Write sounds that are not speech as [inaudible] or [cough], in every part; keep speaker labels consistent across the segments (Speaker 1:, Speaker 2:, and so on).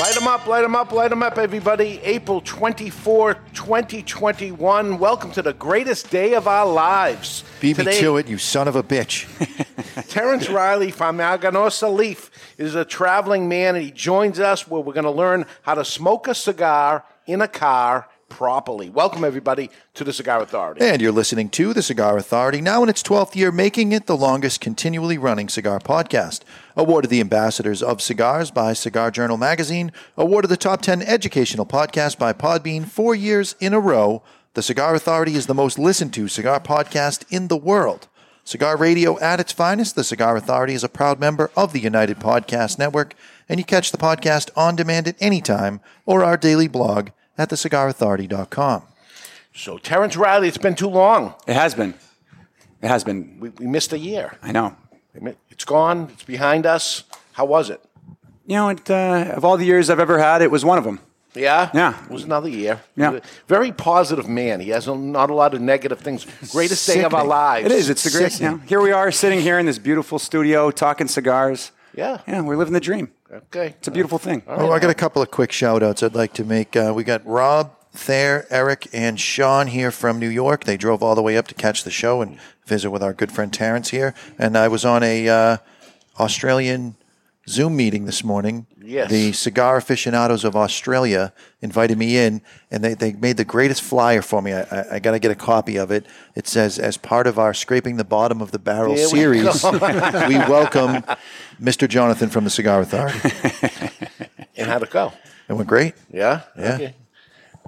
Speaker 1: Light 'em up, light 'em up, light 'em up, everybody. April 24, 2021. Welcome to the greatest day of our lives.
Speaker 2: Beat
Speaker 1: Today,
Speaker 2: me to it, you son of a bitch.
Speaker 1: Terrence Riley from Alganosa Leaf is a traveling man, and he joins us where we're going to learn how to smoke a cigar in a car properly. Welcome, everybody, to the Cigar Authority.
Speaker 2: and you're listening to The Cigar Authority, now in its 12th year, making it the longest continually running cigar podcast. Awarded the Ambassadors of Cigars by Cigar Journal Magazine. Awarded the Top 10 Educational Podcast by Podbean four years in a row. The Cigar Authority is the most listened to cigar podcast in the world. Cigar Radio at its finest, the Cigar Authority is a proud member of the United Podcast Network, and you catch the podcast on demand at any time or our daily blog at thecigarauthority.com.
Speaker 1: So, Terrence Riley, it's been too long.
Speaker 3: It has been. It has been.
Speaker 1: We, we missed a year.
Speaker 3: I know.
Speaker 1: It's gone, it's behind us. How was it?
Speaker 3: You know, it, uh, of all the years I've ever had, it was one of them.
Speaker 1: Yeah,
Speaker 3: Yeah.
Speaker 1: It was another year.
Speaker 3: Yeah.
Speaker 1: He was a very positive man. He has not a lot of negative things. Greatest day of our
Speaker 2: Sickening.
Speaker 1: lives.
Speaker 3: It is. It's the greatest. You know, here we are sitting here in this beautiful studio talking cigars.
Speaker 1: Yeah.
Speaker 3: Yeah, we're living the dream.
Speaker 1: Okay.
Speaker 3: It's a beautiful thing.
Speaker 2: Oh, I got a couple of quick shout outs I'd like to make. Uh, we got Rob, Thayer, Eric, and Sean here from New York. They drove all the way up to catch the show and visit with our good friend Terrence here. And I was on a uh, Australian Zoom meeting this morning.
Speaker 1: Yes.
Speaker 2: The Cigar Aficionados of Australia invited me in, and they, they made the greatest flyer for me. I, I, I got to get a copy of it. It says, as part of our Scraping the Bottom of the Barrel
Speaker 1: There we
Speaker 2: series,
Speaker 1: [laughs]
Speaker 2: we, welcome Mr. Jonathan from the Cigar Authority.
Speaker 1: And how'd it go?
Speaker 2: It went great.
Speaker 1: Yeah.
Speaker 2: Yeah.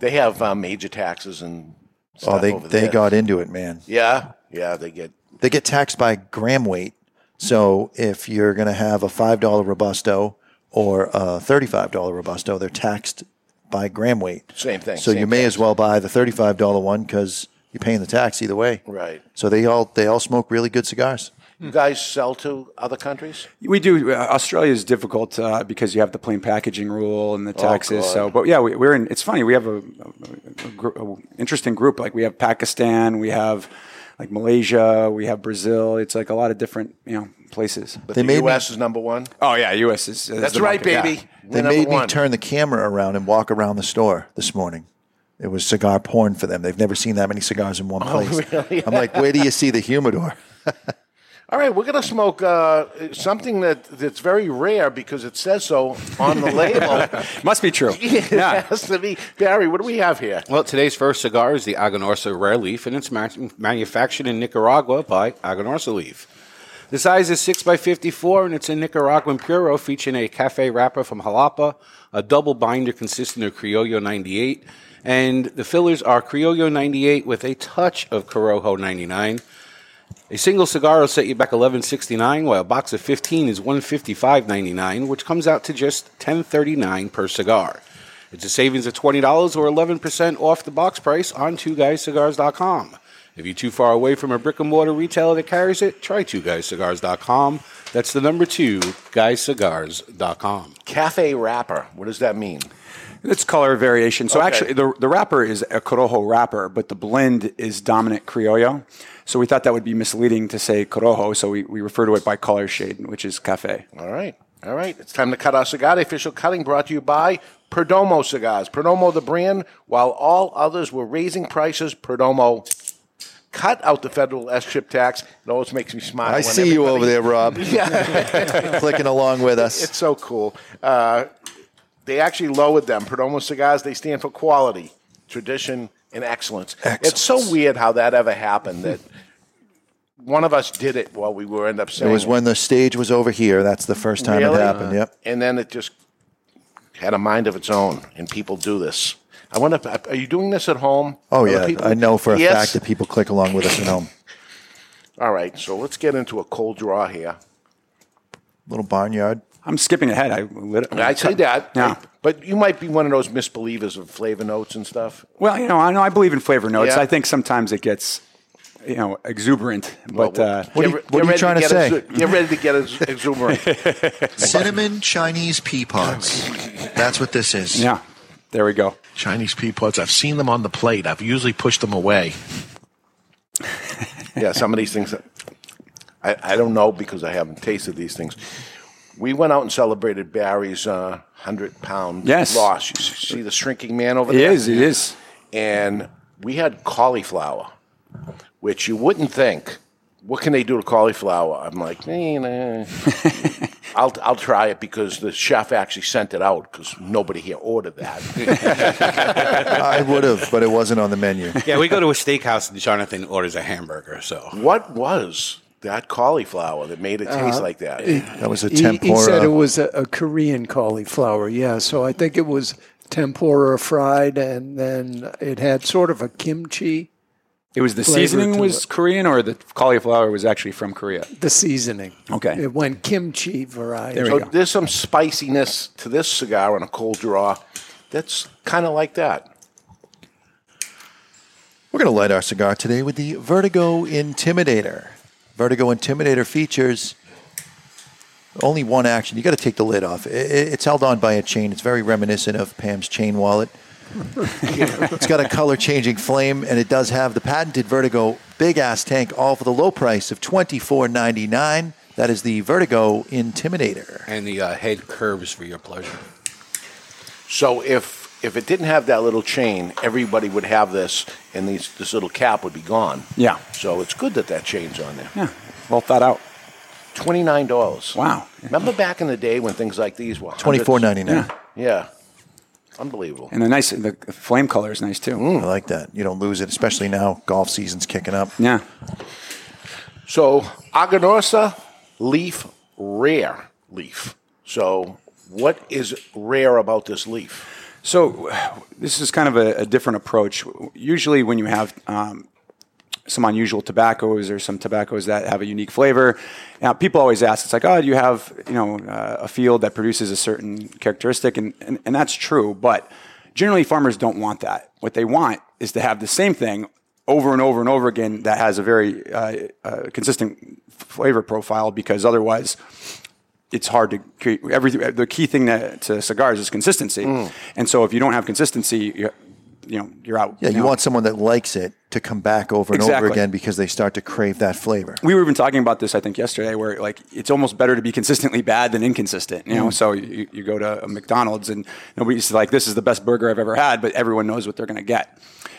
Speaker 1: They have uh, major taxes and. Stuff
Speaker 2: Oh, they
Speaker 1: over
Speaker 2: they
Speaker 1: there.
Speaker 2: got into it, man.
Speaker 1: Yeah. Yeah. They get.
Speaker 2: They get taxed by gram weight. So if you're going to have a five dollar robusto or a thirty five dollar robusto, they're taxed by gram weight.
Speaker 1: Same thing,
Speaker 2: So you
Speaker 1: same
Speaker 2: may as well buy the thirty five dollar one because you're paying the tax either way.
Speaker 1: Right.
Speaker 2: So they all they all smoke really good cigars.
Speaker 1: You guys sell to other countries?
Speaker 3: We do. Uh, Australia is difficult uh, because you have the plain packaging rule and the
Speaker 1: Oh,
Speaker 3: taxes.
Speaker 1: God.
Speaker 3: so, but yeah, we, we're in. It's funny. We have a, a, a, gr- a interesting group. Like we have Pakistan. We have like Malaysia. We have Brazil. It's like a lot of different you know places.
Speaker 1: But
Speaker 2: They
Speaker 1: the
Speaker 2: made me-
Speaker 1: U.S. is number one.
Speaker 3: Oh yeah, U.S. is. is
Speaker 1: That's
Speaker 3: the
Speaker 1: right,
Speaker 3: market, yeah.
Speaker 1: baby. We're
Speaker 2: They
Speaker 1: number
Speaker 2: made me
Speaker 1: one.
Speaker 2: turn the camera around and walk around the store this morning. It was cigar porn for them. They've never seen that many cigars in one
Speaker 1: Oh, [laughs]
Speaker 2: place. I'm like, where do you see the humidor?
Speaker 1: All right, we're going to smoke uh, something that, that's very rare because it says so on the
Speaker 2: [laughs]
Speaker 1: label.
Speaker 3: Must be true.
Speaker 1: it has to be. Barry, what do we have here?
Speaker 4: Well, today's first cigar is the Aganorsa Rare Leaf, and it's ma- manufactured in Nicaragua by Aganorsa Leaf. The size is 6 by 54 and it's a Nicaraguan Puro featuring a cafe wrapper from Jalapa, a double binder consisting of Criollo 98, and the fillers are Criollo 98 with a touch of Corojo 99. A single cigar will set you back 11.69, while a box of 15 is 155.99, which comes out to just 10.39 per cigar. It's a savings of $20 or 11% off the box price on twoguyscigars.com. If you're too far away from a brick and mortar retailer that carries it, try twoguyscigars.com. That's the number 2, guyscigars.com.
Speaker 1: Cafe wrapper. What does that mean?
Speaker 3: It's color variation. So
Speaker 1: Okay.
Speaker 3: actually, the, the wrapper is a Corojo wrapper, but the blend is dominant Criollo. So we thought that would be misleading to say Corojo, so we, we refer to it by color shade, which is cafe.
Speaker 1: All right. All right. It's time to cut our cigar. The official cutting brought to you by Perdomo Cigars. Perdomo, the brand, while all others were raising prices, Perdomo cut out the federal S chip tax. It always makes me smile.
Speaker 2: I
Speaker 1: when
Speaker 2: see you over there,
Speaker 1: [laughs]
Speaker 2: Rob,
Speaker 1: Yeah,
Speaker 2: clicking along with us.
Speaker 1: it's so cool. Uh, they actually lowered them. Perdomo Cigars, they stand for quality, tradition, and excellence. It's so weird how that ever happened that one of us did it while we were end up
Speaker 2: [laughs] It
Speaker 1: saying
Speaker 2: was when the stage was over here. That's the first time
Speaker 1: Really?
Speaker 2: it happened. Yep.
Speaker 1: and then it just had a mind of its own, and people do this. I wonder if, are you doing this at home?
Speaker 2: Oh
Speaker 1: Other
Speaker 2: yeah,
Speaker 1: people-
Speaker 2: I know for a
Speaker 1: Yes.
Speaker 2: fact that people click along with us at
Speaker 1: [laughs]
Speaker 2: home.
Speaker 1: All right, so let's get into a cold draw here.
Speaker 2: Little barnyard.
Speaker 3: I'm skipping ahead. I lit
Speaker 1: I say that,
Speaker 3: Yeah.
Speaker 1: but you might be one of those misbelievers of flavor notes and stuff.
Speaker 3: Well, you know, I know I believe in flavor notes.
Speaker 1: Yeah.
Speaker 3: I think sometimes it gets, you know, exuberant. But
Speaker 1: Well,
Speaker 3: uh,
Speaker 2: What are
Speaker 1: get
Speaker 2: you-
Speaker 1: re-
Speaker 2: what are
Speaker 1: get
Speaker 2: you
Speaker 1: ready
Speaker 2: trying to
Speaker 1: get
Speaker 2: say?
Speaker 1: exu- Get ready to get ex- exuberant.
Speaker 5: [laughs] Cinnamon Chinese pea pods.
Speaker 2: [laughs]
Speaker 5: That's what this is.
Speaker 3: yeah, there we go.
Speaker 5: Chinese pea pods. I've seen them on the plate. I've usually pushed them away.
Speaker 1: yeah, some of these things, I, I don't know because I haven't tasted these things. We went out and celebrated Barry's uh, hundred pound
Speaker 3: Yes.
Speaker 1: loss. You s- see the shrinking man over
Speaker 3: It
Speaker 1: there.
Speaker 3: is. It is.
Speaker 1: and we had cauliflower, which you wouldn't think. What can they do to cauliflower? I'm like, eh,
Speaker 3: [laughs]
Speaker 1: nah. I'll I'll try it because the chef actually sent it out because nobody here ordered that.
Speaker 2: I would have, but it wasn't on the menu.
Speaker 4: Yeah, we go to a steakhouse and Jonathan orders a hamburger. So Uh-huh.
Speaker 1: what was that cauliflower that made it taste like that?
Speaker 2: That was a
Speaker 6: He-
Speaker 2: tempura.
Speaker 6: He, said it was a, a Korean cauliflower. Yeah, so I think it was tempura fried, and then it had sort of a kimchi.
Speaker 3: It was the
Speaker 6: Flavor
Speaker 3: seasoning
Speaker 6: to
Speaker 3: was
Speaker 6: it.
Speaker 3: Korean, or the cauliflower was actually from Korea.
Speaker 6: The seasoning.
Speaker 3: Okay.
Speaker 6: It went kimchi variety.
Speaker 3: [laughs] There we
Speaker 1: So
Speaker 6: [laughs]
Speaker 3: go.
Speaker 1: there's some spiciness to this cigar on a cold draw. That's kind of like that.
Speaker 2: We're going to light our cigar today with the Vertigo Intimidator. Vertigo Intimidator features only one action. You got to take the lid off. I- I- It's held on by a chain. It's very reminiscent of Pam's chain wallet. [laughs] [laughs] it's got a color changing flame, and it does have the patented Vertigo big ass tank, all for the low price of twenty four ninety nine. That is the Vertigo Intimidator.
Speaker 4: and the uh, head curves for your pleasure.
Speaker 1: So if if it didn't have that little chain, everybody would have this, and these, this little cap would be gone.
Speaker 3: Yeah.
Speaker 1: So it's good that that chain's on there.
Speaker 3: Yeah, well thought out.
Speaker 1: Twenty nine dollars.
Speaker 3: Wow.
Speaker 1: Remember back in the day when things like these were
Speaker 2: Twenty four ninety nine.
Speaker 3: Yeah.
Speaker 1: Yeah. Unbelievable.
Speaker 3: And the nice, the flame color is nice too.
Speaker 2: I like that. You don't lose it, especially now. Golf season's kicking up.
Speaker 3: Yeah,
Speaker 1: So Aganorsa leaf rare leaf. So what is rare about this leaf?
Speaker 3: So this is kind of a, a different approach. Usually, when you have um, some unusual tobaccos or some tobaccos that have a unique flavor, now people always ask, it's like, oh, you have you know uh, a field that produces a certain characteristic, and, and and that's true. But generally, farmers don't want that. What they want is to have the same thing over and over and over again that has a very uh, uh, consistent flavor profile, because otherwise it's hard to create everything. The key thing that, to cigars is consistency.
Speaker 2: Mm.
Speaker 3: And so if you don't have consistency, you're, you know, you're out.
Speaker 2: Yeah, you
Speaker 3: know.
Speaker 2: want someone that likes it to come back over and
Speaker 3: Exactly.
Speaker 2: over again because they start to crave that flavor.
Speaker 3: We were even talking about this, I think, yesterday, where like it's almost better to be consistently bad than inconsistent. You know, so you, you go to a McDonald's and nobody's like, "This is the best burger I've ever had," but everyone knows what they're going to get,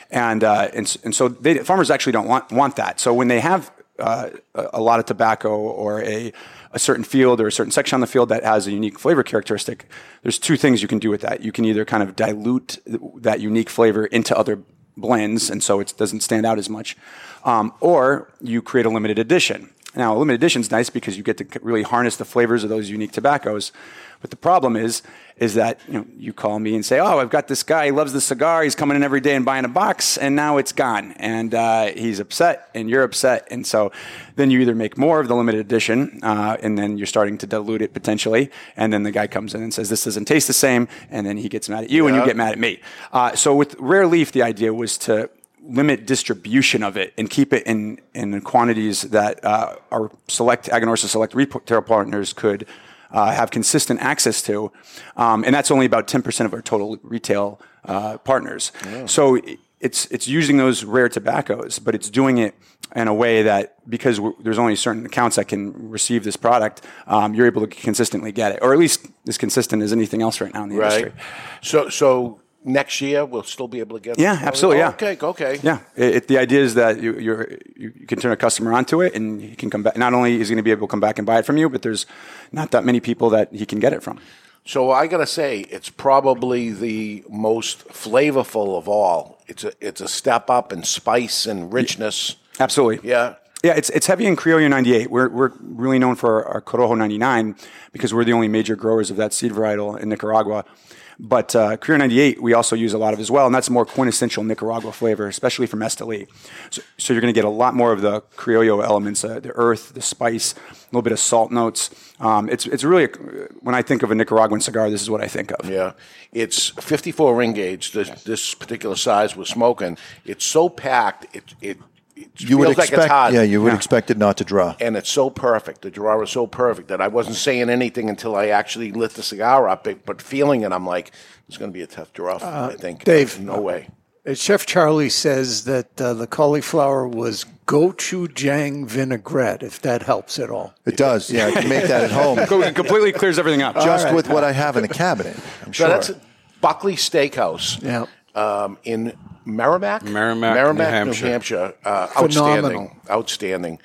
Speaker 3: and uh, and s- and so they, farmers actually don't want want that. So when they have uh, a a lot of tobacco or a a certain field or a certain section on the field that has a unique flavor characteristic, there's two things you can do with that. You can either kind of dilute th- that unique flavor into other blends, and so it doesn't stand out as much, um, or you create a limited edition. Now, a limited edition is nice because you get to c- really harness the flavors of those unique tobaccos. But the problem is, is that you, know, you call me and say, "Oh, I've got this guy. He loves the cigar. He's coming in every day and buying a box, and now it's gone, and uh, he's upset, and you're upset, and so then you either make more of the limited edition, uh, and then you're starting to dilute it potentially, and then the guy comes in and says, "This doesn't taste the same," and then he gets mad at you, and you get mad at me. Uh, so with rare leaf, the idea was to limit distribution of it and keep it in in quantities that uh, our select Agonorsa select retail partners could uh, have consistent access to, um, and that's only about ten percent of our total retail uh, partners. So i- it's it's using those rare tobaccos, but it's doing it in a way that because we're, there's only certain accounts that can receive this product, um, you're able to consistently get it, or at least as consistent as anything else right now in the industry.
Speaker 1: So so next year we'll still be able to get
Speaker 3: Yeah, absolutely. Yeah.
Speaker 1: Okay, okay.
Speaker 3: Yeah. It, it, the idea is that you, you're, you you can turn a customer onto it, and he can come back. Not only is he going to be able to come back and buy it from you, but there's not that many people that he can get it from.
Speaker 1: So I gotta say, it's probably the most flavorful of all. It's a it's a step up in spice and richness.
Speaker 3: Absolutely.
Speaker 1: Yeah.
Speaker 3: Yeah, it's, it's heavy in Criollo 98. We're, we're really known for our, our Corojo 99 because we're the only major growers of that seed varietal in Nicaragua. But uh, Career 98, we also use a lot of as well, and that's a more quintessential Nicaragua flavor, especially from Esteli. So, so you're going to get a lot more of the Criollo elements, uh, the earth, the spice, a little bit of salt notes. Um, it's, it's really, when I think of a Nicaraguan cigar, this is what I think of.
Speaker 1: Yeah. It's 54 ring gauge, this, this particular size we're smoking. It's so packed, it, it it
Speaker 2: you would
Speaker 1: feels like
Speaker 2: expect,
Speaker 1: it's hot.
Speaker 2: yeah, you would expect it not to draw.
Speaker 1: and it's so perfect. The drawer is so perfect that I wasn't saying anything until I actually lit the cigar up. But- But feeling it, I'm like, it's going to be a tough draw.
Speaker 2: Uh,
Speaker 1: I think.
Speaker 6: Dave.
Speaker 1: no way.
Speaker 6: Uh, Chef Charlie says that uh, the cauliflower was gochujang vinaigrette, if that helps at all.
Speaker 2: It does. Yeah, I can make
Speaker 1: [laughs]
Speaker 2: that at home
Speaker 3: It completely clears everything up.
Speaker 2: just with what I have in a cabinet. I'm
Speaker 1: So
Speaker 2: sure.
Speaker 1: that's Buckley Steakhouse.
Speaker 6: Yeah.
Speaker 1: Um, in Merrimack,
Speaker 4: Merrimack, New
Speaker 1: Merrimack, New
Speaker 4: Hampshire.
Speaker 1: Hampshire. Uh,
Speaker 6: Phenomenal.
Speaker 1: outstanding, outstanding.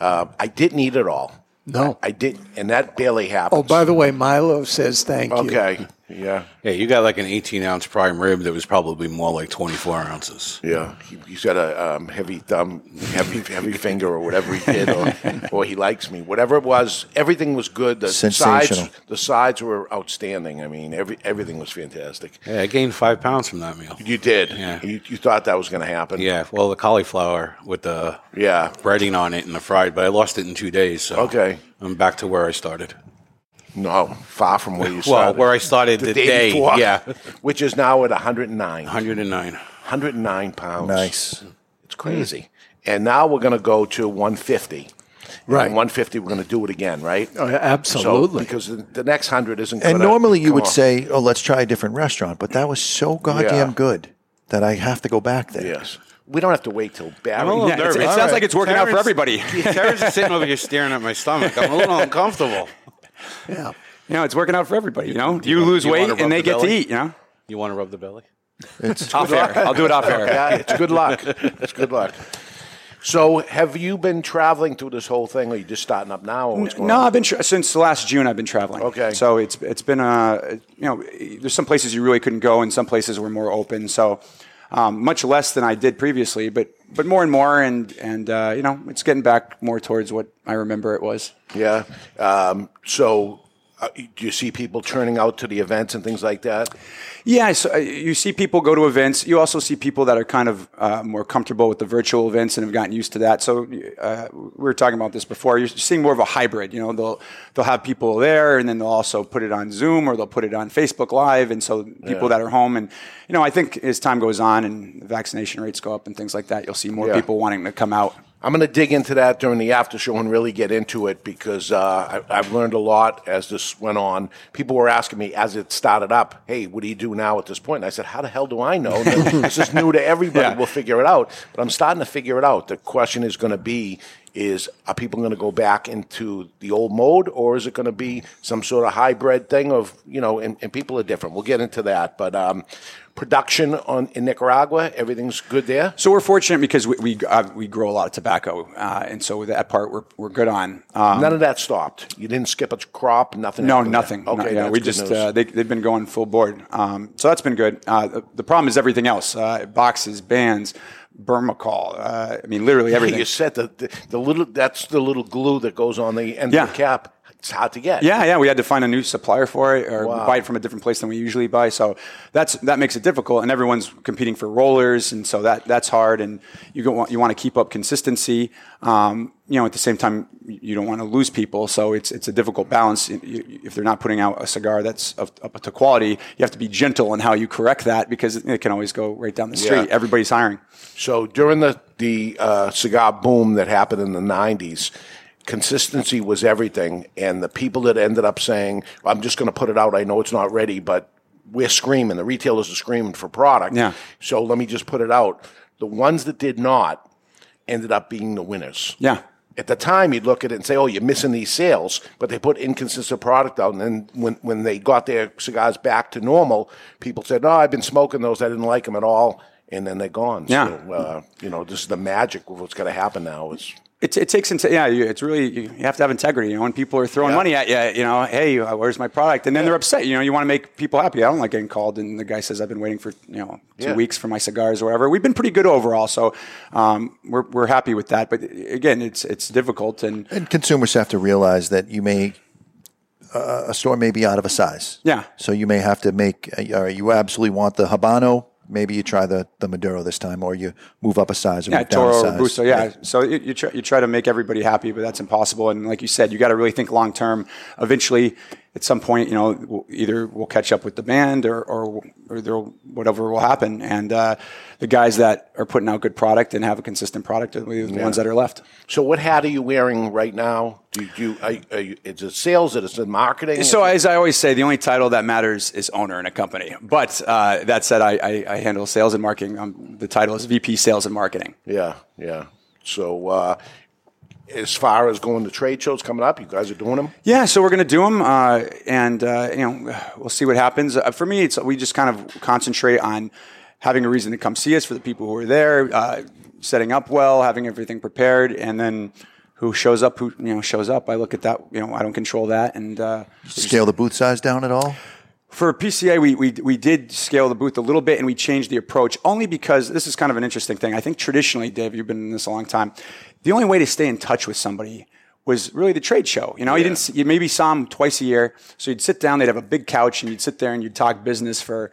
Speaker 1: Uh, I didn't eat it all.
Speaker 6: No.
Speaker 1: I did, and that barely happened.
Speaker 6: Oh, by the way, Milo says thank you.
Speaker 1: okay, yeah,
Speaker 4: Yeah, you got like an 18 ounce prime rib that was probably more like 24 ounces.
Speaker 1: yeah. He, he's got a um, heavy thumb, heavy, heavy finger, or whatever he did,
Speaker 6: [laughs]
Speaker 1: or, or he likes me. Whatever it was, everything was good. The sides,
Speaker 2: Sensational.
Speaker 1: the sides were outstanding. I mean, every everything was fantastic.
Speaker 4: Yeah, I gained five pounds from that meal.
Speaker 1: You did.
Speaker 4: Yeah.
Speaker 1: You, you thought that was going to happen.
Speaker 4: Yeah, well, the cauliflower with the
Speaker 1: Yeah.
Speaker 4: breading on it and the fried, but I lost it in two days. So
Speaker 1: Okay.
Speaker 4: I'm back to where I started.
Speaker 1: No, far from where you
Speaker 4: [laughs] Well,
Speaker 1: started.
Speaker 4: where I started the, day,
Speaker 1: [laughs] before,
Speaker 4: yeah,
Speaker 1: which is now at 109,
Speaker 4: 109.
Speaker 1: 109 pounds.
Speaker 2: nice.
Speaker 1: It's crazy. And now we're going to go to 150.
Speaker 6: Right.
Speaker 1: And 150, we're going to do it again, right?
Speaker 6: Oh,
Speaker 1: So,
Speaker 6: absolutely.
Speaker 1: because the, the next 100 isn't
Speaker 2: And
Speaker 1: gonna
Speaker 2: normally you
Speaker 1: come
Speaker 2: would
Speaker 1: off.
Speaker 2: say, "Oh, let's try a different restaurant," but that was so goddamn
Speaker 1: Yeah.
Speaker 2: good that I have to go back there.
Speaker 1: Yes. We don't have to wait till Barry.
Speaker 3: Yeah, it's- it
Speaker 4: nervous.
Speaker 3: sounds
Speaker 4: All right.
Speaker 3: like it's working out for
Speaker 4: Terrence-
Speaker 3: everybody.
Speaker 4: Terrence is sitting over here staring at my stomach. I'm a little uncomfortable.
Speaker 6: yeah.
Speaker 3: You know, it's working out for everybody. You know, you, lose
Speaker 4: you
Speaker 3: weight
Speaker 4: wanna rub
Speaker 3: and they
Speaker 4: the
Speaker 3: get to
Speaker 4: belly?
Speaker 3: eat. You know,
Speaker 4: You want to rub the belly?
Speaker 2: It's,
Speaker 3: off air. I'll do it off air.
Speaker 1: Yeah, it's good luck. It's good luck. So, have you been traveling through this whole thing, or you just starting up now, or what's going
Speaker 3: No,
Speaker 1: on?
Speaker 3: I've been tra- since last June. I've been traveling.
Speaker 1: Okay.
Speaker 3: So it's it's been uh you know there's some places you really couldn't go and some places were more open. So um, much less than I did previously, but but more and more and and uh, you know it's getting back more towards what I remember it was.
Speaker 1: Yeah. Um, so, uh, do you see people turning out to the events and things like that?
Speaker 3: Yeah, so uh, you see people go to events. You also see people that are kind of uh, more comfortable with the virtual events and have gotten used to that. So uh, we were talking about this before. You're seeing more of a hybrid. You know, they'll they'll have people there, and then they'll also put it on Zoom or they'll put it on Facebook Live. And so people that are home, and you know, I think as time goes on and vaccination rates go up and things like that, you'll see more
Speaker 1: Yeah.
Speaker 3: people wanting to come out.
Speaker 1: I'm going to dig into that during the after show and really get into it because uh, I, I've learned a lot as this went on. People were asking me as it started up, hey, what do you do now at this point? And I said, how the hell do I know? this is new to everybody. We'll figure it out. But I'm starting to figure it out. The question is going to be is are people going to go back into the old mode or is it going to be some sort of hybrid thing of you know and, and people are different we'll get into that but um, production on in nicaragua everything's good there
Speaker 3: So we're fortunate because we we, uh, we grow a lot of tobacco, uh, and so with that part we're we're good on. Um,
Speaker 1: None of that stopped. You didn't skip a crop, nothing.
Speaker 3: No,
Speaker 1: after that.
Speaker 3: nothing. No,
Speaker 1: Okay,
Speaker 3: yeah,
Speaker 1: that's
Speaker 3: we
Speaker 1: good
Speaker 3: just
Speaker 1: news.
Speaker 3: uh, they, they've been going full board. Um, so that's been good. Uh, the, the problem is everything else: uh, boxes, bands, Burmacol. Uh, I mean, literally everything.
Speaker 1: You said the, the the little that's the little glue that goes on the end
Speaker 3: Yeah.
Speaker 1: of the cap. It's hard to get.
Speaker 3: Yeah, yeah, we had to find a new supplier for it, or buy it from a different place than we usually buy. So that's that makes it difficult, and everyone's competing for rollers, and so that that's hard. And you go, you want to keep up consistency. Um, you know, at the same time, you don't want to lose people, so it's it's a difficult balance. You- you- If they're not putting out a cigar that's of, up to quality, you have to be gentle in how you correct that because it can always go right down the street.
Speaker 1: Yeah.
Speaker 3: Everybody's hiring.
Speaker 1: So during the the uh, cigar boom that happened in the '90s, consistency was everything. And the people that ended up saying, "I'm just going to put it out. I know it's not ready, but we're screaming. The retailers are screaming for product.
Speaker 3: Yeah.
Speaker 1: So let me just put it out." The ones that did not ended up being the winners.
Speaker 3: Yeah.
Speaker 1: At the time, you'd look at it and say, "Oh, you're missing these sales," but they put inconsistent product out, and then when, when they got their cigars back to normal, people said, "No, I've been smoking those. I didn't like them at all," and then they're gone.
Speaker 3: Yeah.
Speaker 1: So, uh, you know, this is the magic of what's going to happen now. Is
Speaker 3: It, it takes into yeah. You, it's really you you have to have integrity. You know, when people are throwing money at you, you know, hey, uh, where's my product? And then they're upset. You know, you want to make people happy. I don't like getting called, and the guy says I've been waiting for you know two
Speaker 1: Yeah.
Speaker 3: weeks for my cigars or whatever. We've been pretty good overall, so um, we're we're happy with that. But again, it's it's difficult, and
Speaker 2: And consumers have to realize that you may uh, a, a store may be out of a size.
Speaker 3: Yeah.
Speaker 2: So you may have to make, or you absolutely want the Habano. Maybe you try the, the Maduro this time, or you move up a size or
Speaker 3: Yeah,
Speaker 2: move down a
Speaker 3: Toro,
Speaker 2: size.
Speaker 3: Robusto. Yeah. So you, you, try, you try to make everybody happy, but that's impossible. And like you said, you got to really think long term. Eventually, at some point, you know, we'll, either we'll catch up with demand or or, or there whatever will happen. And uh, the guys that are putting out good product and have a consistent product are the ones that are left.
Speaker 1: So, what hat are you wearing right now? Do you, do you, are, you- are you is it sales? Is it marketing?
Speaker 3: So as I always say, the only title that matters is owner in a company. But uh, that said, I, I, I handle sales and marketing. Um, the title is VP Sales and Marketing.
Speaker 1: yeah, yeah. So, uh, as far as going to trade shows coming up, you guys are doing them.
Speaker 3: Yeah, so we're going to do them, uh, and uh, you know, we'll see what happens. Uh, for me, it's we just kind of concentrate on having a reason to come see us for the people who are there, uh, setting up well, having everything prepared, and then who shows up, who you know shows up. I look at that, you know, I don't control that, and uh,
Speaker 2: Scale the booth size down at all?
Speaker 3: for PCA, we, we, we did scale the booth a little bit and we changed the approach only because this is kind of an interesting thing. I think traditionally, Dave, you've been in this a long time. The only way to stay in touch with somebody was really the trade show. You know, you didn't see, you maybe saw them twice a year. So you'd sit down, they'd have a big couch and you'd sit there and you'd talk business for,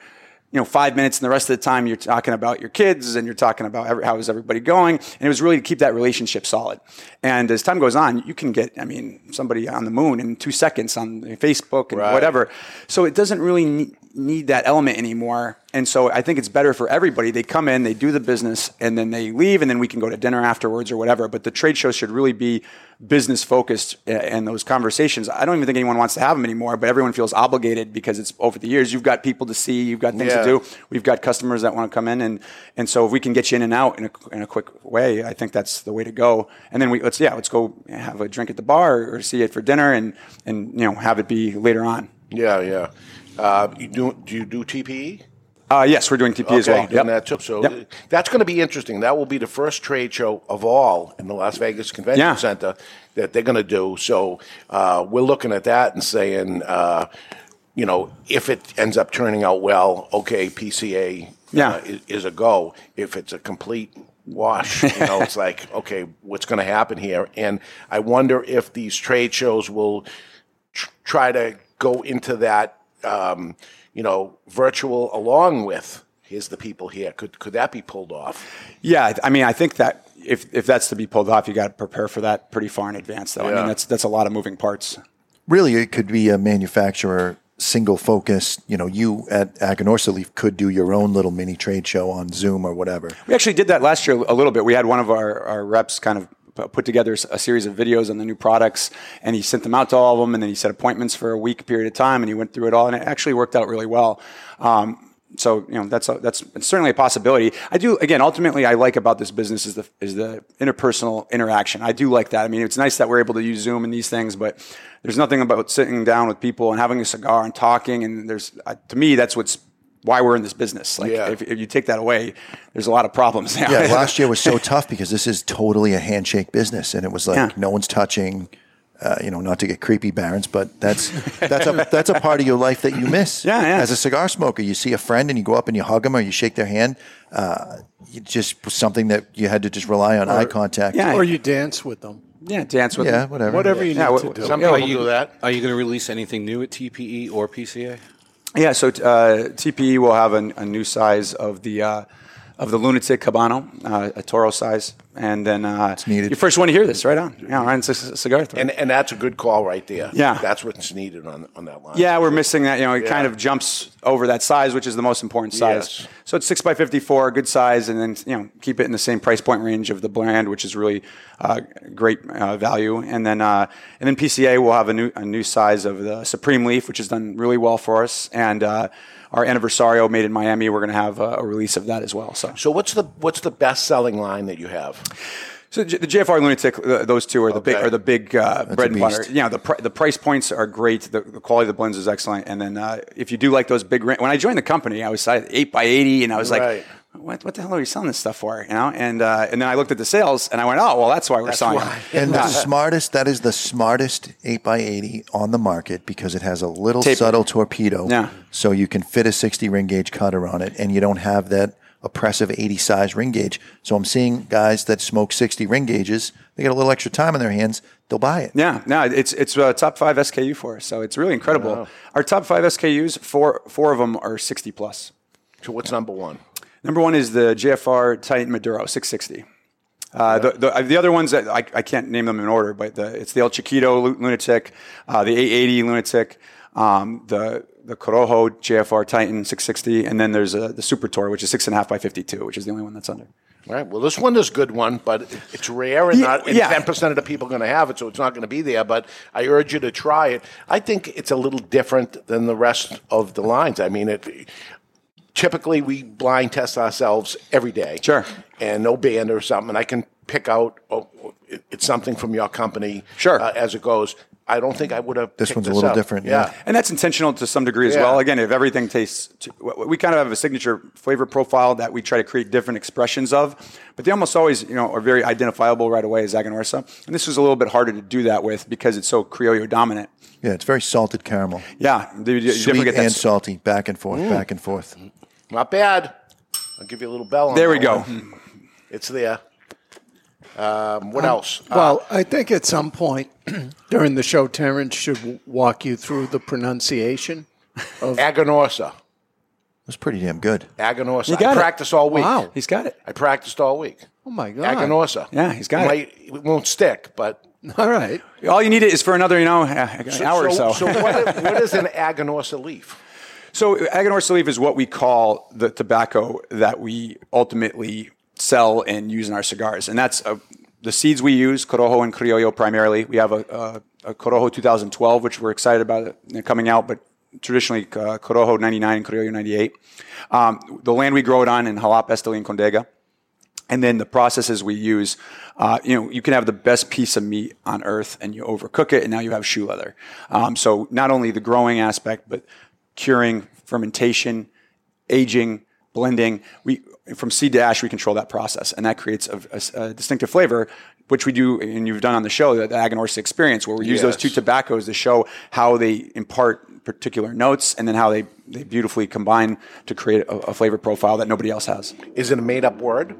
Speaker 3: you know, five minutes. And the rest of the time you're talking about your kids and you're talking about every, how is everybody going. And it was really to keep that relationship solid. And as time goes on, you can get, I mean, somebody on the moon in two seconds on Facebook and
Speaker 1: Right.
Speaker 3: whatever whatever. So it doesn't really ne- need that element anymore. And so I think it's better for everybody. They come in, they do the business, and then they leave, and then we can go to dinner afterwards or whatever. But the trade show should really be business focused a- and those conversations. I don't even think anyone wants to have them anymore, but everyone feels obligated because it's over the years. You've got people to see, you've got things
Speaker 1: Yeah.
Speaker 3: to do, we've got customers that want to come in. And, and so if we can get you in and out in a, in a quick way, I think that's the way to go. And then we, let's, yeah, let's go have a drink at the bar or see it for dinner and, and, you know, have it be later on.
Speaker 1: Yeah, yeah. Uh, you do, do you do E? TPE?
Speaker 3: Uh, yes, we're doing TP as well.
Speaker 1: doing
Speaker 3: Yep.
Speaker 1: that too. So
Speaker 3: Yep.
Speaker 1: that's going to be interesting. That will be the first trade show of all in the Las Vegas Convention
Speaker 3: Yeah.
Speaker 1: Center that they're going to do. So uh, we're looking at that and saying, uh, you know, if it ends up turning out well, okay, PCA
Speaker 3: Yeah.
Speaker 1: uh, is, is a go. If it's a complete wash, you know, it's like, [laughs] okay, what's going to happen here? And I wonder if these trade shows will tr- try to go into that, um, you know, virtual along with here's the people here. Could could that be pulled off?
Speaker 3: Yeah, I- I mean, I think that if, if that's to be pulled off, you got to prepare for that pretty far in advance, though. I
Speaker 1: Yeah.
Speaker 3: mean, that's that's a lot of moving parts.
Speaker 2: really it could be a manufacturer single focus you know you at agonorsa leaf could do your own little mini trade show on zoom or whatever
Speaker 3: We actually did that last year a little bit. We had one of our, our reps kind of p- put together s- a series of videos on the new products, and he sent them out to all of them, and then he set appointments for a week period of time, and he went through it all, and it actually worked out really well. Um, so you know that's a, that's it's certainly a possibility. I do again. Ultimately, I like about this business is the is the interpersonal interaction. I do like that. I mean, it's nice that we're able to use Zoom and these things, but there's nothing about sitting down with people and having a cigar and talking. And there's uh, to me that's what's why we're in this business. Like
Speaker 1: Yeah.
Speaker 3: if, if you take that away, there's a lot of problems now. [laughs]
Speaker 2: yeah last year was so tough because this is totally a handshake business and it was like
Speaker 3: Yeah.
Speaker 2: no one's touching uh, you know not to get creepy barons but that's that's a that's a part of your life that you miss
Speaker 3: [laughs] Yeah, yeah.
Speaker 2: as a cigar smoker you see a friend and you go up and you hug them or you shake their hand uh, you just something that you had to just rely on eye contact
Speaker 3: yeah.
Speaker 6: Or you dance with them.
Speaker 3: yeah, dance with
Speaker 2: yeah
Speaker 3: them.
Speaker 2: whatever
Speaker 6: Whatever you need
Speaker 3: Yeah,
Speaker 6: to
Speaker 3: wh-
Speaker 6: do.
Speaker 3: some-
Speaker 1: Some
Speaker 3: Yeah,
Speaker 1: people
Speaker 3: we'll
Speaker 1: do that.
Speaker 4: Are you going to release anything new at TPE or PCA?
Speaker 3: Yeah, so uh, TPE will have an, a new size of the uh, of the Lunatic Cabano, uh, a Toro size, and then uh, it's
Speaker 2: needed.
Speaker 3: Your first one to hear this, right on? Yeah, Ryan's c- c- cigar. Throw.
Speaker 1: And and that's a good call right there.
Speaker 3: Yeah.
Speaker 1: that's what's needed on on that line.
Speaker 3: yeah, we're missing that. You know, it
Speaker 1: Yeah.
Speaker 3: kind of jumps over that size, which is the most important size.
Speaker 1: Yes.
Speaker 3: So it's six by fifty-four, good size, and then you know keep it in the same price point range of the brand, which is really uh, great uh, value. And then uh, and then PCA will have a new a new size of the Supreme Leaf, which has done really well for us, and. Uh, our anniversario made in Miami. We're going to have a, a release of that as well. So,
Speaker 1: So what's the what's the best selling line that you have?
Speaker 3: So J- the JFR Lunatic, th- those two are the big
Speaker 1: Okay.
Speaker 3: are the big uh, bread and
Speaker 2: beast.
Speaker 3: butter. Yeah, the pr- the price points are great. The, the quality of the blends is excellent. And then uh, if you do like those big, ra- when I joined the company, I was at eight by eighty, and I was
Speaker 1: Right.
Speaker 3: like, what, what the hell are we selling this stuff for? You know, and uh, and then I looked at the sales, and I went, oh well, that's why we're selling. them."
Speaker 2: [laughs] And the
Speaker 3: [laughs]
Speaker 2: smartest, that is the smartest 8x80 on the market because it has a little
Speaker 3: Taper.
Speaker 2: subtle torpedo.
Speaker 3: Yeah.
Speaker 2: So you can fit a 60 ring gauge cutter on it and you don't have that oppressive 80 size ring gauge. So I'm seeing guys that smoke 60 ring gauges. They got a little extra time on their hands. They'll buy it.
Speaker 3: Yeah, no, it's it's uh, top five SKU for us, so it's really incredible. Our top five SKUs, four four of them are sixty plus.
Speaker 1: So what's number one?
Speaker 3: Number one is the JFR Titan Maduro six sixty. Uh, the, the, uh, the other ones that I, I can't name them in order, but the, it's the El Chiquito Lu- Lunatic, uh, the 880 Lunatic, um, the the Corojo JFR Titan 660, and then there's uh, the Super Tour, which is six and a half by 52, which is the only one that's under.
Speaker 1: All right. Well, this one is a good one, but it's rare and
Speaker 3: Yeah,
Speaker 1: not and
Speaker 3: yeah.
Speaker 1: 10% of the people are going to have it, so it's not going to be there. But I urge you to try it. I think it's a little different than the rest of the lines. I mean, it typically we blind test ourselves every day.
Speaker 3: Sure.
Speaker 1: And no band or something. And I can pick out, oh, it- it's something from your company
Speaker 3: Sure.
Speaker 1: uh, as it goes. I don't think I would have.
Speaker 2: This
Speaker 1: picked
Speaker 2: one's a little
Speaker 1: up.
Speaker 2: different, yeah.
Speaker 3: And that's intentional to some degree as
Speaker 1: Yeah.
Speaker 3: well. Again, if everything tastes, to, we- we kind of have a signature flavor profile that we try to create different expressions of, but they almost always, you know, are very identifiable right away as Agonorsa. And this was a little bit harder to do that with because it's so Criollo dominant.
Speaker 2: Yeah, it's very salted caramel.
Speaker 3: Yeah, you, you definitely
Speaker 2: Sweet
Speaker 3: get that
Speaker 2: and
Speaker 3: s- Mm.
Speaker 2: salty, back and forth, back and forth.
Speaker 1: Not bad. I'll give you a little bell on
Speaker 3: There
Speaker 1: that
Speaker 3: we go.
Speaker 1: one. It's there. Um, what else? Uh,
Speaker 6: Well, I think at some point [clears throat] during the show, Terrence should w- walk you through the pronunciation.
Speaker 1: Agonorsa.
Speaker 2: It's pretty damn good.
Speaker 1: Agonorsa.
Speaker 3: You got
Speaker 1: I
Speaker 3: it.
Speaker 1: practiced all week.
Speaker 6: Wow.
Speaker 3: He's got it.
Speaker 1: I practiced all week.
Speaker 6: Oh my God!
Speaker 1: Agonorsa.
Speaker 3: Yeah, he's got
Speaker 1: Might- it. won't stick, but
Speaker 6: All right.
Speaker 3: [laughs] All you need is for another, you know, an hour or
Speaker 1: So,
Speaker 3: [laughs]
Speaker 1: what, what is an agonorsa leaf?
Speaker 3: So Agonorsa leaf is what we call the tobacco that we ultimately sell and use in our cigars, and that's uh, the seeds we use, Corojo and Criollo primarily. We have a, a, a Corojo 2012, which we're excited about it coming out, but traditionally uh, Corojo 99 and Criollo 98. Um, the land we grow it on in Jalapa, Esteli, and Condega and then the processes we use uh, you know you can have the best piece of meat on earth and you overcook it and now you have shoe leather um, so not only the growing aspect but curing fermentation aging blending we from seed to ash we control that process and that creates a, a- a distinctive flavor which we do and you've done on the show the, the agonorsa experience where we use those
Speaker 1: Yes.
Speaker 3: two tobaccos to show how they impart particular notes and then how they, they beautifully combine to create a, a flavor profile that nobody else has
Speaker 1: Is it a made up word?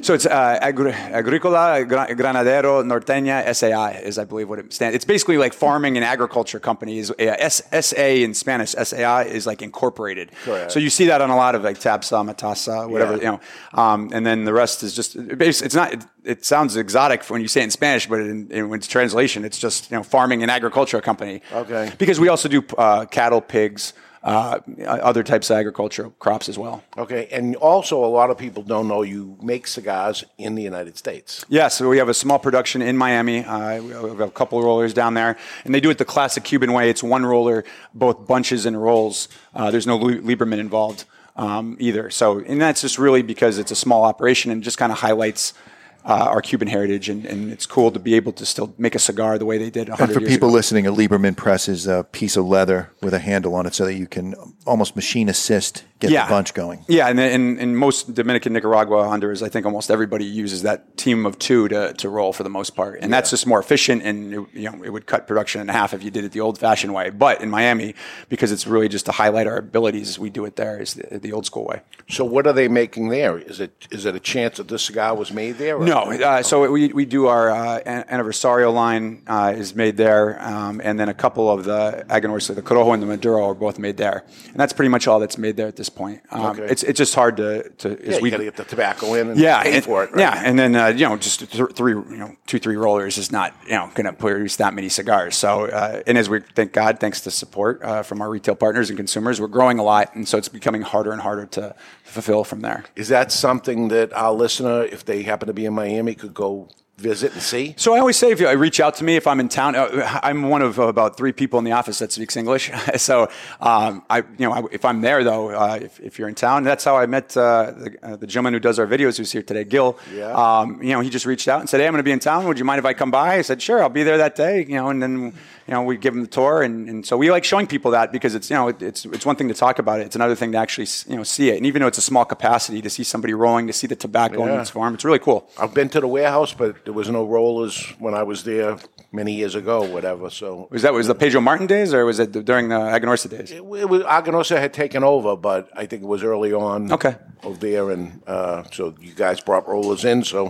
Speaker 3: so it's uh, agri- Agricola Gra- Granadero Norteña SAI is I believe what it stands. It's basically like farming and agriculture companies. Yeah, S- SA in Spanish, SAI is like incorporated.
Speaker 1: Correct.
Speaker 3: So you see that on a lot of like Tapsa, Matasa, whatever
Speaker 1: Yeah.
Speaker 3: you know. Um, and then the rest is just it bas- it's not. It, it sounds exotic when you say it in Spanish, but in, in, when it's translation, it's just you know farming and agriculture company.
Speaker 1: Okay.
Speaker 3: Because we also do uh, cattle, pigs, uh, other types of agricultural crops as well.
Speaker 1: Okay, and also a lot of people don't know you make cigars in the United States.
Speaker 3: Yeah, so we have a small production in Miami. Uh, we have a couple of rollers down there, and they do it the classic Cuban way. It's one roller, both bunches and rolls. Uh, there's no Lu- Lieberman involved um, either. So, and that's just really because it's a small operation and just kind of highlights uh, our Cuban heritage, and, and it's cool to be able to still make a cigar the way they did 100
Speaker 2: And for
Speaker 3: years
Speaker 2: people
Speaker 3: ago.
Speaker 2: listening, a Lieberman press is a piece of leather with a handle on it so that you can almost machine assist get the bunch going.
Speaker 3: Yeah, and and, and most Dominican, Nicaragua, Honduras, I think almost everybody uses that team of two to, to roll for the most part, and that's just more efficient, and it, you know it would cut production in half if you did it the old-fashioned way. But in Miami, because it's really just to highlight our abilities, we do it there is the, the old-school way.
Speaker 1: So what are they making there? Is it is it a chance that this cigar was made there? or-
Speaker 3: No, uh, so we, we do our uh, an- anniversario line uh, is made there, um, and then a couple of the Agonorsa, the Corojo and the Maduro are both made there, and that's pretty much all that's made there at this point. Um,
Speaker 1: Okay.
Speaker 3: It's it's just hard to to
Speaker 1: Yeah,
Speaker 3: is
Speaker 1: you got to get the tobacco in and
Speaker 3: yeah,
Speaker 1: pay
Speaker 3: and-
Speaker 1: for it. right?
Speaker 3: Yeah, and then uh, you know, just th- three, you know, two, three rollers is not you know going to produce that many cigars. So, uh, and as we thank God, thanks to support uh, from our retail partners and consumers, we're growing a lot, and so it's becoming harder and harder to fulfill from there.
Speaker 1: Is that something that our listener, if they happen to be in Miami, could go visit and see?
Speaker 3: So I always say, if you uh, reach out to me, if I'm in town, uh, I'm one of about three people in the office that speaks English. [laughs] so um, I, you know, I, if I'm there though, uh, if, if you're in town, that's how I met uh, the, uh, the gentleman who does our videos, who's here today, Gil.
Speaker 1: Yeah.
Speaker 3: Um, you know, he just reached out and said, "Hey, I'm going to be in town. Would you mind if I come by?" I said, "Sure, I'll be there that day." You know, and then you know we give him the tour, and, and so we like showing people that because it's you know it, it's it's one thing to talk about it, it's another thing to actually you know see it, and even though it's a small capacity to see somebody rolling, to see the tobacco and
Speaker 1: Yeah.
Speaker 3: its farm, it's really cool.
Speaker 1: I've been to the warehouse, but There was no rollers when I was there many years ago, whatever. So
Speaker 3: Was that was the Pedro Martin days or was it during the Agonorsa days?
Speaker 1: it was, Aganorsa had taken over, but I think it was early on.
Speaker 3: Okay.
Speaker 1: Over there, and uh, so you guys brought rollers in. So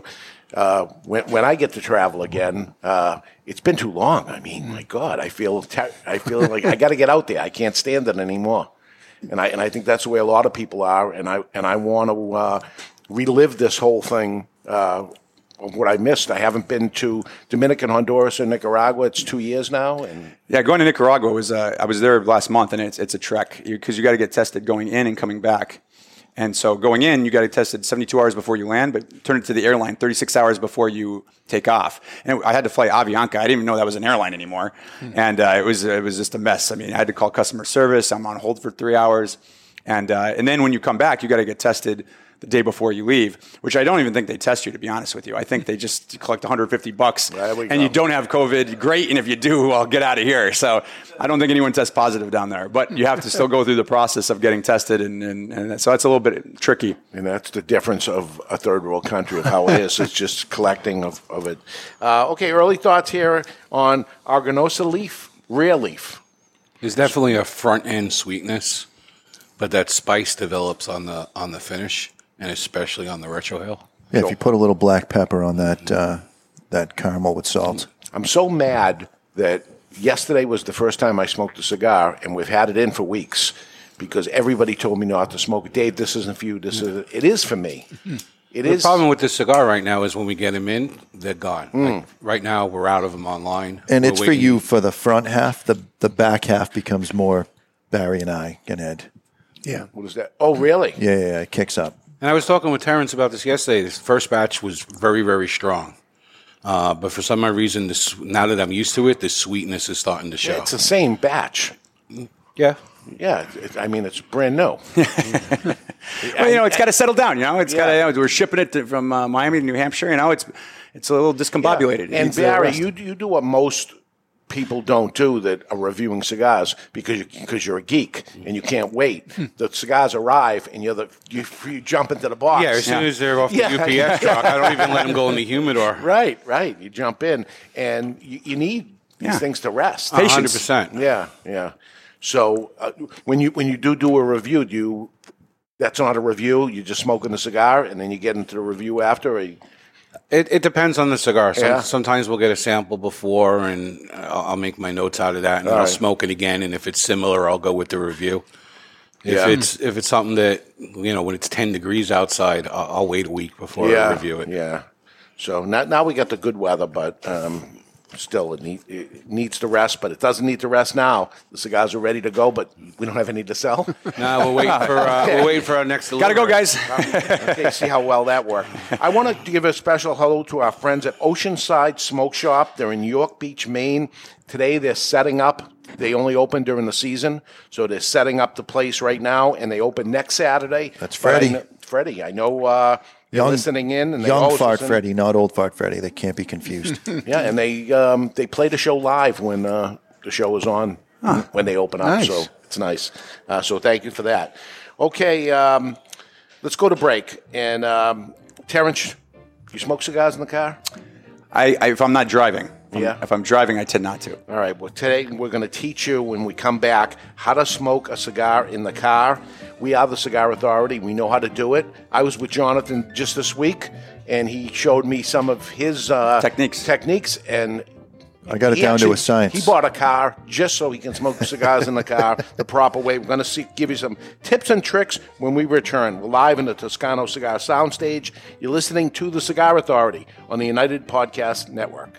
Speaker 1: uh, when when I get to travel again, uh, it's been too long. I mean, my God, I feel ter- I feel like I got to get out there. I can't stand it anymore. And I and I think that's the way a lot of people are. And I and I want to uh, relive this whole thing. Uh, of what I missed, I haven't been to Dominican, Honduras, and Nicaragua. It's two years now, and
Speaker 3: Yeah, going to Nicaragua was uh, I was there last month, and it's it's a trek because you, got to get tested going in and coming back. And so going in, you got to tested 72 hours before you land, but turn it to the airline 36 hours before you take off. And I had to fly Avianca. I didn't even know that was an airline anymore, and uh, it was it was just a mess. I mean, I had to call customer service. I'm on hold for three hours, and uh, and then when you come back, you got to get tested the day before you leave, which I don't even think they test you. To be honest with you, I think they just [laughs] collect 150 bucks,
Speaker 1: There we
Speaker 3: and you
Speaker 1: go.
Speaker 3: don't don't have COVID, great. And if you do, I'll get out of here. So I don't think anyone tests positive down there, but you have to still go through the process of getting tested. And, and, and so that's a little bit tricky.
Speaker 1: And that's the difference of a third world country of how it is. It's just collecting of, of it. Uh, okay, early thoughts here on Argonosa leaf, rare leaf.
Speaker 4: There's definitely a front end sweetness, but that spice develops on the on the finish, and especially on the retro hill.
Speaker 2: Yeah, if you put a little black pepper on that uh, that caramel with salt.
Speaker 1: I'm so mad that yesterday was the first time I smoked a cigar, and we've had it in for weeks because everybody told me not to smoke. it. Dave, this isn't for you. This is it is for me. Mm-hmm. It
Speaker 4: The
Speaker 1: is.
Speaker 4: problem with this cigar right now is when we get them in, they're gone.
Speaker 1: Mm.
Speaker 4: Like, right now, we're out of them online,
Speaker 2: And
Speaker 4: We're
Speaker 2: it's for
Speaker 4: waiting-
Speaker 2: you for the front half. The the back half becomes more Barry and I and Ed.
Speaker 6: Yeah.
Speaker 1: What is that? Oh, really?
Speaker 2: Yeah, yeah, yeah it kicks up.
Speaker 4: And I was talking with Terrence about this yesterday. This first batch was very, very strong. Uh, but for some odd reason, this, now that I'm used to it, the sweetness is starting to show.
Speaker 1: It's the same batch.
Speaker 3: Yeah.
Speaker 1: Yeah, it, I mean it's brand new.
Speaker 3: [laughs] Well, you know, it's got to settle down. You know, it's
Speaker 1: Yeah.
Speaker 3: got to, we're shipping it to, from uh, Miami to New Hampshire. You know, it's, it's a little discombobulated. It
Speaker 1: And
Speaker 3: needs a
Speaker 1: Barry,
Speaker 3: rest.
Speaker 1: you you do what most people don't do that are reviewing cigars because you, because you're a geek and you can't wait.
Speaker 3: Hmm.
Speaker 1: The cigars arrive and you're the you, you jump into the box.
Speaker 4: yeah, as soon
Speaker 3: Yeah.
Speaker 4: as they're off the
Speaker 1: Yeah. [laughs]
Speaker 4: UPS truck, I don't even let them go in the humidor.
Speaker 1: Right, right. You jump in and you, you need these
Speaker 3: Yeah.
Speaker 1: things to rest.
Speaker 3: Patience.
Speaker 4: 100%.
Speaker 1: Yeah, yeah. So uh, when you when you do do a review, do you that's not a review. You're just smoking the cigar and then you get into the review after. Or you,
Speaker 4: It, it depends on the cigar. Some,
Speaker 1: Yeah.
Speaker 4: Sometimes we'll get a sample before, and I'll, I'll make my notes out of that, and then I'll
Speaker 1: right.
Speaker 4: smoke it again. And if it's similar, I'll go with the review. If
Speaker 1: Yeah.
Speaker 4: it's if it's something that you know when it's ten degrees outside, I'll, I'll wait a week before I review it.
Speaker 1: Yeah. So now, now we got the good weather, but um, still, it, need, it needs to rest, but it doesn't need to rest now. The cigars are ready to go, but we don't have any to sell.
Speaker 4: [laughs] No, we'll wait for
Speaker 1: [laughs]
Speaker 4: uh, we'll wait for our next.
Speaker 3: Gotta go,
Speaker 4: delivery.
Speaker 3: guys.
Speaker 1: okay, see how well that worked. I want to give a special hello to our friends at Oceanside Smoke Shop. They're in York Beach, Maine. Today they're setting up. They only open during the season, so they're setting up the place right now, and they open next Saturday.
Speaker 2: That's
Speaker 1: But I
Speaker 2: Freddie.
Speaker 1: kn- Freddie, I know uh, you're listening in. And they
Speaker 2: young
Speaker 1: always
Speaker 2: fart
Speaker 1: listen.
Speaker 2: Freddy, not old fart Freddy. They can't be
Speaker 1: [laughs]
Speaker 2: confused.
Speaker 1: Yeah, and they um, they play the show live when uh, the show is on when they open up. So it's nice. Uh, so thank you for that. Okay, um, let's go to break. And um, Terrence, you smoke cigars in the car?
Speaker 3: I, I, if I'm not driving, if I'm-
Speaker 1: Yeah.
Speaker 3: if I'm driving, I tend not to.
Speaker 1: All right. Well, today we're going to teach you when we come back how to smoke a cigar in the car. We are the Cigar Authority. We know how to do it. I was with Jonathan just this week, and he showed me some of his uh,
Speaker 3: Techniques.
Speaker 1: Techniques, and
Speaker 2: I got it
Speaker 1: He
Speaker 2: down to
Speaker 1: actually-
Speaker 2: a science.
Speaker 1: He bought a car just so he can smoke cigars in the
Speaker 2: [laughs]
Speaker 1: car the proper way. We're going to see, give you some tips and tricks when we return. We're live in the Toscano Cigar Soundstage. You're listening to the Cigar Authority on the United Podcast Network.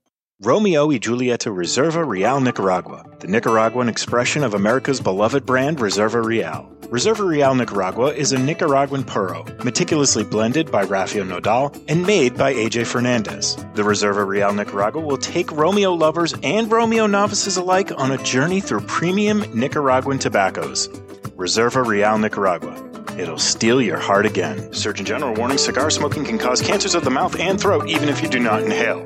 Speaker 7: Romeo y Julieta Reserva Real Nicaragua, the Nicaraguan expression of America's beloved brand Reserva Real. Reserva Real Nicaragua is a Nicaraguan puro, meticulously blended by Rafael Nodal and made by AJ Fernandez. The Reserva Real Nicaragua will take Romeo lovers and Romeo novices alike on a journey through premium Nicaraguan tobaccos. Reserva Real Nicaragua. It'll steal your heart again. Surgeon General warning cigar smoking can cause cancers of the mouth and throat even if you do not inhale.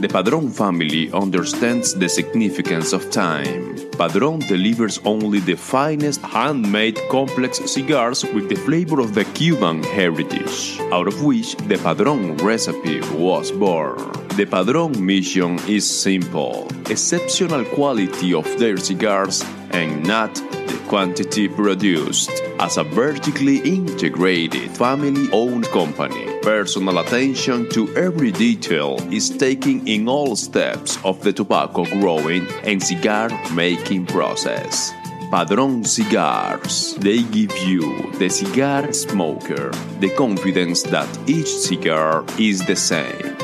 Speaker 8: The Padron family understands the significance of time. Padron delivers only the finest handmade complex cigars with the flavor of the Cuban heritage, out of which the Padron recipe was born. The Padron mission is simple exceptional quality of their cigars and not the quantity produced. As a vertically integrated family owned company, personal attention to every detail is taken in all steps of the tobacco growing and cigar making process. Padron Cigars. They give you, the cigar smoker, the confidence that each cigar is the same.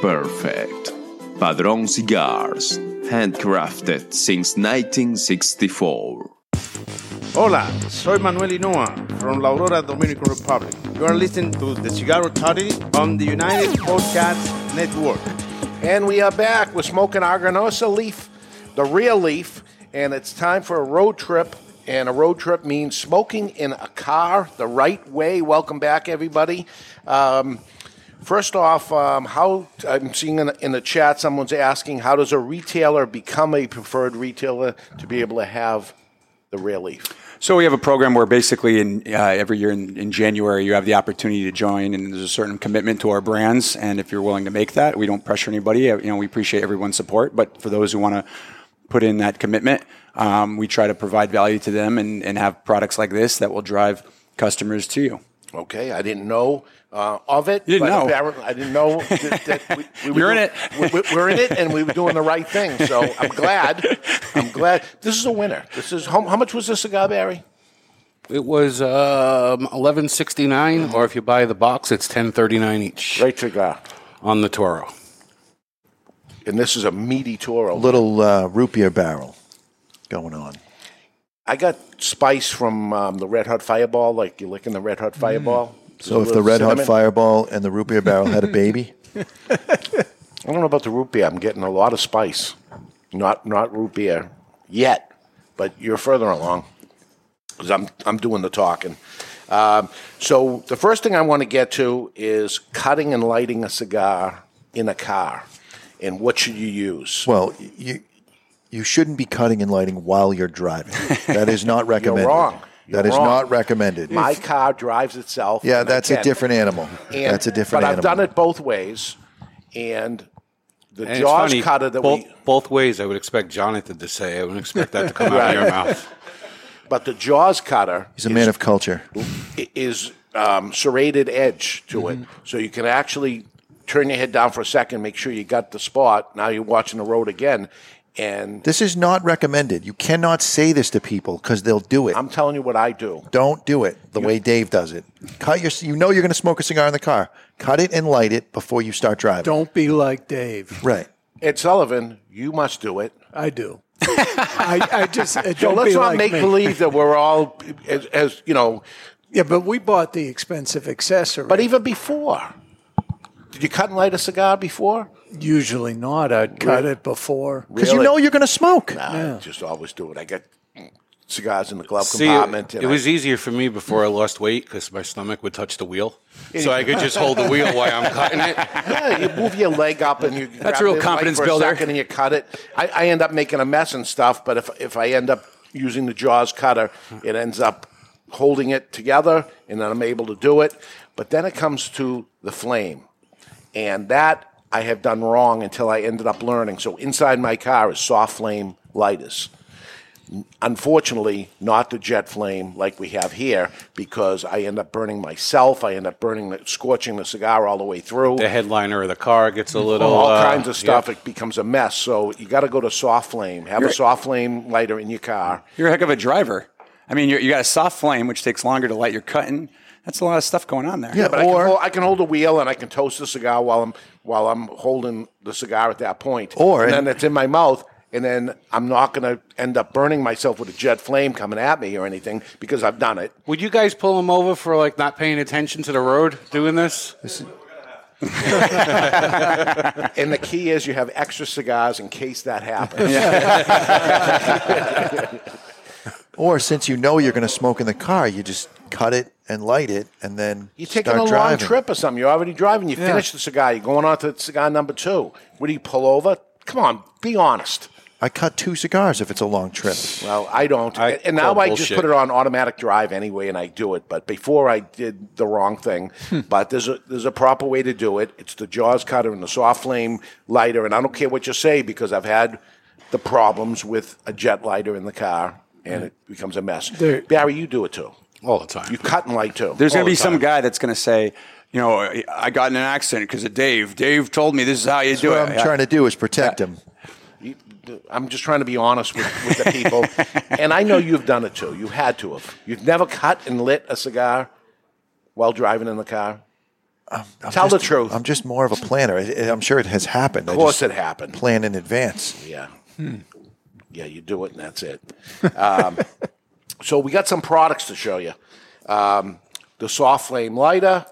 Speaker 8: Perfect. Padron Cigars, handcrafted since 1964.
Speaker 9: Hola, soy Manuel Inoa from La Aurora, Dominican Republic. You are listening to the Cigar Authority on the United Podcast Network.
Speaker 1: And we are back. We're smoking Arganosa leaf, the real leaf, and it's time for a road trip. And a road trip means smoking in a car the right way. Welcome back, everybody. Um, First off, um, how I'm seeing in, in, the chat, someone's asking, how does a retailer become a preferred retailer to be able to have the rare leaf?
Speaker 3: So we have a program where basically in uh, every year in, in, January you have the opportunity to join, and there's a certain commitment to our brands. And if you're willing to make that, we don't pressure anybody. Uh, You know, we appreciate everyone's support, but for those who want to put in that commitment, um, we try to provide value to them and, and have products like this that will drive customers to you.
Speaker 1: Okay, I didn't know uh, of it.
Speaker 3: You didn't know.
Speaker 1: Apparently, I didn't
Speaker 3: [laughs]
Speaker 1: know that, that we, we
Speaker 3: were You're in
Speaker 1: doing, it. We, are in it, and we were doing the right thing. So I'm glad. I'm glad. This is a winner. This is how, how much was this cigar, Barry?
Speaker 4: It was um, eleven sixty nine, or if you buy the box, it's ten thirty nine each.
Speaker 1: Great cigar
Speaker 4: on the Toro.
Speaker 1: And this is a meaty Toro.
Speaker 2: Little uh, root beer barrel going on.
Speaker 1: I got spice from um, the Red Hot Fireball, like you're licking the Red
Speaker 3: Mm.
Speaker 1: Hot Fireball. There's a
Speaker 2: So if the
Speaker 1: little
Speaker 2: Red Hot
Speaker 1: cinnamon.
Speaker 2: Fireball and the root beer barrel
Speaker 1: [laughs]
Speaker 2: had a baby,
Speaker 1: I don't know about the root beer. I'm getting a lot of spice. Not not root beer yet, but you're further along because I'm I'm doing the talking. Um, so the first thing I want to get to is cutting and lighting a cigar in a car, and what should you use?
Speaker 2: Well, you you shouldn't be cutting and lighting while you're driving. That
Speaker 1: [laughs]
Speaker 2: is not recommended.
Speaker 1: wrong. You're
Speaker 2: That is
Speaker 1: wrong.
Speaker 2: not recommended.
Speaker 1: My car drives itself.
Speaker 2: yeah,
Speaker 1: and I
Speaker 2: that's a
Speaker 1: can.
Speaker 2: different animal.
Speaker 1: And-
Speaker 2: that's a different
Speaker 1: But
Speaker 2: animal.
Speaker 1: I've done it both ways, and the
Speaker 4: And it's
Speaker 1: Jaws
Speaker 4: funny,
Speaker 1: cutter that
Speaker 4: both,
Speaker 1: we
Speaker 4: both ways, I would expect Jonathan to say. I wouldn't expect that to come out of your
Speaker 1: [laughs] Right.
Speaker 4: mouth.
Speaker 1: but the Jaws cutter
Speaker 2: He's a man of culture.
Speaker 1: i- is um, serrated edge to it,
Speaker 6: Mm-hmm.
Speaker 1: so you can actually turn your head down for a second, make sure you got the spot. Now you're watching the road again, and
Speaker 2: This is not recommended. You cannot say this to people because they'll do it.
Speaker 1: I'm telling you what I do.
Speaker 2: Don't do it the way Dave does it. Cut your. You know you're going to smoke a cigar in the car. Cut it and light it before you start driving.
Speaker 6: Don't be like Dave.
Speaker 2: Right.
Speaker 1: Ed Sullivan, you must do it.
Speaker 6: I do. [laughs] I, I just uh, don't
Speaker 1: So let's
Speaker 6: be
Speaker 1: not
Speaker 6: like
Speaker 1: make
Speaker 6: me.
Speaker 1: believe that we're all as, as you know.
Speaker 6: Yeah, but we bought the expensive accessory.
Speaker 1: But even before, did you cut and light a cigar before?
Speaker 6: Usually not. I'd cut it before
Speaker 1: Because you Really? know
Speaker 2: you're going to smoke.
Speaker 1: Nah, I just always do it. I get cigars in the glove
Speaker 4: See,
Speaker 1: compartment.
Speaker 4: it,
Speaker 1: and I-
Speaker 4: was easier for me before I lost weight because my stomach would touch the wheel, so I could just hold the wheel while I'm cutting it.
Speaker 1: Yeah, you move your leg up and you. grab
Speaker 4: a real
Speaker 1: the light
Speaker 4: confidence
Speaker 1: for a
Speaker 4: builder.
Speaker 1: second and you cut it. I, I end up making a mess and stuff, but if if I end up using the jaws cutter, it ends up holding it together, and then I'm able to do it. But then it comes to the flame, and that I have done wrong until I ended up learning. So inside my car is soft flame lighters. Unfortunately, not the jet flame like we have here, because I end up burning myself. I end up burning, the, scorching the cigar all the way through
Speaker 4: The headliner of the car gets a little
Speaker 1: all
Speaker 4: uh,
Speaker 1: kinds of stuff.
Speaker 4: yeah.
Speaker 1: It becomes a mess. So you got to go to soft flame. Have
Speaker 3: You're-
Speaker 1: a soft flame lighter in your car.
Speaker 3: You're a heck of a driver. I mean, you're, you got a soft flame, which takes longer to light your cutting. That's a lot of stuff going on there.
Speaker 1: but I, can hold, I can hold a wheel and I can toast the cigar while I'm while I'm holding the cigar at that point.
Speaker 2: Or-
Speaker 1: and then it's in my mouth. And then I'm not going to end up burning myself with a jet flame coming at me or anything because I've done
Speaker 2: [laughs]
Speaker 1: it.
Speaker 4: Would you guys pull him over for like not paying attention to the road doing this?
Speaker 1: and the key is you have extra cigars in case that happens.
Speaker 2: Or since you know you're going to smoke in the car, you just cut it and light it, and then
Speaker 1: [laughs] You're taking
Speaker 2: start
Speaker 1: a long
Speaker 2: driving.
Speaker 1: trip or something. You're already driving. You
Speaker 2: Yeah.
Speaker 1: finish the cigar. You're going on to cigar number two. What do you pull over? Come on, be honest.
Speaker 2: I cut two cigars if it's a long trip.
Speaker 1: Well, I don't.
Speaker 2: I
Speaker 1: and now
Speaker 2: call
Speaker 1: I just
Speaker 2: bullshit.
Speaker 1: put it on automatic drive anyway, and I do it. But before I did the wrong thing. but there's a there's a proper way to do it. It's the jaws cutter and the soft flame lighter, and I don't care what you say because I've had the problems with a jet lighter in the car, and it becomes a mess.
Speaker 3: There-
Speaker 1: Barry, you do it too.
Speaker 4: All the time.
Speaker 1: You cut and light too.
Speaker 3: There's going
Speaker 1: All
Speaker 3: to be
Speaker 1: the
Speaker 3: some
Speaker 1: time.
Speaker 3: guy that's going to say, you know, I- I got in an accident because of Dave. Dave told me this is how you do
Speaker 2: what
Speaker 3: it.
Speaker 2: I'm trying to do is protect him.
Speaker 1: I'm just trying to be honest with, with the
Speaker 4: [laughs]
Speaker 1: people, and I know you've done it too. You had to have. You've never cut and lit a cigar while driving in the car. Tell the truth.
Speaker 2: I'm just more of a planner. I, I'm sure it has happened.
Speaker 1: Of course
Speaker 2: I just
Speaker 1: it happened.
Speaker 2: Plan in advance.
Speaker 1: Yeah. Yeah, you do it and that's it. Um, so we got some products to show you. Um, the soft flame lighter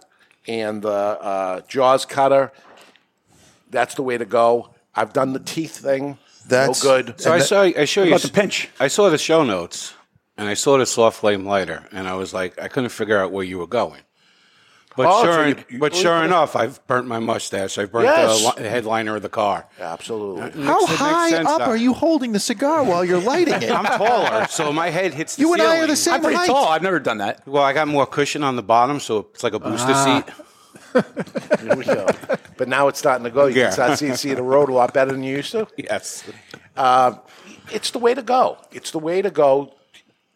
Speaker 1: and the uh, jaws cutter. That's the way to go. I've done the teeth thing. no good.
Speaker 4: So I saw. I show you
Speaker 1: What about the
Speaker 3: pinch.
Speaker 4: I saw the show notes, and I saw the soft flame lighter, and I was like, I couldn't figure out where you were going. But
Speaker 1: Oh, so
Speaker 4: sure,
Speaker 1: you- you-
Speaker 4: but sure enough, I've burnt my mustache. I burnt
Speaker 2: Yes.
Speaker 4: the, li- headliner of the car.
Speaker 1: Absolutely.
Speaker 2: How high up are you holding the cigar while you're lighting it?
Speaker 4: uh,
Speaker 1: [laughs]
Speaker 4: I'm taller, so my head
Speaker 2: [laughs]
Speaker 4: hits. The
Speaker 2: You and I are
Speaker 4: ceiling.
Speaker 2: the same
Speaker 4: I'm pretty
Speaker 2: height.
Speaker 4: tall. I've never done that. Well, I got more cushion on the bottom, so it's like a booster
Speaker 1: Ah.
Speaker 4: seat.
Speaker 1: Here we go. But now it's starting to go. You
Speaker 4: Yeah.
Speaker 1: can start seeing, see the road a lot better than you used to.
Speaker 4: Yes.
Speaker 1: Uh, it's the way to go. It's the way to go.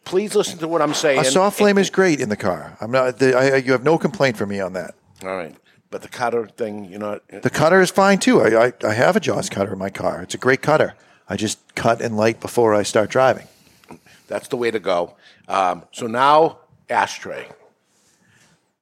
Speaker 1: Please listen to what I'm saying.
Speaker 2: A soft flame is great in the car. I'm not. The, I, you have no complaint from me on that.
Speaker 1: All right. But the cutter thing, you know.
Speaker 2: The cutter is fine too. I, I, I have a Jaws cutter in my car. It's a great cutter. I just cut and light before I start driving.
Speaker 1: That's the way to go. Um, so now, ashtray.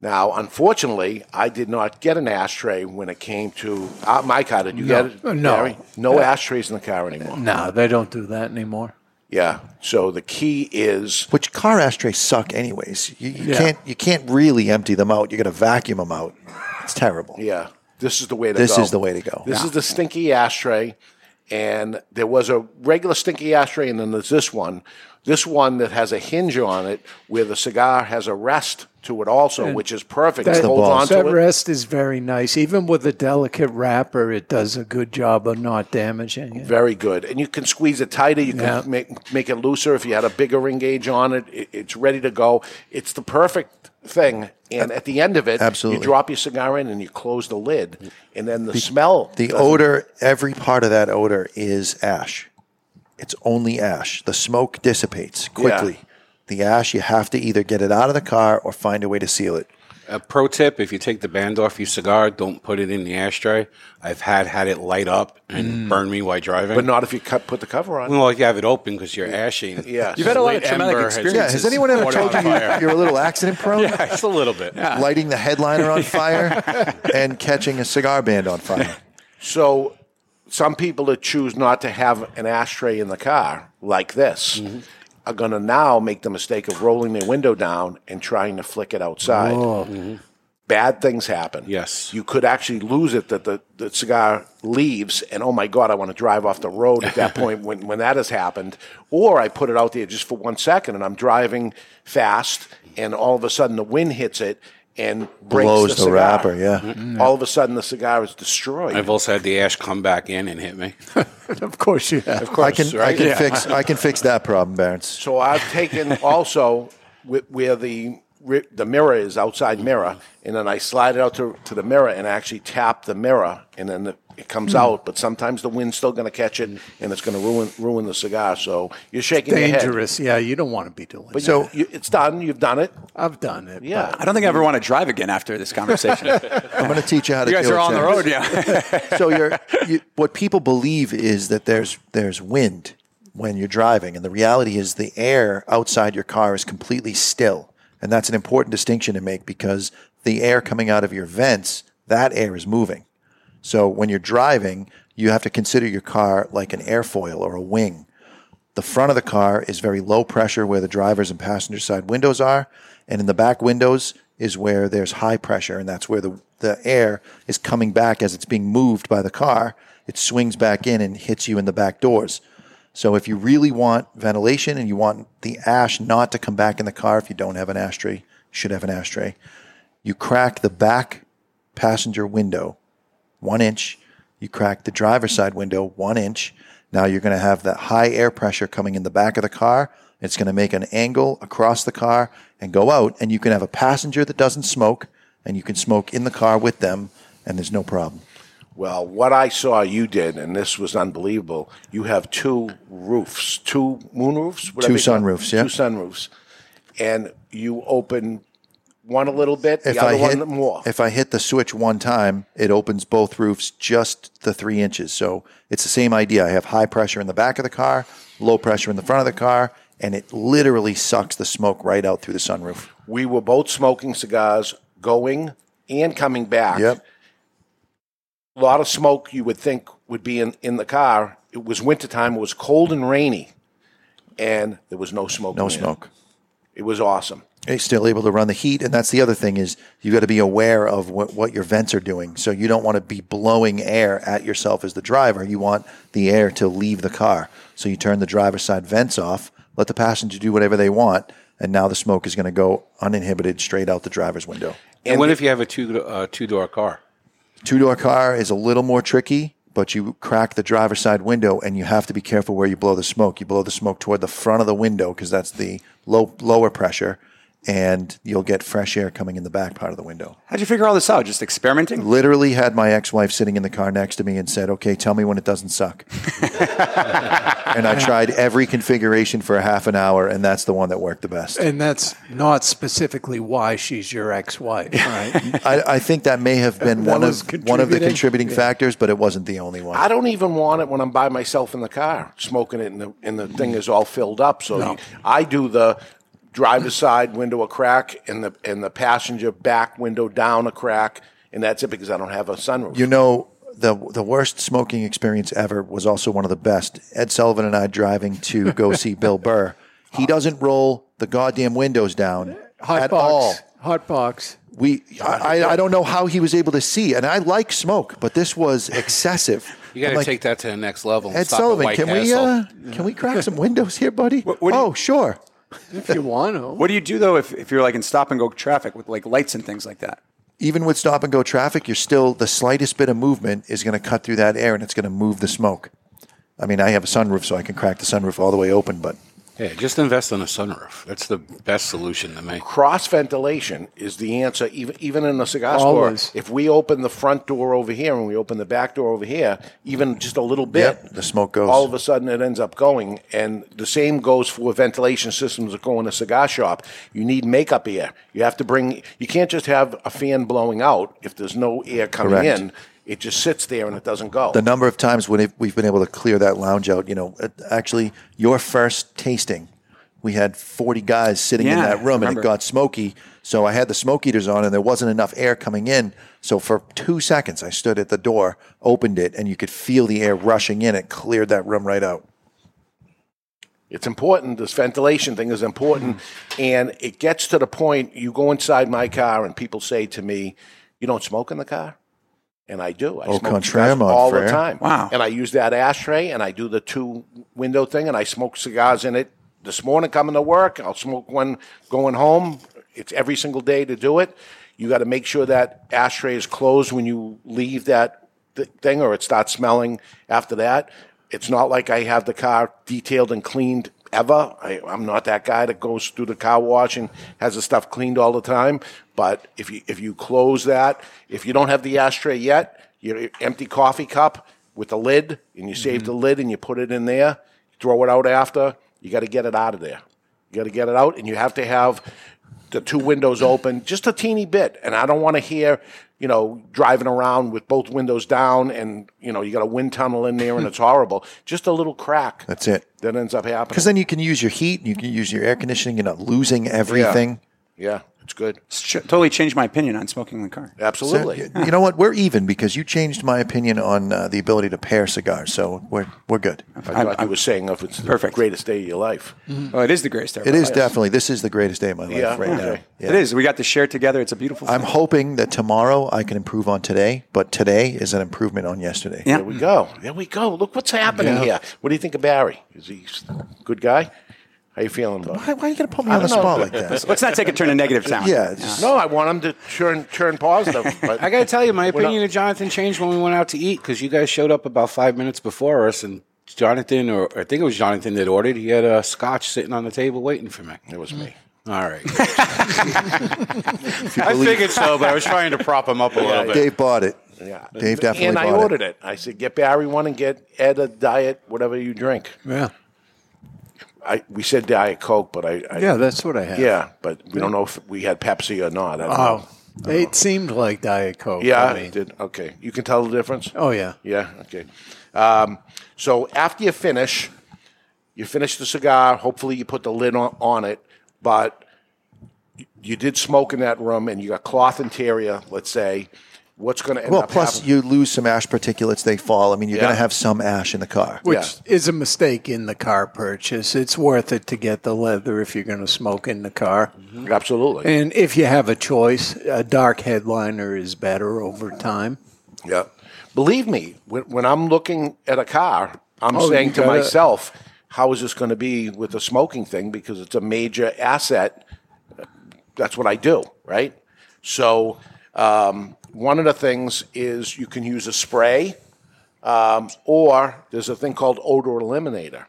Speaker 1: Now, unfortunately, I did not get an ashtray when it came to uh, my car. Did you
Speaker 6: No.
Speaker 1: get it?
Speaker 6: No.
Speaker 1: Barry? No
Speaker 6: Uh,
Speaker 1: ashtrays in the car anymore.
Speaker 6: No, they don't do that anymore.
Speaker 1: Yeah. So the key is
Speaker 2: Which car ashtrays suck, anyways. You, you can't you can't really empty them out. You got to vacuum them out. It's terrible.
Speaker 1: Yeah. This is the way to
Speaker 2: This
Speaker 1: go.
Speaker 2: is the way to go.
Speaker 1: This
Speaker 2: Yeah.
Speaker 1: is the stinky ashtray. And there was a regular stinky ashtray, and then there's this one. This one that has a hinge on it where the cigar has a rest to it also,
Speaker 6: And
Speaker 1: which is perfect.
Speaker 6: That,
Speaker 1: It holds on
Speaker 6: that
Speaker 1: to it.
Speaker 6: rest is very nice. Even with a delicate wrapper, it does a good job of not damaging it.
Speaker 1: Very good. And you can squeeze it tighter. You
Speaker 6: Yeah.
Speaker 1: can make, make it looser. If you had a bigger ring gauge on it, it, it's ready to go. It's the perfect thing. And at the end of it,
Speaker 2: Absolutely.
Speaker 1: you drop your cigar in and you close the lid. And then the, smell.
Speaker 2: The
Speaker 1: doesn't-
Speaker 2: odor, every part of that odor is ash. It's only ash. The smoke dissipates quickly. The ash, you have to either get it out of the car or find a way to seal it.
Speaker 4: A pro tip: If you take the band off your cigar, don't put it in the ashtray. I've had had it light up
Speaker 2: Mm.
Speaker 4: and burn me while driving.
Speaker 1: But not if you cut, put the cover on.
Speaker 4: Well, if you have it open because you're
Speaker 2: [laughs]
Speaker 4: ashing.
Speaker 1: Yeah.
Speaker 2: You've had a lot of traumatic experiences. Yeah, has anyone ever told you [laughs] you're a little accident prone?
Speaker 4: [laughs] Yeah, just a little bit.
Speaker 2: Lighting the headliner [laughs] on fire and catching a cigar band on fire.
Speaker 1: So some people that choose not to have an ashtray in the car like this
Speaker 2: Mm-hmm.
Speaker 1: are going to now make the mistake of rolling their window down and trying to flick it outside.
Speaker 2: Oh.
Speaker 1: Mm-hmm. Bad things happen. Yes. You could actually lose it that the, the cigar leaves and oh my God, I want to drive off the road at
Speaker 2: [laughs]
Speaker 1: that point when, when that has happened. Or I put it out there just for one second and I'm driving fast and all of a sudden the wind hits it and breaks
Speaker 2: Blows
Speaker 1: the,
Speaker 2: the
Speaker 1: cigar. Mm-hmm.
Speaker 2: wrapper, yeah.
Speaker 4: Mhm.
Speaker 1: All of a sudden the cigar is destroyed.
Speaker 4: I've also had the ash come back in and hit me.
Speaker 1: [laughs]
Speaker 6: of course you have.
Speaker 4: Of course,
Speaker 2: I can I
Speaker 4: right?
Speaker 2: can
Speaker 4: Yeah.
Speaker 2: fix I can fix that problem, Barons.
Speaker 1: So I've taken also wh- where the ri- the mirror is outside mirror, and then I slide it out to, to the mirror and actually tap the mirror, and then the, it comes
Speaker 6: Hmm.
Speaker 1: out. But sometimes the wind's still going to catch it, and it's going to ruin ruin the cigar. So you're shaking your head.
Speaker 6: Dangerous. Yeah, you don't want to be doing
Speaker 1: But
Speaker 6: that.
Speaker 1: so you, it's done. You've done it.
Speaker 6: I've done it.
Speaker 1: Yeah.
Speaker 3: I don't think I ever want to drive again after this
Speaker 2: [laughs]
Speaker 3: conversation.
Speaker 2: I'm going to teach you how to.
Speaker 3: You guys
Speaker 2: deal
Speaker 3: are
Speaker 2: with
Speaker 3: on the
Speaker 2: germs.
Speaker 3: road,
Speaker 2: [laughs]
Speaker 3: yeah.
Speaker 2: so you're you, what people believe is that there's there's wind when you're driving, and the reality is the air outside your car is completely still, and that's an important distinction to make because the air coming out of your vents, that air is moving. So when you're driving, you have to consider your car like an airfoil or a wing. The front of the car is very low pressure where the driver's and passenger side windows are, and in the back windows is where there's high pressure, and that's where the, the air is coming back as it's being moved by the car. It swings back in and hits you in the back doors. So if you really want ventilation and you want the ash not to come back in the car if you don't have an ashtray, you should have an ashtray. You crack the back passenger window one inch. You crack the driver's side window one inch. Now you're going to have that high air pressure coming in the back of the car. It's going to make an angle across the car and go out. And you can have a passenger that doesn't smoke and you can smoke in the car with them and there's no problem.
Speaker 1: Well, what I saw you did, and this was unbelievable. You have two roofs, two moon roofs,
Speaker 2: Two
Speaker 1: whatever you call it.
Speaker 2: sunroofs, yeah.
Speaker 1: two sunroofs, and you open one a little bit, the
Speaker 2: If
Speaker 1: other
Speaker 2: I, hit,
Speaker 1: one more.
Speaker 2: if I hit the switch one time, it opens both roofs just the three inches. So it's the same idea. I have high pressure in the back of the car, low pressure in the front of the car, and it literally sucks the smoke right out through the sunroof.
Speaker 1: We were both smoking cigars going and coming back.
Speaker 2: Yep.
Speaker 1: A lot of smoke you would think would be in, in the car. It was wintertime, it was cold and rainy, and there was no smoke.
Speaker 2: No
Speaker 1: in it.
Speaker 2: smoke.
Speaker 1: It was awesome.
Speaker 2: It's still able to run the heat, and that's the other thing is you got to be aware of what, what your vents are doing. So you don't want to be blowing air at yourself as the driver. You want the air to leave the car. So you turn the driver's side vents off, let the passenger do whatever they want, and now the smoke is going to go uninhibited straight out the driver's window.
Speaker 4: And, what if you have a two uh, two door car?
Speaker 2: Two door car is a little more tricky, but you crack the driver's side window, and you have to be careful where you blow the smoke. You blow the smoke toward the front of the window because that's the low lower pressure. And you'll get fresh air coming in the back part of the window.
Speaker 3: How'd you figure all this out? Just experimenting?
Speaker 2: Literally had my ex-wife sitting in the car next to me and said, "Okay, tell me when it
Speaker 6: [laughs]
Speaker 2: doesn't suck." and I tried every configuration for a half an hour, and that's the one that worked
Speaker 6: [laughs]
Speaker 2: the best.
Speaker 6: And that's not specifically why she's
Speaker 1: [laughs]
Speaker 6: your ex-wife, right?
Speaker 2: I, I think that may have been
Speaker 6: That
Speaker 2: one
Speaker 6: was
Speaker 2: of one of the
Speaker 6: contributing?
Speaker 2: contributing
Speaker 6: Yeah.
Speaker 2: factors, but it wasn't the only one.
Speaker 1: I don't even want it when I'm by myself in the car, smoking it, and the, and the thing is all filled up. So
Speaker 2: No.
Speaker 1: I do the driver's side window a crack, and the and the passenger back window down a crack, and that's it because I don't have a sunroof.
Speaker 2: You know, the the worst smoking experience ever was also one of the best. Ed Sullivan and I driving
Speaker 6: [laughs]
Speaker 2: to go see Bill Burr. He doesn't roll the goddamn windows down
Speaker 6: Hot
Speaker 2: at
Speaker 6: box.
Speaker 2: all.
Speaker 6: Hot box.
Speaker 2: We, I, I, I don't know how he was able to see, and I like smoke, but
Speaker 6: [laughs]
Speaker 2: this was excessive.
Speaker 4: You got
Speaker 2: I'm
Speaker 4: to
Speaker 2: like,
Speaker 4: take that to the next level. and
Speaker 2: Ed
Speaker 4: stop at
Speaker 2: Sullivan,
Speaker 4: White
Speaker 2: can we
Speaker 4: Castle.
Speaker 2: uh, can we crack some windows here, buddy? oh, sure.
Speaker 6: If you want to.
Speaker 3: What do you do though if, if you're like in stop and go traffic with like lights and things like that?
Speaker 2: Even with stop and go traffic, you're still the slightest bit of movement is going to cut through that air, and it's going to move the smoke. I mean, I have a sunroof, so I can crack the sunroof all the way open, but
Speaker 4: Yeah, just invest in a sunroof. That's the best solution to me.
Speaker 1: Cross ventilation is the answer, even even in a cigar
Speaker 4: Always.
Speaker 1: store. If we open the front door over here and we open the back door over here, even just a little bit,
Speaker 2: the smoke goes.
Speaker 1: all of a sudden it ends up going. And the same goes for ventilation systems that go in a cigar shop. You need makeup air. You have to bring. You can't just have a fan blowing out if there's no air coming
Speaker 2: Correct.
Speaker 1: in. It just sits there and it doesn't go.
Speaker 2: the number of times when it- we've been able to clear that lounge out, you know, uh, actually, your first tasting, we had 40 guys sitting in
Speaker 3: Yeah,
Speaker 2: that room and
Speaker 3: remember.
Speaker 2: it got smoky. So I had the smoke eaters on and there wasn't enough air coming in. So for two seconds, I stood at the door, opened it, and you could feel the air rushing in. It cleared that room right out.
Speaker 1: It's important. This ventilation thing is important. And it gets to the point you go inside my car and people say to me, You don't smoke in the car? And I do. I
Speaker 2: Au
Speaker 1: smoke
Speaker 2: contraire,
Speaker 1: cigars
Speaker 2: mon
Speaker 1: all the
Speaker 2: frere.
Speaker 1: time.
Speaker 2: Wow.
Speaker 1: And I use that ashtray and I do the two window thing and I smoke cigars in it this morning coming to work. I'll smoke one going home. It's every single day to do it. You got to make sure that ashtray is closed when you leave that th- thing or it starts smelling after that. It's not like I have the car detailed and cleaned ever. I, I'm not that guy that goes through the car wash and has the stuff cleaned all the time. But if you if you close that, if you don't have the ashtray yet, your empty coffee cup with the lid, and you save the lid and you put it in there, throw it out after. You got to get it out of there. You got to get it out, and you have to have the two windows open just a teeny bit. And I don't want to hear, you know, driving around with both windows down and, you know, you got a wind tunnel in there and
Speaker 3: [laughs]
Speaker 1: it's horrible. Just a little crack
Speaker 2: That's it.
Speaker 1: that ends up happening.
Speaker 2: Because then you can use your heat, you can use your air conditioning, you're not losing everything.
Speaker 1: Yeah, it's good.
Speaker 3: It's ch- totally changed my opinion on smoking in the car.
Speaker 1: Absolutely.
Speaker 2: So, you know what? We're even because you changed my opinion on uh, the ability to pair cigars. So we're, we're good.
Speaker 1: I thought you were saying if it's the greatest day of your life.
Speaker 3: Oh, it is the greatest.
Speaker 2: It is definitely. This is the greatest day of my life
Speaker 1: Yeah,
Speaker 2: right
Speaker 1: okay.
Speaker 2: now.
Speaker 3: It is. We got to share together. It's a beautiful.
Speaker 2: I'm hoping that tomorrow I can improve on today, but today is an improvement on yesterday.
Speaker 1: There we go. There we go. Look what's happening
Speaker 2: Yeah.
Speaker 1: here. What do you think of Barry? Is he a good guy? How you feeling, bud?
Speaker 2: Why, why are you going to put
Speaker 3: me on the spot like
Speaker 1: [laughs]
Speaker 3: that? Let's- let's not take a turn to negative sound. Yeah, just-
Speaker 1: No, I want him to turn turn
Speaker 3: [laughs]
Speaker 1: positive. But
Speaker 4: I got to tell you, my
Speaker 1: We're not-
Speaker 4: opinion of Jonathan changed when we went out to eat because you guys showed up about five minutes before us, and Jonathan, or I think it was Jonathan that ordered, he had a scotch sitting on the table waiting for me. It
Speaker 1: was me.
Speaker 4: All right. [laughs] I figured so, but I was trying to prop him up a little bit.
Speaker 2: Dave bought it.
Speaker 1: Yeah.
Speaker 2: Dave definitely
Speaker 1: And I
Speaker 2: bought
Speaker 1: ordered it. I said, get Barry one and get Ed a diet, whatever you drink.
Speaker 6: Yeah.
Speaker 1: I, we said Diet Coke, but I, I
Speaker 6: [laughs] Yeah, that's what I had.
Speaker 1: Yeah, but we don't know if we had Pepsi or not. I don't
Speaker 6: Oh,
Speaker 1: know.
Speaker 6: it seemed like Diet Coke.
Speaker 1: yeah,
Speaker 6: I
Speaker 1: it
Speaker 6: mean,
Speaker 1: did. Okay, you can tell the difference.
Speaker 6: Oh, yeah.
Speaker 1: yeah. Okay. Um, so after you finish, you finish the cigar. Hopefully, you put the lid on, on it, but you did smoke in that room, and you got cloth interior. Let's say what's going to
Speaker 2: it.
Speaker 1: end
Speaker 2: Well,
Speaker 1: up
Speaker 2: plus
Speaker 1: happening-
Speaker 2: you lose some ash particulates; they fall. I mean, you're
Speaker 1: Yeah.
Speaker 2: going to have some ash in the car.
Speaker 6: which is a mistake in the car purchase. It's worth it to get the leather if you're going to smoke in the car.
Speaker 1: absolutely.
Speaker 6: And if you have a choice, a dark headliner is better over time.
Speaker 1: Yeah. Believe me, when, when I'm looking at a car, I'm
Speaker 6: Oh,
Speaker 1: saying
Speaker 6: you
Speaker 1: to
Speaker 6: gotta-
Speaker 1: myself, how is this going to be with the smoking thing? Because it's a major asset. That's what I do, right? So, um, one of the things is you can use a spray, um, or there's a thing called odor eliminator.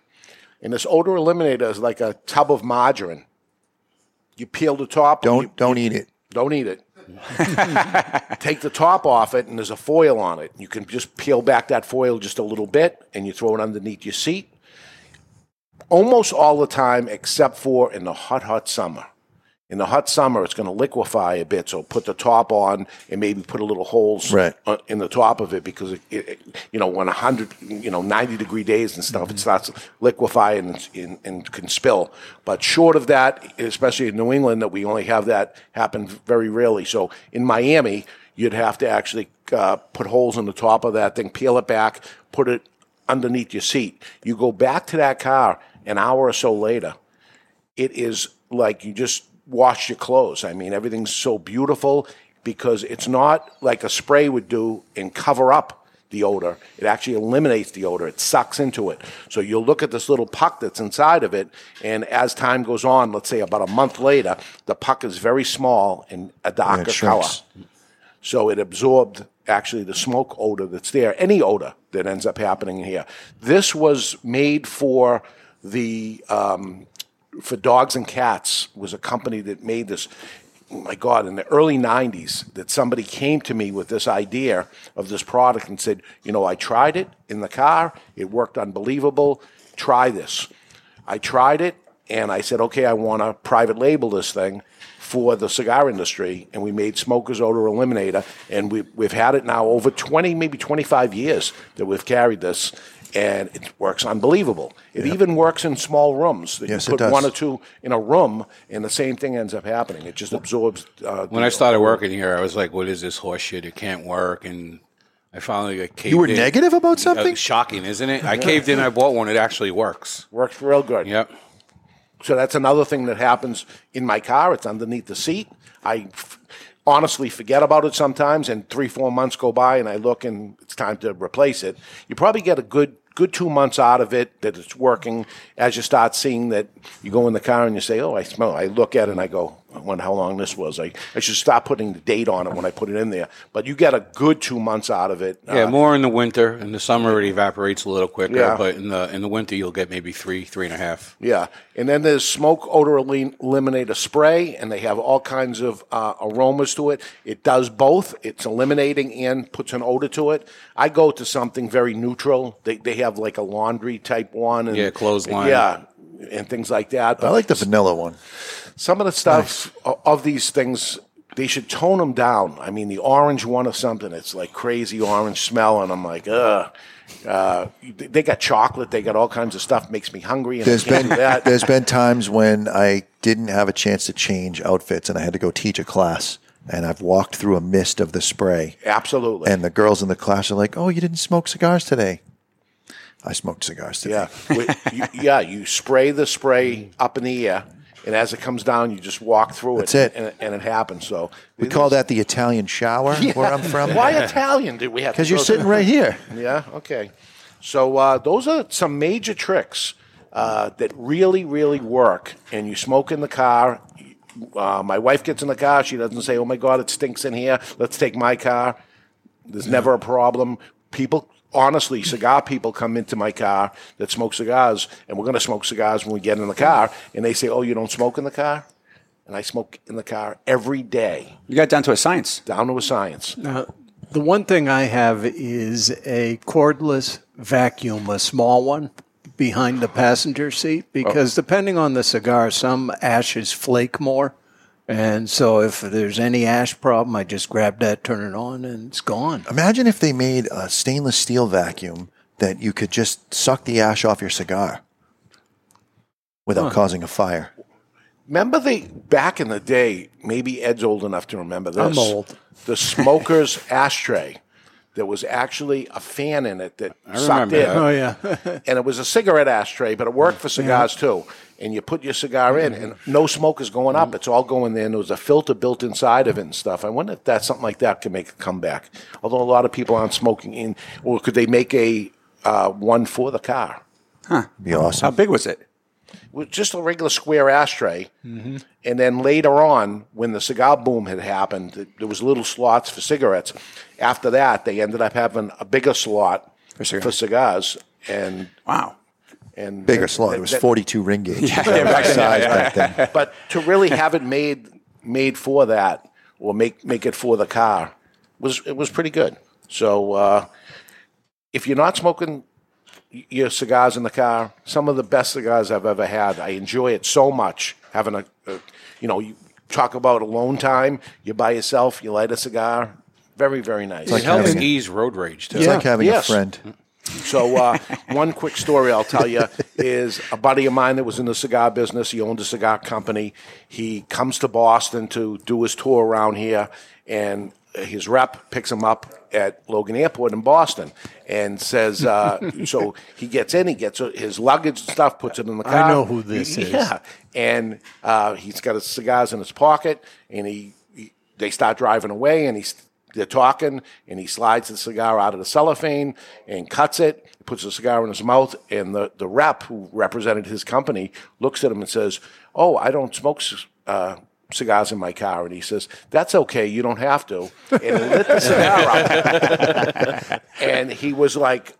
Speaker 1: And this odor eliminator is like a tub of margarine. You peel the top. Don't
Speaker 2: don't eat it.
Speaker 1: Don't eat it. Take the top off it, and there's a foil on it. You can just peel back that foil just a little bit, and you throw it underneath your seat. Almost all the time, except for in the hot, hot summer. In the hot summer, it's going to liquefy a bit, so put the top on and maybe put a little holes
Speaker 2: Right.
Speaker 1: uh, in the top of it because it, it, it- you know when 100 you know 90 degree days and stuff it starts liquefying and, and, and can spill but short of that especially in new england that we only have that happen very rarely so in miami you'd have to actually uh, put holes in the top of that thing, peel it back, put it underneath your seat. You go back to that car an hour or so later, it is like you just wash your clothes. I mean, everything's so beautiful because it's not like a spray would do and cover up the odor. It actually eliminates the odor. It sucks into it. So you'll look at this little puck that's inside of it, and as time goes on, let's say about a month later, the puck is very small and a darker color.
Speaker 2: shrinks.
Speaker 1: So it absorbed actually the smoke odor that's there, any odor that ends up happening here. This was made for the um, for dogs and cats was a company that made this. oh My God, in the early '90s, that somebody came to me with this idea of this product and said, "You know, I tried it in the car. It worked unbelievable. Try this." I tried it and I said, okay, I want to private label this thing for the cigar industry. And we made Smoker's Odor Eliminator. And we, we've had it now over 20, maybe 25 years that we've carried this. And it works unbelievable. It even works in small rooms. That
Speaker 2: Yes, it
Speaker 1: you put
Speaker 2: does.
Speaker 1: one or two in a room, and the same thing ends up happening. It just absorbs. Uh,
Speaker 4: When I started working here, I was like, "What is this horse shit? It can't work." And I finally like, caved.
Speaker 1: You were
Speaker 4: in.
Speaker 1: negative about
Speaker 4: That was
Speaker 1: something?
Speaker 4: shocking, isn't it? I
Speaker 1: Yeah.
Speaker 4: caved in. I bought one. It actually works.
Speaker 1: Works real good.
Speaker 4: Yep.
Speaker 1: So that's another thing that happens in my car. It's underneath the seat. I f- honestly forget about it sometimes, and three, four months go by, and I look, and it's time to replace it. You probably get a good good two months out of it that it's working. As you start seeing that, you go in the car and you say, "Oh, I smell." I look at it and I go, "I wonder how long this was." I I should stop putting the date on it when I put it in there. But you get a good two months out of it.
Speaker 4: Yeah,
Speaker 1: Uh,
Speaker 4: more in the winter. In the summer, it evaporates a little quicker.
Speaker 1: Yeah.
Speaker 4: But in the in the winter, you'll get maybe three, three and a half.
Speaker 1: Yeah, and then there's smoke odor elin- eliminator spray, and they have all kinds of uh, aromas to it. It does both; it's eliminating and puts an odor to it. I go to something very neutral. They they have like a laundry type one, and
Speaker 4: Yeah, clothesline.
Speaker 1: yeah, and things like that.
Speaker 2: I like the vanilla one.
Speaker 1: Some of the stuff o- of these things, they should tone them down. I mean, the orange one or something, it's like crazy orange smell, and I'm like, ugh. Uh, they they got chocolate. They got all kinds of stuff. Makes me hungry. And I
Speaker 2: There's
Speaker 1: can't [laughs]
Speaker 2: been
Speaker 1: do that.
Speaker 2: there's been times when I didn't have a chance to change outfits and I had to go teach a class and I've walked through a mist of the spray
Speaker 1: Absolutely.
Speaker 2: and the girls in the class are like, "Oh, you didn't smoke cigars today." I smoked cigars today.
Speaker 1: Yeah. Wait, you, yeah, you spray the spray up in the air, and as it comes down, you just walk through
Speaker 2: That's
Speaker 1: it.
Speaker 2: it.
Speaker 1: And, and it happens. So
Speaker 2: We call that the Italian shower
Speaker 1: [laughs] Yeah.
Speaker 2: where I'm from.
Speaker 1: Why Italian? Did we have? to
Speaker 2: 'Cause you're
Speaker 1: go through-
Speaker 2: sitting right here.
Speaker 1: [laughs] Yeah. Okay. So uh, those are some major tricks uh, that really, really work. And you smoke in the car. Uh, my wife gets in the car. She doesn't say, "Oh my God, it stinks in here. Let's take my car." There's never a problem. People, honestly, cigar people come into my car that smoke cigars, and we're going to smoke cigars when we get in the car. And they say, "Oh, you don't smoke in the car?" And I smoke in the car every day.
Speaker 3: You got down to a science.
Speaker 1: Down to a science.
Speaker 6: Now, the one thing I have is a cordless vacuum, a small one behind the passenger seat, because depending on the cigar, some ashes flake more. And so if there's any ash problem, I just grab that, turn it on, and it's gone.
Speaker 2: Imagine if they made a stainless steel vacuum that you could just suck the ash off your cigar without
Speaker 1: Huh.
Speaker 2: causing a fire.
Speaker 1: Remember the back in the day? Maybe Ed's old enough to remember this.
Speaker 2: I'm old.
Speaker 1: The smoker's [laughs] ashtray. There was actually a fan in it that
Speaker 6: I
Speaker 1: sucked
Speaker 6: remember
Speaker 1: in.
Speaker 6: that. Oh, yeah. [laughs]
Speaker 1: and it was a cigarette ashtray, but it worked for cigars too. And you put your cigar in, and no smoke is going up. It's all going there. And there was a filter built inside of it and stuff. I wonder if that something like that could make a comeback. Although a lot of people aren't smoking in, or could they make a uh, one for the car?
Speaker 3: Huh.
Speaker 2: Be awesome.
Speaker 3: How big was it?
Speaker 1: With just a regular square ashtray.
Speaker 2: Mm-hmm.
Speaker 1: And then later on, when the cigar boom had happened, th- there was little slots for cigarettes. After that, they ended up having a bigger slot for cigars. and
Speaker 3: wow,
Speaker 1: and
Speaker 2: Bigger slot. It was 42 ring gauge. [laughs] That was the size back then.
Speaker 1: [laughs] But to really have it made made for that, or make make it for the car, was it was pretty good. So uh, if you're not smoking y- your cigars in the car, some of the best cigars I've ever had. I enjoy it so much having a, a you know, you talk about alone time. You're by yourself. You light a cigar. Very very nice.
Speaker 4: It helps ease road rage too.
Speaker 2: It's like having
Speaker 1: Yes.
Speaker 2: a friend.
Speaker 1: So, uh, [laughs] one quick story I'll tell you is a buddy of mine that was in the cigar business. He owned a cigar company. He comes to Boston to do his tour around here, and his rep picks him up at Logan Airport in Boston and says,
Speaker 6: [laughs]
Speaker 1: uh, so he gets in, he gets his luggage and stuff, puts it in the
Speaker 6: I
Speaker 1: car.
Speaker 6: know who this is.
Speaker 1: Yeah. And uh, he's got his cigars in his pocket, and he, he they start driving away, and he's they're talking, and he slides the cigar out of the cellophane and cuts it, puts the cigar in his mouth, and the, the rep who represented his company looks at him and says, "Oh, I don't smoke." c- Uh, Cigars in my car, and he says, "That's okay, you don't have to." And he lit the cigar up, and he was like,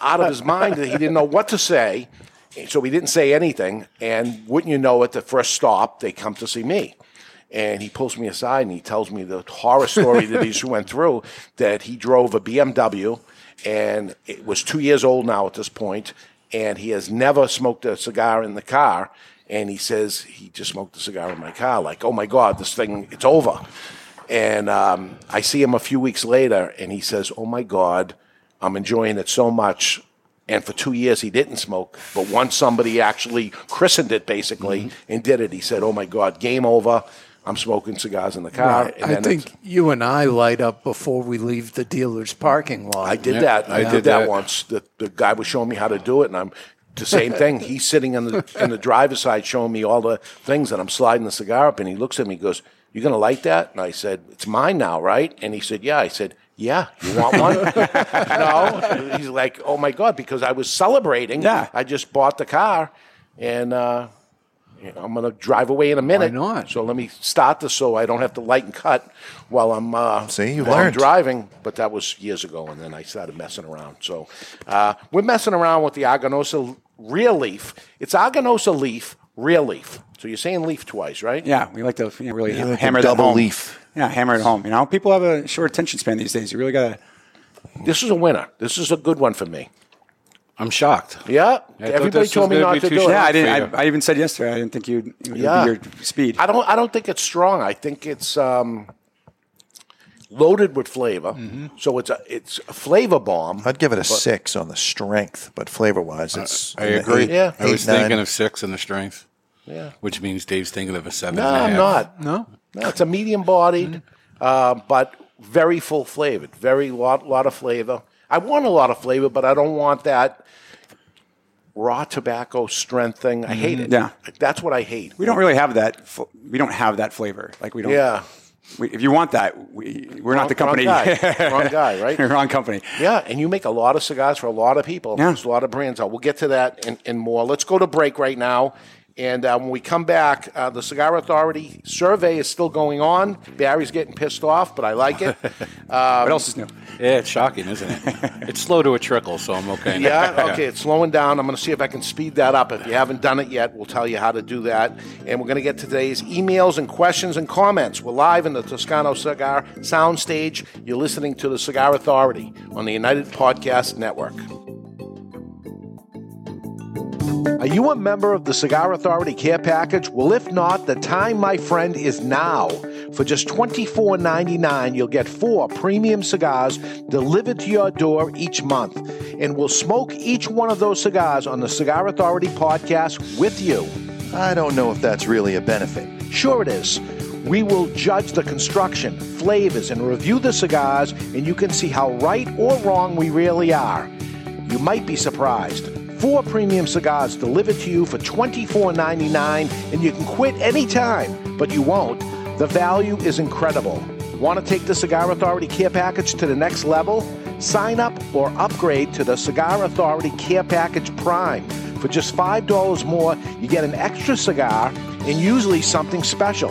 Speaker 1: out of his mind that he didn't know what to say. So he didn't say anything. And wouldn't you know, at the first stop, they come to see me. And he pulls me aside and he tells me the horror story that he went through that he drove a BMW and it was two years old now at this point, And he has never smoked a cigar in the car. And he says, he just smoked a cigar in my car. Like, oh my God, this thing, it's over. And um, I see him a few weeks later, and he says, "Oh my God, I'm enjoying it so much." And for two years he didn't smoke, but once somebody actually christened it, basically,
Speaker 6: Mm-hmm.
Speaker 1: and did it, he said, "Oh my God, game over." I'm smoking cigars in the car.
Speaker 6: Right.
Speaker 1: And
Speaker 6: I
Speaker 1: then
Speaker 6: think you and I light up before we leave the dealer's parking lot.
Speaker 1: I did that. I did that, once. The, the guy was showing me how to do it, and I'm the same [laughs] thing. He's sitting in the in the driver's side, showing me all the things, and I'm sliding the cigar up, and he looks at me, and goes, "You gonna light that?" And I said, "It's mine now, right?" And he said, "Yeah." I said. Yeah, you want [laughs] one? no, he's like, oh my god, because I was celebrating. Yeah, I just bought the car, and uh, you know, I'm going to drive away in a minute. Why not? So let me start this so I don't have to light and cut while I'm uh,
Speaker 2: See, you
Speaker 1: while I'm
Speaker 2: learned.
Speaker 1: driving. But that was years ago, and then I started messing around. So uh, we're messing around with the Argonosa real leaf. It's Argonosa leaf, real leaf. So you're saying leaf twice, right?
Speaker 3: Yeah, we like to you know, really
Speaker 1: Yeah, like a
Speaker 3: hammer
Speaker 1: double
Speaker 3: that home.
Speaker 1: leaf.
Speaker 3: Yeah, hammer it home. You know, people have a short attention span these days. You really gotta.
Speaker 1: This is a winner. This is a good one for me.
Speaker 4: I'm shocked.
Speaker 1: Yeah,
Speaker 3: I thought
Speaker 1: everybody
Speaker 3: this
Speaker 1: told
Speaker 3: was
Speaker 1: me not
Speaker 3: gonna be
Speaker 1: to
Speaker 3: too
Speaker 1: do it.
Speaker 3: short Yeah, I didn't- for you. I even said yesterday I didn't think you'd
Speaker 1: Yeah.
Speaker 3: your speed.
Speaker 1: I don't. I don't think it's strong. I think it's um, loaded with flavor.
Speaker 3: Mm-hmm.
Speaker 1: So it's a it's a flavor bomb.
Speaker 2: I'd give it a
Speaker 1: But-
Speaker 2: six on the strength, but flavor wise, it's.
Speaker 1: I
Speaker 2: in the
Speaker 1: agree.
Speaker 2: eight-
Speaker 1: Yeah.
Speaker 2: eight,
Speaker 10: I was
Speaker 2: nine.
Speaker 10: thinking of six in the strength.
Speaker 1: Yeah.
Speaker 10: Which means Dave's thinking of a seven.
Speaker 1: No,
Speaker 10: and a
Speaker 1: I'm
Speaker 10: half.
Speaker 4: [laughs]
Speaker 1: not. No, no, it's a medium bodied, uh, but very full flavored. Very lot lot of flavor. I want a lot of flavor, but I don't want that raw tobacco strength thing. I hate it.
Speaker 3: Mm-hmm. Yeah.
Speaker 1: that's what I hate.
Speaker 3: We don't really have that. fl- We don't have that flavor. Like we don't.
Speaker 1: Yeah.
Speaker 3: We, if you want that, we we're not the
Speaker 1: Wrong-
Speaker 3: company.
Speaker 1: Wrong
Speaker 3: [laughs]
Speaker 1: guy, wrong guy right?
Speaker 3: wrong company.
Speaker 1: Yeah, and you make a lot of cigars for a lot of people.
Speaker 3: Yeah.
Speaker 1: There's a lot of brands out. We'll get to that and, and more. Let's go to break right now. And uh, when we come back, uh, the Cigar Authority survey is still going on. Barry's getting pissed off, but I like
Speaker 3: [laughs]
Speaker 1: it. Um,
Speaker 10: What else is new? Yeah, it's shocking, isn't
Speaker 2: [laughs]
Speaker 10: it? it's slow to a trickle, so I'm okay. now.
Speaker 4: [laughs]
Speaker 1: Yeah, okay, it's slowing down. I'm going to see if I can speed that up. If you haven't done it yet, we'll tell you how to do that. And we're going to get today's emails and questions and comments. We're live in the Toscano Cigar Soundstage. You're listening to the Cigar Authority on the United Podcast Network. Are you a member of the Cigar Authority Care Package? Well, if not, the time, my friend, is now. For just $24.99, you'll get four premium cigars delivered to your door each month. And we'll smoke each one of those cigars on the Cigar Authority podcast with you.
Speaker 2: I don't know if that's really a benefit.
Speaker 1: Sure, it is. We will judge the construction, flavors, and review the cigars, and you can see how right or wrong we really are. You might be surprised. Four premium cigars delivered to you for $24.99, and you can quit anytime, but you won't. The value is incredible. Want to take the Cigar Authority Care Package to the next level? Sign up or upgrade to the Cigar Authority Care Package Prime. For just $5 more, you get an extra cigar and usually something special.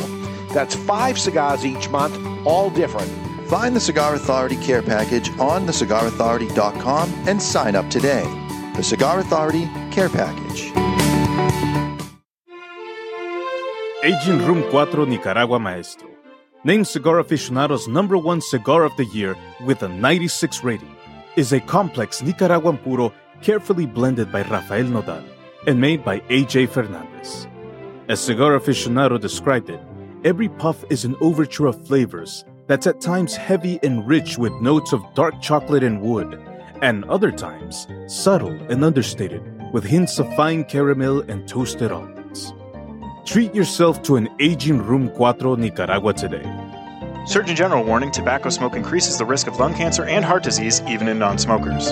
Speaker 1: That's five cigars each month, all different.
Speaker 2: Find the Cigar Authority Care Package on thecigarauthority.com and sign up today. The Cigar Authority Care Package.
Speaker 11: Aging Room 4 Nicaragua Maestro. Named Cigar Aficionado's number one cigar of the year with a 96 rating. Is a complex Nicaraguan puro carefully blended by Rafael Nodal and made by AJ Fernandez. As Cigar Aficionado described it, every puff is an overture of flavors that's at times heavy and rich with notes of dark chocolate and wood, and other times subtle and understated with hints of fine caramel and toasted almonds. Treat yourself to an aging Room 4 Nicaragua today.
Speaker 7: Surgeon General warning tobacco smoke increases the risk of lung cancer and heart disease even in non smokers.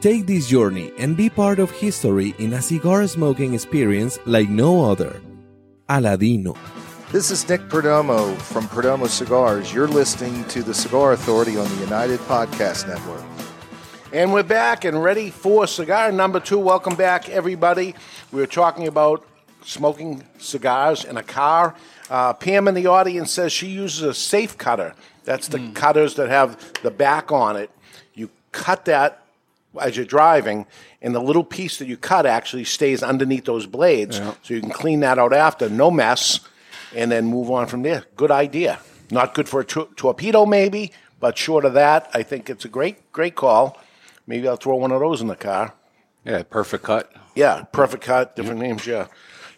Speaker 12: Take this journey and be part of history in a cigar smoking experience like no other. Aladino.
Speaker 2: This is Nick Perdomo from Perdomo Cigars. You're listening to the Cigar Authority on the United Podcast Network.
Speaker 1: And we're back and ready for cigar number two. Welcome back, everybody. We were talking about smoking cigars in a car. Uh, Pam in the audience says she uses a safe cutter. That's the cutters that have the back on it. You cut that as you're driving, and the little piece that you cut actually stays underneath those blades,
Speaker 9: Yeah.
Speaker 1: so you can clean that out after, no mess, and then move on from there. Good idea. Not good for a tor- torpedo, maybe, but short of that, I think it's a great, great call. Maybe I'll throw one of those in the car.
Speaker 4: Yeah, perfect cut.
Speaker 1: Yeah, perfect cut, different names, yeah.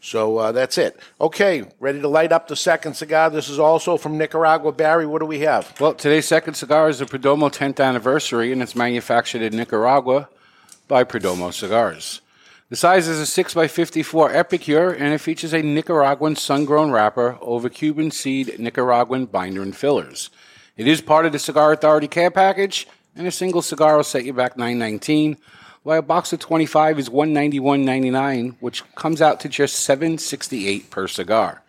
Speaker 1: So uh, that's it. Okay, ready to light up the second cigar. This is also from Nicaragua. Barry, what do we have?
Speaker 4: Well, today's second cigar is the Perdomo 10th anniversary, and it's manufactured in Nicaragua by Perdomo Cigars. The size is a 6x54 Epicure, and it features a Nicaraguan sun grown wrapper over Cuban seed Nicaraguan binder and fillers. It is part of the Cigar Authority care package, and a single cigar will set you back $9.19, while a box of 25 is $191.99, which comes out to just $7.68 per cigar.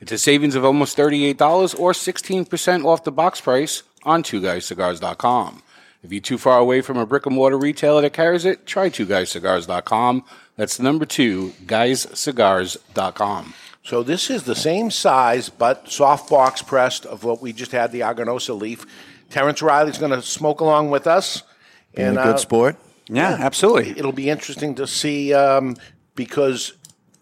Speaker 4: It's a savings of almost $38 or 16% off the box price on twoguyscigars.com. If you're too far away from a brick and mortar retailer that carries it, try twoguyscigars.com. That's the number two, guyscigars.com.
Speaker 1: So this is the same size but soft box pressed of what we just had, the Arganosa leaf. Terrence Riley's going to smoke along with us.
Speaker 2: Being a
Speaker 1: uh,
Speaker 2: good sport.
Speaker 3: Yeah, absolutely.
Speaker 1: It'll be interesting to see um, because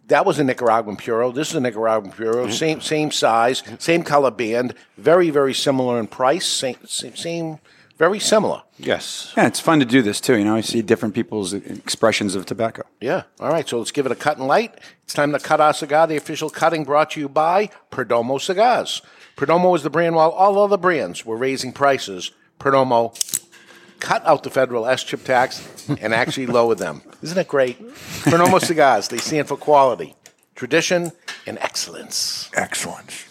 Speaker 1: that was a Nicaraguan Puro. This is a Nicaraguan Puro.
Speaker 3: Mm-hmm.
Speaker 1: Same same size, same color band, very very similar in price. Same same, same very similar.
Speaker 3: Yes. Yeah, it's fun to do this too. You know, I see different people's expressions of tobacco.
Speaker 1: Yeah. All right. So let's give it a cut and light. It's time to cut our cigar. The official cutting brought to you by Perdomo Cigars. Perdomo is the brand, while all other brands were raising prices. Perdomo cut out the federal S chip tax and actually lower them. [laughs] Isn't it great? Perdomo Cigars. They stand for quality, tradition, and excellence.
Speaker 2: Excellent.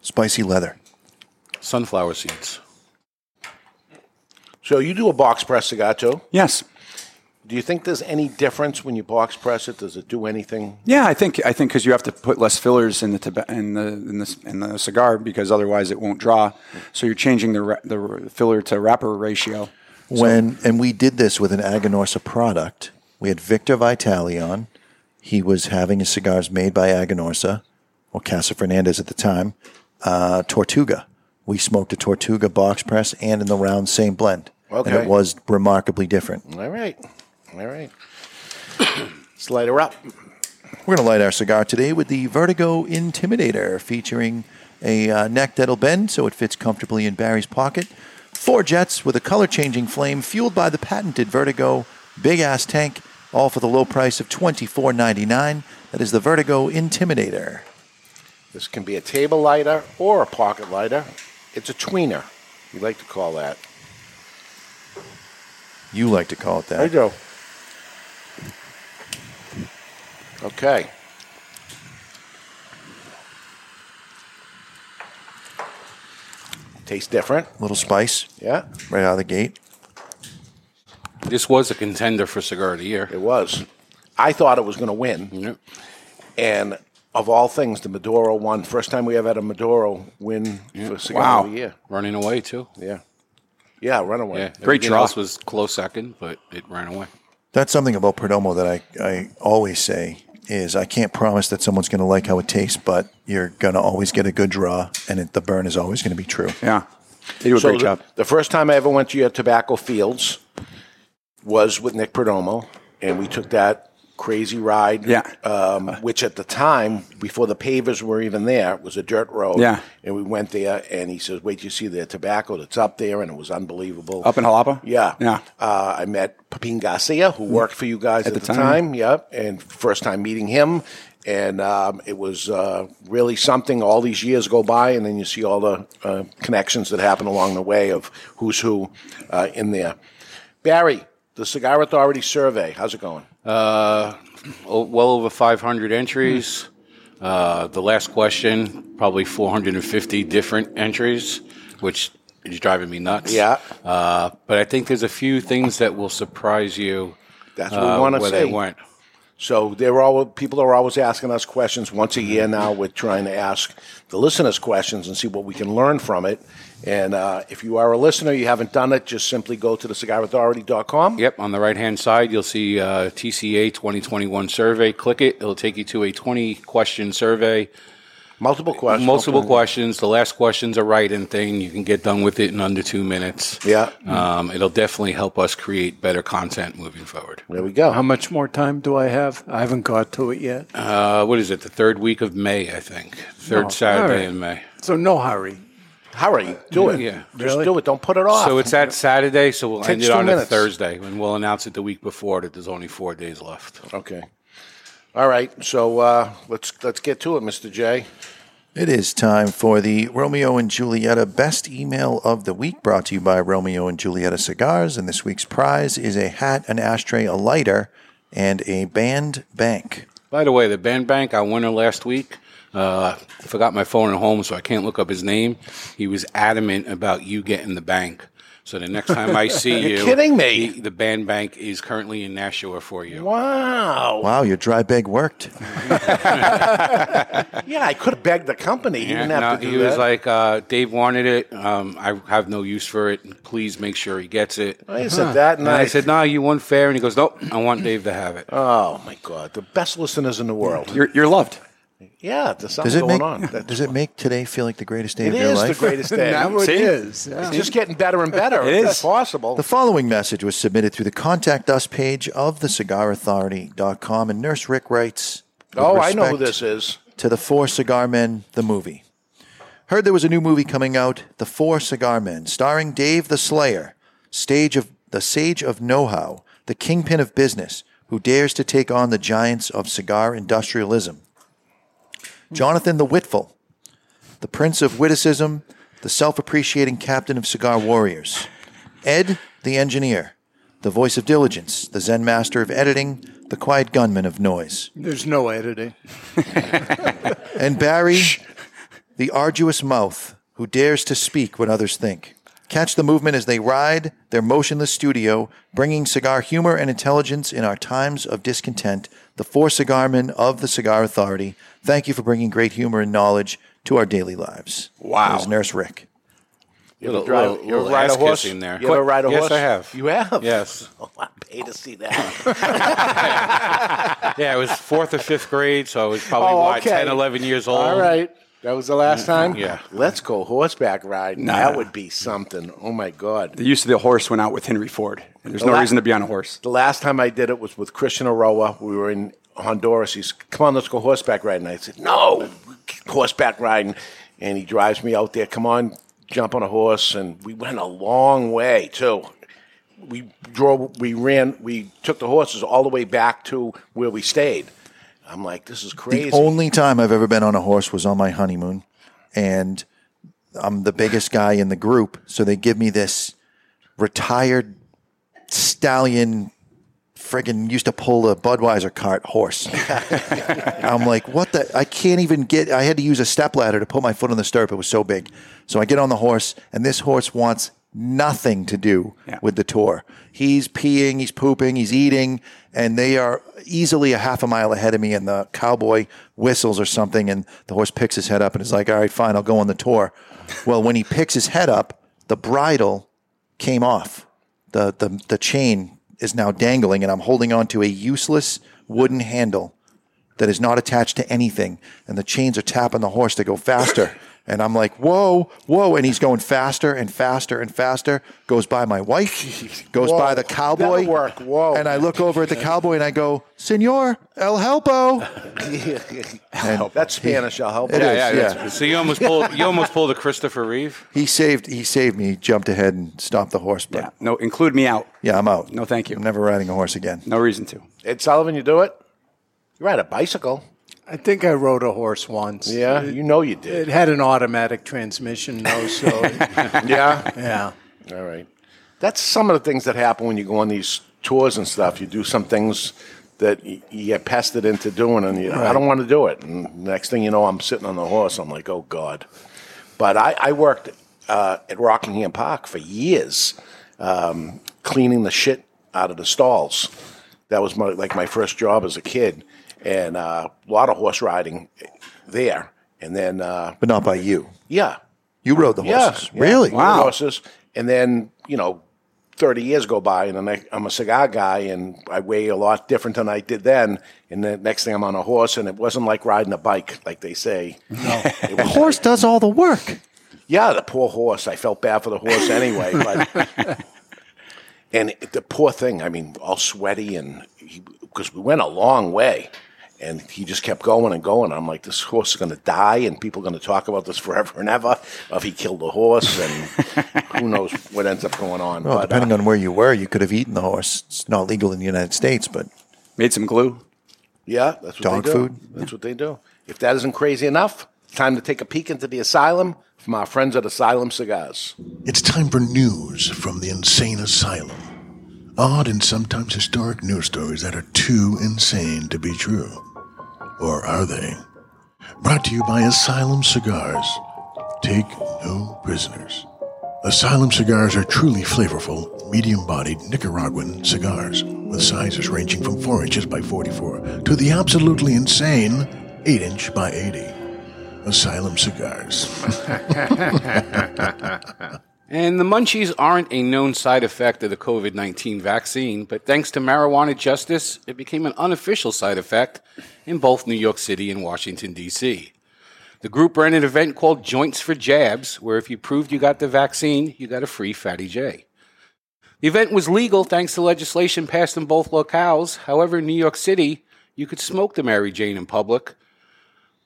Speaker 2: Spicy leather.
Speaker 4: Sunflower seeds.
Speaker 1: So you do a box press cigar too?
Speaker 3: Yes.
Speaker 1: Do you think there's any difference when you box press it? Does it do anything?
Speaker 3: Yeah, I think I think because you have to put less fillers in the toba- in the in the, in the cigar because otherwise it won't draw. So you're changing the ra- the r- filler to wrapper ratio. So-
Speaker 2: when and we did this with an Aganorsa product. We had Victor Vitali on. He was having his cigars made by Aganorsa or Casa Fernandez at the time. Uh, Tortuga. We smoked a Tortuga box press and in the round same blend. And
Speaker 1: Okay.
Speaker 2: it was remarkably different.
Speaker 1: All right. All right. [coughs] Let's light her up.
Speaker 2: We're going to light our cigar today with the Vertigo Intimidator, featuring a uh, neck that'll bend so it fits comfortably in Barry's pocket. Four jets with a color changing flame fueled by the patented Vertigo big ass tank, all for the low price of twenty four ninety nine. That is the Vertigo Intimidator.
Speaker 1: This can be a table lighter or a pocket lighter. It's a tweener. We like to call that.
Speaker 2: You like to call it that.
Speaker 1: I do. Okay. Tastes different.
Speaker 2: Little spice.
Speaker 1: Yeah.
Speaker 2: Right out of the gate.
Speaker 4: This was a contender for cigar of the year.
Speaker 1: It was. I thought it was going to win. And of all things, the Maduro won. First time we ever had a Maduro win for cigar of the year.
Speaker 4: Running away too.
Speaker 1: Yeah. Yeah, runaway.
Speaker 4: Yeah.
Speaker 2: Great
Speaker 4: Everything
Speaker 2: draw.
Speaker 4: else was close second, but it ran away.
Speaker 2: That's something about Perdomo that I, I always say is I can't promise that someone's going to like how it tastes, but you're going to always get a good draw, and it, the burn is always going to be true.
Speaker 3: Yeah.
Speaker 1: So the, The first time I ever went to your tobacco fields was with Nick Perdomo, and we took that crazy ride.
Speaker 3: Yeah.
Speaker 1: Um, which at the time, before the pavers were even there, was a dirt road.
Speaker 3: Yeah.
Speaker 1: And we went there, and he says, "Wait, till you see the tobacco that's up there?" And it was unbelievable.
Speaker 3: Up in Jalapa?
Speaker 1: Yeah.
Speaker 3: Yeah.
Speaker 1: Uh, I met Pepin Garcia, who worked for you guys Mm. at,
Speaker 3: the
Speaker 1: the,
Speaker 3: time.
Speaker 1: time. Yep. And first time meeting him. And um, it was uh, really something. All these years go by, and then you see all the uh, connections that happen along the way of who's who uh, in there. Barry, the Cigar Authority survey, how's it going?
Speaker 4: Uh, o- well over 500 entries. Uh, the last question, probably 450 different entries, which is driving me nuts.
Speaker 1: Yeah.
Speaker 4: Uh, but I think there's a few things that will surprise you. uh,
Speaker 1: That's what we want to
Speaker 4: where
Speaker 1: say.
Speaker 4: they went.
Speaker 1: So there are all people are always asking us questions once a year now. We're trying to ask the listeners questions and see what we can learn from it. And uh, if you are a listener, you haven't done it, just simply go to the cigarauthority.com.
Speaker 4: Yep, on the right hand side, you'll see uh, TCA 2021 survey. Click it, it'll take you to a 20 question survey.
Speaker 1: Multiple
Speaker 10: Uh,
Speaker 1: questions.
Speaker 4: Multiple questions. The last question's a write in thing. You can get done with it in under two minutes.
Speaker 1: Yeah.
Speaker 4: Um, it'll definitely help us create better content moving forward.
Speaker 1: There we go.
Speaker 6: How much more time do I have? I haven't got to it yet.
Speaker 4: Uh, what is it? The third week of May, I think. Third
Speaker 1: Oh.
Speaker 6: No.
Speaker 4: Saturday
Speaker 6: All
Speaker 4: in May.
Speaker 6: So no hurry.
Speaker 1: Hurry, do it.
Speaker 4: Yeah.
Speaker 1: Just do it. Don't put it off.
Speaker 4: So it's that Saturday, so we'll end
Speaker 1: Ah, Takes
Speaker 4: it
Speaker 1: two
Speaker 4: on a
Speaker 1: minutes.
Speaker 4: Thursday, and we'll announce it the week before that there's only four days left.
Speaker 1: Okay. All right. So uh, let's let's get to it, Mr. J.
Speaker 2: It is time for the Romeo and Julieta Best Email of the Week, brought to you by Romeo and Julieta Cigars. And this week's prize is a hat, an ashtray, a lighter, and a band bank.
Speaker 4: By the way, the band bank I won her last week.
Speaker 10: Uh, forgot my phone at home, so I can't look up his name. He was adamant about you getting the bank. So the next time I see you,
Speaker 1: [laughs] You're kidding me.
Speaker 10: The, the band bank is currently in Nashua for you.
Speaker 1: Wow.
Speaker 2: Wow, your dry bag worked.
Speaker 1: [laughs] Yeah, I could have begged the company. You didn't have
Speaker 10: no,
Speaker 1: to do
Speaker 10: he
Speaker 1: that.
Speaker 10: was like, uh, Dave wanted it. Um, I have no use for it. Please make sure he gets it.
Speaker 1: Well, he said that
Speaker 10: And I
Speaker 1: nice.
Speaker 10: said, no, you won fair. And he goes, nope, I want Dave to have it.
Speaker 1: Oh, my God. The best listeners in the world.
Speaker 3: You're, you're loved.
Speaker 1: yeah, there's something
Speaker 2: Does it
Speaker 1: going
Speaker 2: make
Speaker 1: on. That-
Speaker 2: Does it make today feel like the greatest day
Speaker 1: It
Speaker 2: of your
Speaker 1: is
Speaker 2: life?
Speaker 1: the greatest [laughs] day.
Speaker 6: [laughs] Now it See? is, yeah.
Speaker 1: It's just getting better and
Speaker 6: [laughs]
Speaker 1: better. if
Speaker 2: It is.
Speaker 1: That's possible.
Speaker 2: The following message was submitted through the Contact Us page of thecigarauthority.com, and Nurse Rick writes, with
Speaker 1: oh, I know who
Speaker 2: respect
Speaker 1: this is.
Speaker 2: To the Four Cigar Men, the movie. Heard there was a new movie coming out, The Four Cigar Men, starring Dave the Slayer, stage of the sage of know-how, the kingpin of business, who dares to take on the giants of cigar industrialism. Jonathan the Whitful, the prince of witticism, the self-appreciating captain of cigar warriors. Ed the engineer, the voice of diligence, the zen master of editing, the quiet gunman of noise
Speaker 6: There's no editing.
Speaker 2: and Barry, the arduous mouth who dares to speak what others think. Catch the movement as they ride their motionless studio, bringing cigar humor and intelligence in our times of discontent. The four cigarmen of the Cigar Authority, thank you for bringing great humor and knowledge to our daily lives. Wow. It was Nurse Rick.
Speaker 1: You
Speaker 10: Little-
Speaker 1: ever drive-
Speaker 10: little-
Speaker 1: you ever
Speaker 10: little
Speaker 1: ride a
Speaker 10: ass
Speaker 1: horse?
Speaker 10: kissing there.
Speaker 1: You ever ride a
Speaker 10: Yes,
Speaker 1: horse?
Speaker 10: I have.
Speaker 1: You have?
Speaker 10: Yes.
Speaker 1: Oh, I pay to see that.
Speaker 10: [laughs] yeah, it was fourth or fifth grade, so I was probably
Speaker 1: Oh,
Speaker 10: what,
Speaker 1: okay.
Speaker 10: 10, 11 years old. Mm-hmm.
Speaker 1: All right. That was the last time?
Speaker 10: Yeah.
Speaker 1: Let's go horseback riding.
Speaker 3: Nah.
Speaker 1: That would be something. Oh, my God.
Speaker 3: The use of the horse went out with Henry Ford. There's
Speaker 1: The
Speaker 3: no
Speaker 1: la-
Speaker 3: reason to be on a horse.
Speaker 1: The last time I did it was with Christian Aroa. We were in Honduras. He's, come on, let's go horseback riding. I said, no, horseback riding. And he drives me out there. Come on, jump on a horse. And we went a long way, too. We drove, we ran, we took the horses all the way back to where we stayed. I'm like, this is crazy.
Speaker 2: The only time I've ever been on a horse was on my honeymoon, and I'm the biggest guy in the group, so they give me this retired stallion, friggin' used to pull a Budweiser cart horse. [laughs] I'm like, what the? I can't even get. I had to use a stepladder to put my foot on the stirrup. It was so big. So I get on the horse, and this horse wants nothing to do with the tour. He's peeing, he's pooping, he's eating, and they are easily a half a mile ahead of me. And the cowboy whistles or something, and the horse picks his head up and is like, all right, fine, I'll go on the tour. Well, when he picks his head up, the bridle came off. The, the, the chain is now dangling, and I'm holding on to a useless wooden handle that is not attached to anything. And the chains are tapping the horse to go faster. And I'm like, whoa, whoa. And he's going faster and faster and faster. Goes by my wife, goes by the cowboy. work. Whoa. And I look over at the cowboy and I go, Senor, El Helpo. And
Speaker 1: That's Spanish. I'll help.
Speaker 2: It
Speaker 10: yeah,
Speaker 2: is,
Speaker 10: yeah,
Speaker 2: yeah.
Speaker 10: that's- So you almost pulled you almost pulled a Christopher Reeve.
Speaker 2: He saved he saved me, He jumped ahead and stopped the horse. But yeah,
Speaker 3: no, include me out.
Speaker 2: Yeah, I'm out.
Speaker 3: No, thank you. I'm
Speaker 2: never riding a horse again.
Speaker 3: No reason to.
Speaker 1: Ed Sullivan, you do it? You ride a bicycle.
Speaker 6: I think I rode a horse once.
Speaker 1: Yeah, you know you did.
Speaker 6: It had an automatic transmission,
Speaker 1: [laughs]
Speaker 6: though, so.
Speaker 1: yeah.
Speaker 6: Yeah.
Speaker 1: All right. That's some of the things that happen when you go on these tours and stuff. You do some things that y- you get pestered into doing, and you, I don't want to do it. And next thing you know, I'm sitting on the horse. I'm like, oh God. But I, I worked uh, at Rockingham Park for years, um, cleaning the shit out of the stalls. That was my like my first job as a kid, and uh, a lot of horse riding there. And then, uh,
Speaker 2: But not by you.
Speaker 1: yeah,
Speaker 2: You rode the horses. Really?
Speaker 1: Wow. Horses. And then, you know, 30 years go by and I, I'm a cigar guy and I weigh a lot different than I did then. And the next thing I'm on a horse and it wasn't like riding a bike, like they say.
Speaker 2: The horse does all the work.
Speaker 1: Yeah, the poor horse. I felt bad for the horse
Speaker 2: [laughs]
Speaker 1: anyway. But, and it- the poor thing, I mean, all sweaty and because we went a long way. And he just kept going and going. I'm like, this horse is going to die, and people are going to talk about this forever and ever. If he killed the horse, and who knows what ends up going on.
Speaker 2: Well,
Speaker 1: but, uh,
Speaker 2: depending on where you were, you could have eaten the horse. It's not legal in the United States, but
Speaker 3: made some glue.
Speaker 1: Yeah, that's what
Speaker 2: Dog
Speaker 1: they do.
Speaker 2: food?
Speaker 1: That's what they do. If that isn't crazy enough, time to take a peek into the asylum from our friends at Asylum Cigars.
Speaker 13: It's time for news from the insane asylum. Odd and sometimes historic news stories that are too insane to be true. Or are they? Brought to you by Asylum Cigars. Take no prisoners. Asylum cigars are truly flavorful, medium bodied Nicaraguan cigars with sizes ranging from 4 inches by 44 to the absolutely insane 8 inch by 80. Asylum cigars.
Speaker 4: And the munchies aren't a known side effect of the COVID 19 vaccine, but thanks to marijuana justice, it became an unofficial side effect in both New York City and Washington, D.C. The group ran an event called Joints for Jabs, where if you proved you got the vaccine, you got a free Fatty J. The event was legal thanks to legislation passed in both locales. However, in New York City, you could smoke the Mary Jane in public.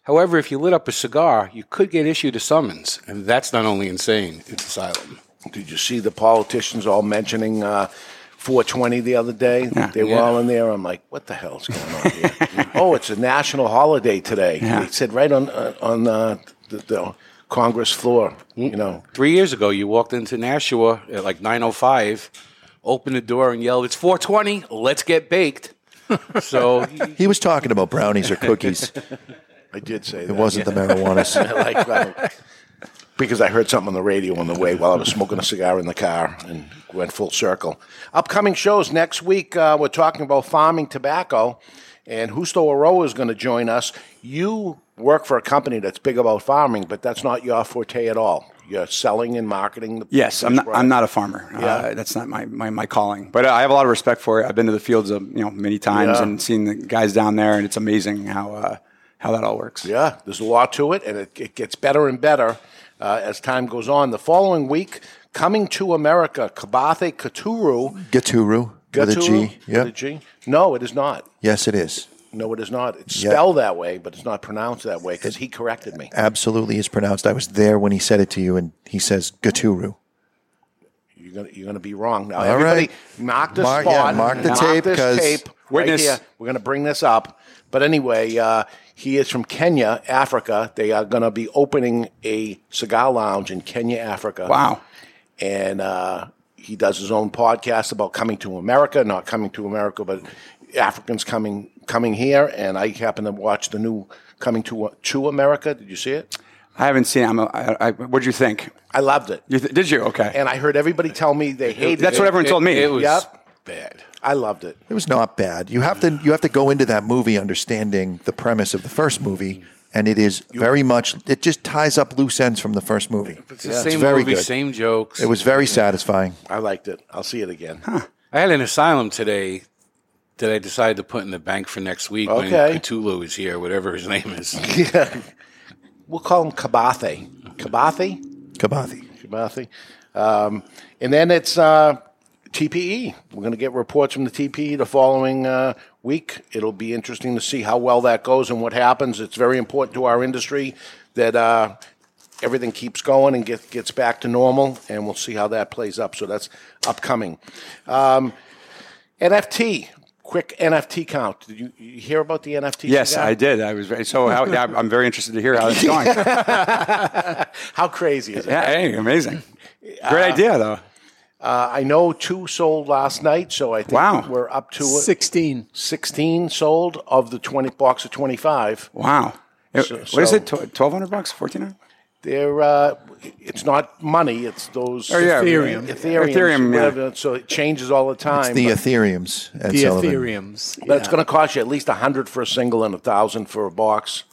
Speaker 4: However, if you lit up a cigar, you could get issued a summons, and that's not only insane, it's asylum.
Speaker 1: Did you see the politicians all mentioning uh, 420 the other day? They were
Speaker 14: Yeah.
Speaker 1: all in there. I'm like, what the hell's going on here?
Speaker 14: [laughs]
Speaker 1: oh, it's a national holiday today.
Speaker 4: Yeah.
Speaker 1: They said right on uh, on uh, the, the Congress floor.
Speaker 2: Hmm.
Speaker 1: You know,
Speaker 4: Three years ago, you walked into Nashua at like 9.05, opened the door and yelled, it's 420, let's get
Speaker 1: [laughs]
Speaker 4: baked. So
Speaker 2: He was talking about brownies or cookies.
Speaker 1: I did say
Speaker 2: It wasn't
Speaker 1: [laughs]
Speaker 2: the marijuanas.
Speaker 1: I like that. Because I heard something on the radio on the way while I was smoking a cigar in the car and went full circle. Upcoming shows next week, uh, we're talking about farming tobacco, and Justo Aroa is going to join us. You work for a company that's big about farming, but that's not your forte at all. You're selling and marketing the
Speaker 3: Yes, I'm not, I'm not a farmer.
Speaker 1: Yeah.
Speaker 3: Uh, that's not my, my, my calling. But I have a lot of respect for it. I've been to the fields of, you know many times
Speaker 1: Yeah.
Speaker 3: and seen the guys down there, and it's amazing how uh, how that all works.
Speaker 1: Yeah, there's a law to it, and it, it gets better and better uh, as time goes on. The following week, coming to America, Kabathe Katuru.
Speaker 2: Gaturu with a
Speaker 1: Gaturu?
Speaker 2: G. Yep.
Speaker 1: With a G? No, it is not.
Speaker 2: Yes, it is.
Speaker 1: No, it is not. It's
Speaker 2: Yeah.
Speaker 1: spelled that way, but it's not pronounced that way because he corrected me.
Speaker 2: Absolutely is pronounced. I was there when he said it to you, and he says Gaturu.
Speaker 1: You're gonna you're gonna be wrong now.
Speaker 2: All
Speaker 1: Everybody,
Speaker 2: right.
Speaker 1: mark the
Speaker 2: Mark-
Speaker 1: spot.
Speaker 2: yeah, mark the tape,
Speaker 1: this
Speaker 2: 'cause-
Speaker 1: tape right
Speaker 2: Witness.
Speaker 1: here. We're gonna bring this up. But anyway, uh, he is from Kenya, Africa. They are gonna be opening a cigar lounge in Kenya, Africa.
Speaker 3: Wow.
Speaker 1: And uh, he does his own podcast about coming to America, not coming to America, but Africans coming coming here. And I happen to watch the new coming to uh, to America. Did you see it?
Speaker 3: I haven't seen it. I'm a, I, I, what'd you think?
Speaker 1: I loved it.
Speaker 3: You th- did you? Okay.
Speaker 1: And I heard everybody tell me they hated.
Speaker 3: That's
Speaker 1: it.
Speaker 3: what everyone told me. It was
Speaker 1: yep. bad. I loved it.
Speaker 2: It was not bad. You have to you have to go into that movie understanding the premise of the first movie, and it is very much. It just ties up loose ends from the first movie.
Speaker 4: it's the same movie, same jokes.
Speaker 2: It was very satisfying.
Speaker 1: I liked it. [laughs] I'll see it again.
Speaker 4: I had an asylum today that I decided to put in the bank for next week
Speaker 1: Okay.
Speaker 4: when Cthulhu is here, whatever his name
Speaker 1: [laughs]
Speaker 4: is.
Speaker 1: yeah. [laughs] We'll call him Kabathe. Kabathe?
Speaker 2: Kabathi.
Speaker 1: Kabathe. Um, and then it's uh, TPE. We're going to get reports from the TPE the following uh, week. It'll be interesting to see how well that goes and what happens. It's very important to our industry that uh, everything keeps going and get, gets back to normal, and we'll see how that plays up. So that's upcoming. Um, NFT. Quick NFT count. Did you, you hear about the NFT?
Speaker 3: Yes,
Speaker 1: cigar?
Speaker 3: I did. I was very, so. How, yeah, I'm very interested to hear how it's going. yeah,
Speaker 1: How crazy is it?
Speaker 3: hey, amazing. Great idea, though.
Speaker 1: Uh, I know two sold last night, so I think
Speaker 3: Wow.
Speaker 1: we're up to
Speaker 6: 16.
Speaker 1: 16 sold of the 20 box of 25.
Speaker 3: Wow. It-
Speaker 1: So-
Speaker 3: what is
Speaker 1: so-
Speaker 3: it? Twelve hundred bucks? Fourteen hundred?
Speaker 1: They're, uh, it's not money, it's those
Speaker 3: Oh, yeah. Ethereum.
Speaker 1: Ethereum,
Speaker 3: Ethereum, yeah.
Speaker 1: whatever, so it changes all the time.
Speaker 2: It's the
Speaker 1: but-
Speaker 2: Ethereums. Ed Sullivan.
Speaker 1: But it's going to cost you at least a hundred for a single and a thousand for a box,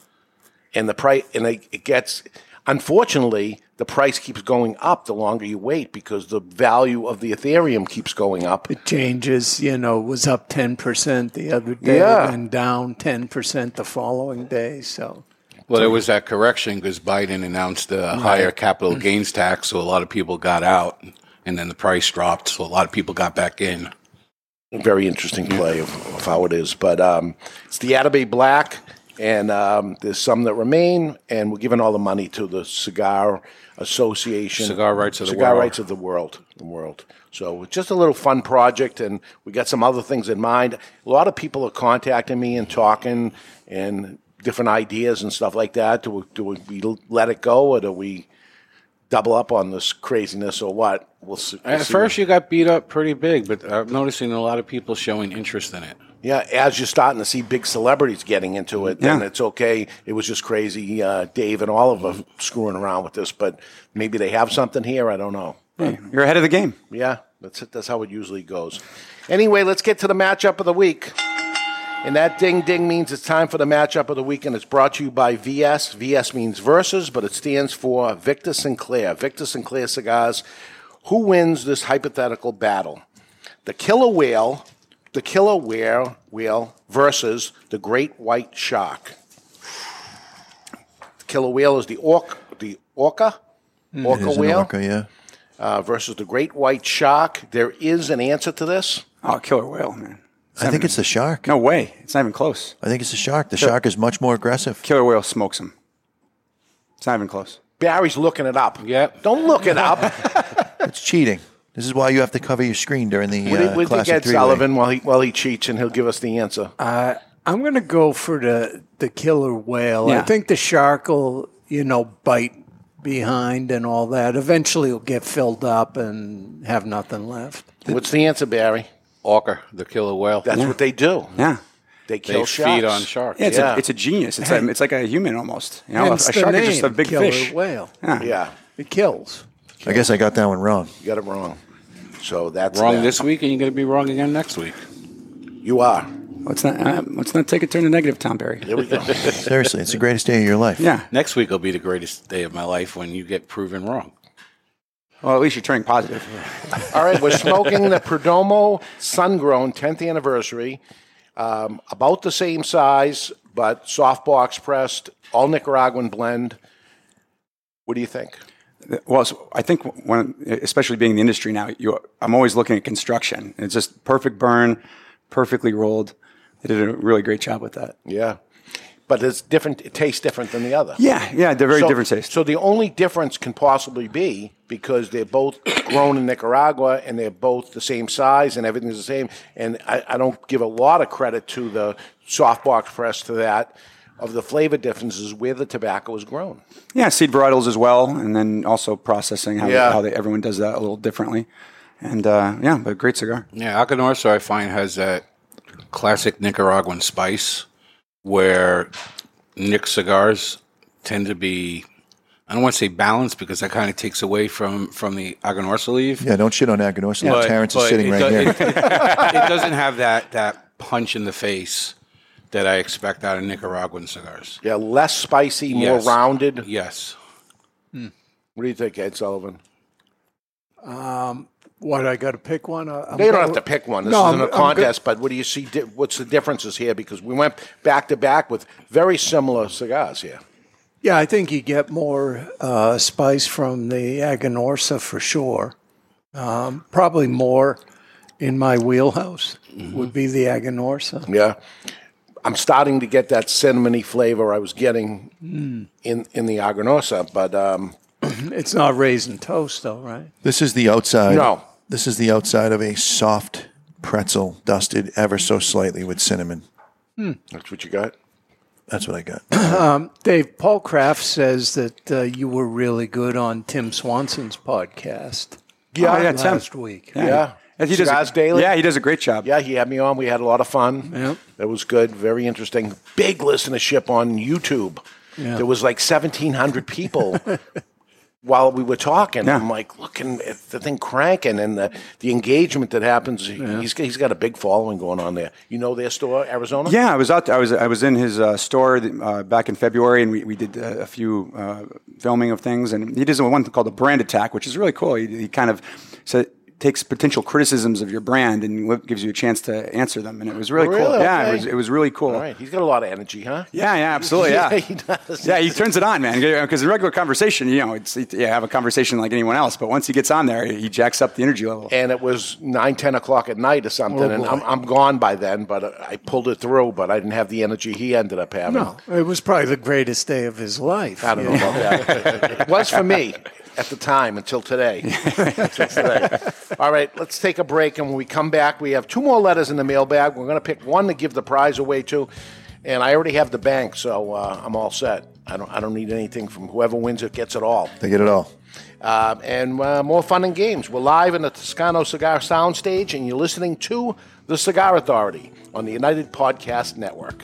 Speaker 1: and the price and they, it gets. Unfortunately, the price keeps going up the longer you wait because the value of the Ethereum keeps going up.
Speaker 6: It changes, you know, was up 10% the other day
Speaker 1: Yeah.
Speaker 6: and down 10% the following day. So
Speaker 4: Well, there was that correction because Biden announced a higher capital gains tax, so a lot of people got out, and then the price dropped, so a lot of people got back in.
Speaker 1: Very interesting play of, of how it is, but um, it's the Atabey Black, and um, there's some that remain, and we're giving all the money to the Cigar Association,
Speaker 4: Cigar Rights of the
Speaker 1: Cigar
Speaker 4: World.
Speaker 1: Rights of the World, the world. So it's just a little fun project, and we got some other things in mind. A lot of people are contacting me and talking and different ideas and stuff like that. Do we, do we let it go, or do we double up on this craziness, or what? We'll see.
Speaker 4: At
Speaker 1: see.
Speaker 4: first, you got beat up pretty big, but I'm noticing a lot of people showing interest in it.
Speaker 1: Yeah, as you're starting to see big celebrities getting into it, then
Speaker 3: Yeah.
Speaker 1: it's okay. It was just crazy, uh, Dave and Oliver screwing around with this, but maybe they have something here. I don't know.
Speaker 3: Hey, you're ahead of the game.
Speaker 1: Yeah, that's it. That's how it usually goes. Anyway, let's get to the matchup of the week. And that ding ding means it's time for the matchup of the week, and it's brought to you by VS. VS means versus, but it stands for Victor Sinclair. Victor Sinclair Cigars. Who wins this hypothetical battle? The killer whale, the killer whale, whale versus the great white shark. The killer whale is the orc, the orca,
Speaker 3: Hmm.
Speaker 1: orca
Speaker 2: It is an
Speaker 1: whale
Speaker 2: orca, yeah.
Speaker 1: uh, versus the great white shark. There is an answer to this.
Speaker 3: Oh, killer whale, man.
Speaker 2: I think it's the shark.
Speaker 3: No way. It's not even close.
Speaker 2: I think it's the shark. The
Speaker 3: Killer-
Speaker 2: shark is much more aggressive.
Speaker 3: Killer whale smokes him. It's not even close.
Speaker 1: Barry's looking it up. Yeah. Don't look it
Speaker 3: [laughs]
Speaker 1: up.
Speaker 2: It's cheating. This is why you have to cover your screen during the
Speaker 1: what do you- what
Speaker 2: uh,
Speaker 1: do you
Speaker 2: classic
Speaker 1: get,
Speaker 2: three-way.
Speaker 1: Sullivan, while he, while he cheats, and he'll give us the answer?
Speaker 6: Uh, I'm going to go for the the killer whale. I
Speaker 1: Yeah.
Speaker 6: think the shark will, you know, bite behind and all that. Eventually, it'll get filled up and have nothing left.
Speaker 1: What's the answer, Barry?
Speaker 10: Orca, the killer whale.
Speaker 1: That's
Speaker 3: Yeah.
Speaker 1: what they do.
Speaker 3: Yeah.
Speaker 1: They
Speaker 10: kill feed sharks. on sharks.
Speaker 3: Yeah, it's,
Speaker 10: Yeah.
Speaker 3: A, it's a genius. It's, a, it's like a human almost. You know, a, a
Speaker 6: Hence the
Speaker 3: shark is just a
Speaker 6: name,
Speaker 3: big
Speaker 6: killer
Speaker 3: fish.
Speaker 6: whale.
Speaker 3: Yeah.
Speaker 6: It kills.
Speaker 2: I guess I got that one wrong.
Speaker 1: You got it wrong. So that's
Speaker 10: wrong
Speaker 1: that.
Speaker 10: this week, and you're going to be wrong again next week.
Speaker 1: You are.
Speaker 3: Let's not, uh, let's not take a turn to negative, Tom Barry.
Speaker 1: There we
Speaker 3: [laughs]
Speaker 1: go.
Speaker 2: Seriously, it's the greatest day of your life.
Speaker 3: Yeah.
Speaker 10: Next week will be the greatest day of my life when you get proven wrong.
Speaker 3: Well, at least you're turning positive.
Speaker 10: [laughs]
Speaker 1: All right, we're smoking the Perdomo Sungrown 10th anniversary, um, about the same size, but softbox pressed, all Nicaraguan blend. What do you think?
Speaker 3: Well, so I think when, especially being in the industry now, you, I'm always looking at construction. It's just perfect burn, perfectly rolled. They did a really great job with that.
Speaker 1: Yeah. But it's different. It tastes different than the other.
Speaker 3: Yeah, yeah, they're very
Speaker 1: So-
Speaker 3: different tastes.
Speaker 1: So the only difference can possibly be because they're both grown in Nicaragua and they're both the same size and everything's the same. And I, I don't give a lot of credit to the softbox press to that of the flavor differences where the tobacco is grown.
Speaker 3: Yeah, seed varietals as well, and then also processing how,
Speaker 1: Yeah.
Speaker 3: how they, everyone does that a little differently. And uh, yeah, but great cigar.
Speaker 10: Yeah, Acanorso, I find, has that classic Nicaraguan spice where Nick cigars tend to be, I don't want to say balanced because that kind of takes away from, from the Acanorso leaf.
Speaker 2: Yeah, don't shit on Agonorsa.
Speaker 10: But-
Speaker 2: Terrence is
Speaker 10: but
Speaker 2: sitting
Speaker 10: it
Speaker 2: right
Speaker 10: do- It,
Speaker 2: here.
Speaker 10: it doesn't have that, that punch in the face that I expect out of Nicaraguan cigars.
Speaker 1: Yeah, less spicy, more
Speaker 10: Yes.
Speaker 1: rounded.
Speaker 10: Yes.
Speaker 1: What do you think, Ed Sullivan?
Speaker 6: Um, what I got to pick one? I- I'm
Speaker 1: they don't
Speaker 6: gonna-
Speaker 1: have to pick one. This
Speaker 6: No,
Speaker 1: isn't
Speaker 6: I'm-
Speaker 1: a
Speaker 6: I'm go-
Speaker 1: contest, but what do you see? di- What's the differences here? Because we went back to back with very similar cigars here.
Speaker 6: Yeah, I think you get more uh, spice from the Aganorsa for sure. Um, probably more in my wheelhouse would be the Aganorsa.
Speaker 1: Yeah. I'm starting to get that cinnamony flavor I was getting
Speaker 6: Mm.
Speaker 1: in, in the Agonosa, but
Speaker 3: [clears throat]
Speaker 1: um,
Speaker 6: It's not raisin toast, though, right?
Speaker 2: [laughs] This is the outside.
Speaker 1: No.
Speaker 2: This is the outside of a soft pretzel dusted ever so slightly with cinnamon.
Speaker 6: Hmm.
Speaker 1: that's what you got.
Speaker 2: That's what I got.
Speaker 6: [clears throat] um, Dave, Paul Kraft says that uh, you were really good on Tim Swanson's podcast.
Speaker 1: Yeah,
Speaker 6: last week.
Speaker 1: Yeah. Cigars Daily.
Speaker 3: Yeah, he does a great job.
Speaker 1: Yeah, he had me on. We had a lot of fun. Yeah. That was good. Very interesting. Big listenership on YouTube.
Speaker 6: Yeah.
Speaker 1: There was like 1,700 people [laughs] while we were talking.
Speaker 3: Yeah.
Speaker 1: I'm like looking at the thing cranking and the, the engagement that happens. He's, he's got a big following going on there. You know their store, Arizona?
Speaker 3: Yeah, I was out. There, I was I was in his uh, store uh, back in February, and we, we did uh, a few uh, filming of things. And he does one called the brand attack, which is really cool. He, he kind of so takes potential criticisms of your brand and li- gives you a chance to answer them. And it was really, cool. Yeah, it
Speaker 1: Okay.
Speaker 3: was, it was really cool.
Speaker 1: All right. He's got a lot of energy, huh?
Speaker 3: Yeah,
Speaker 1: [laughs]
Speaker 3: yeah, absolutely. Yeah,
Speaker 1: he does.
Speaker 3: Yeah, he turns it on, man. Because in regular conversation, you know, it's yeah, have a conversation like anyone else. But once he gets on there, he jacks up the energy level.
Speaker 1: and it was nine, ten o'clock at night or something,
Speaker 3: Oh,
Speaker 1: and
Speaker 3: boy.
Speaker 1: I'm, I'm gone by then. But I pulled it through, but I didn't have the energy he ended up having.
Speaker 6: No, it was probably the greatest day of his life.
Speaker 1: I don't know about
Speaker 3: [laughs]
Speaker 1: that. it was for me at the time until today. Until today. All right, let's take a break, and when we come back, we have two more letters in the mailbag. We're going to pick one to give the prize away to, and I already have the bank, so uh, I'm all set. I don't, I don't need anything from whoever wins it gets it all.
Speaker 2: They get it all.
Speaker 1: Um, and uh, more fun and games. We're live in the Toscano Cigar Soundstage, and you're listening to The Cigar Authority on the United Podcast Network.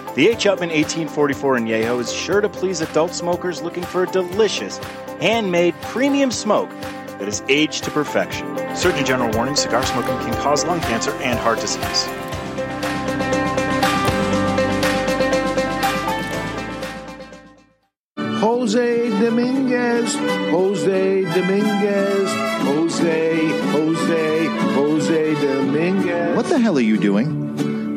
Speaker 7: The H. Upman 1844 Añejo is sure to please adult smokers looking for a delicious, handmade premium smoke that is aged to perfection. Surgeon General warning cigar smoking can cause lung cancer and heart disease.
Speaker 1: Jose Dominguez, Jose Dominguez, Jose, Jose, Jose Dominguez.
Speaker 2: What the hell are you doing?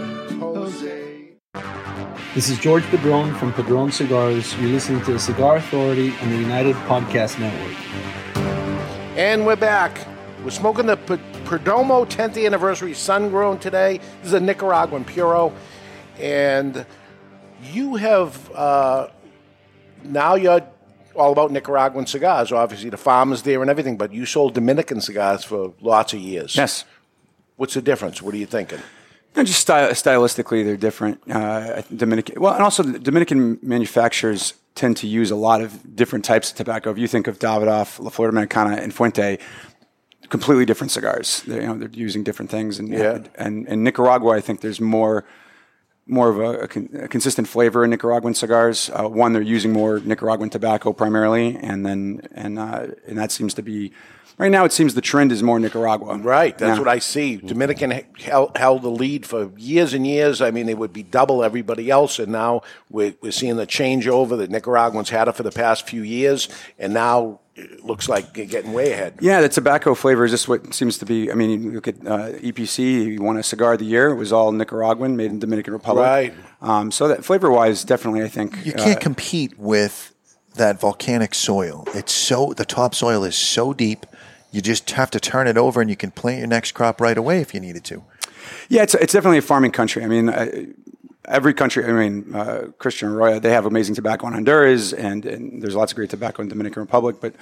Speaker 15: [laughs] This is George Padron from Padron Cigars. You're listening to the Cigar Authority on the United Podcast Network.
Speaker 1: And we're back. We're smoking the P- Perdomo 10th Anniversary Sun Grown today. This is a Nicaraguan Puro. And you have, uh, now you're all about Nicaraguan cigars. Obviously, the farmers there and everything, but you sold Dominican cigars for lots of years.
Speaker 3: Yes.
Speaker 1: What's the difference? What are you thinking?
Speaker 3: And just styl- stylistically, they're different. Uh, Dominican, well, and also Dominican manufacturers tend to use a lot of different types of tobacco. If you think of Davidoff, La Florida Americana, and Fuente, completely different cigars. They're, you know, they're using different things. And,
Speaker 1: yeah.
Speaker 3: and, and Nicaragua, I think there's more more of a, a con- a consistent flavor in Nicaraguan cigars. Uh, one, they're using more Nicaraguan tobacco primarily, and then and uh, and that seems to be right now. It seems the trend is more Nicaragua.
Speaker 1: Right, that's
Speaker 3: Yeah.
Speaker 1: what I see. Dominican h- held, held the lead for years and years. I mean, they would be double everybody else, and now we're, we're seeing the changeover that Nicaraguans had it for the past few years, and now it looks like they're getting way ahead.
Speaker 3: Yeah, the tobacco flavor is just what seems to be. I mean, you look at uh, EPC, he won a cigar of the year. It was all Nicaraguan, made in Dominican Republic.
Speaker 2: Right.
Speaker 3: Um, so that flavor wise, definitely, I think
Speaker 2: You can't
Speaker 3: uh,
Speaker 2: compete with that volcanic soil. It's so the topsoil is so deep. You just have to turn it over, and you can plant your next crop right away if you needed to.
Speaker 3: Yeah, it's, it's definitely a farming country. I mean, I, every country, I mean, uh, Christian Arroyo, they have amazing tobacco in Honduras, and, and there's lots of great tobacco in Dominican Republic, but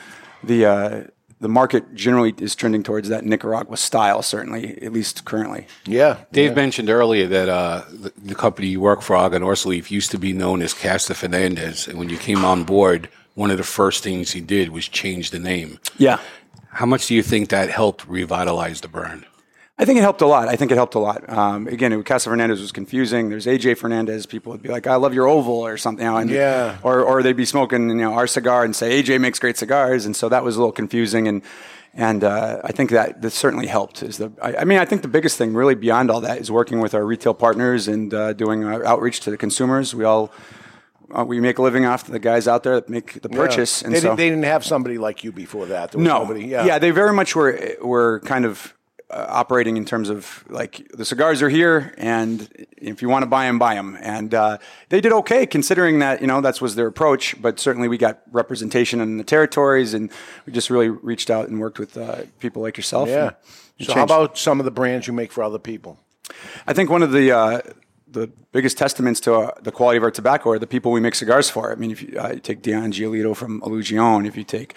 Speaker 3: the, uh, the market generally is trending towards that Nicaragua style, certainly, at least currently.
Speaker 1: Yeah.
Speaker 4: Dave mentioned earlier that uh, the, the company you work for, Argon Orsleaf, used to be known as Castor Fernandez. And when you came on board, one of the first things he did was change the name.
Speaker 3: Yeah.
Speaker 4: How much do you think that helped revitalize the brand?
Speaker 3: I think it helped a lot. I think it helped a lot. Um, again, it- Casa Fernandez was confusing. There's AJ Fernandez. People would be like, "I love your oval" or something. You know, and-
Speaker 1: Yeah.
Speaker 3: Or, or they'd be smoking, you know, our cigar and say AJ makes great cigars, and so that was a little confusing. And and uh, I think that that certainly helped. Is the I, I mean, I think the biggest thing, really, beyond all that, is working with our retail partners and uh, doing our outreach to the consumers. We all uh, we make a living off the guys out there that make the
Speaker 1: Yeah.
Speaker 3: purchase, and
Speaker 1: they,
Speaker 3: so
Speaker 1: didn't, they didn't have somebody like you before that. There was nobody. Yeah.
Speaker 3: they very much were were kind of uh, operating in terms of like the cigars are here, and if you want to buy them, buy them. And uh, they did okay considering that you know that was their approach. But certainly we got representation in the territories, and we just really reached out and worked with uh, people like yourself.
Speaker 1: Yeah.
Speaker 3: and- and
Speaker 1: so how
Speaker 3: changed-
Speaker 1: about some of the brands you make for other people?
Speaker 3: I think one of the uh, the biggest testaments to uh, the quality of our tobacco are the people we make cigars for. I mean, if you, uh, you take Dion Giolito from Illusion, if you take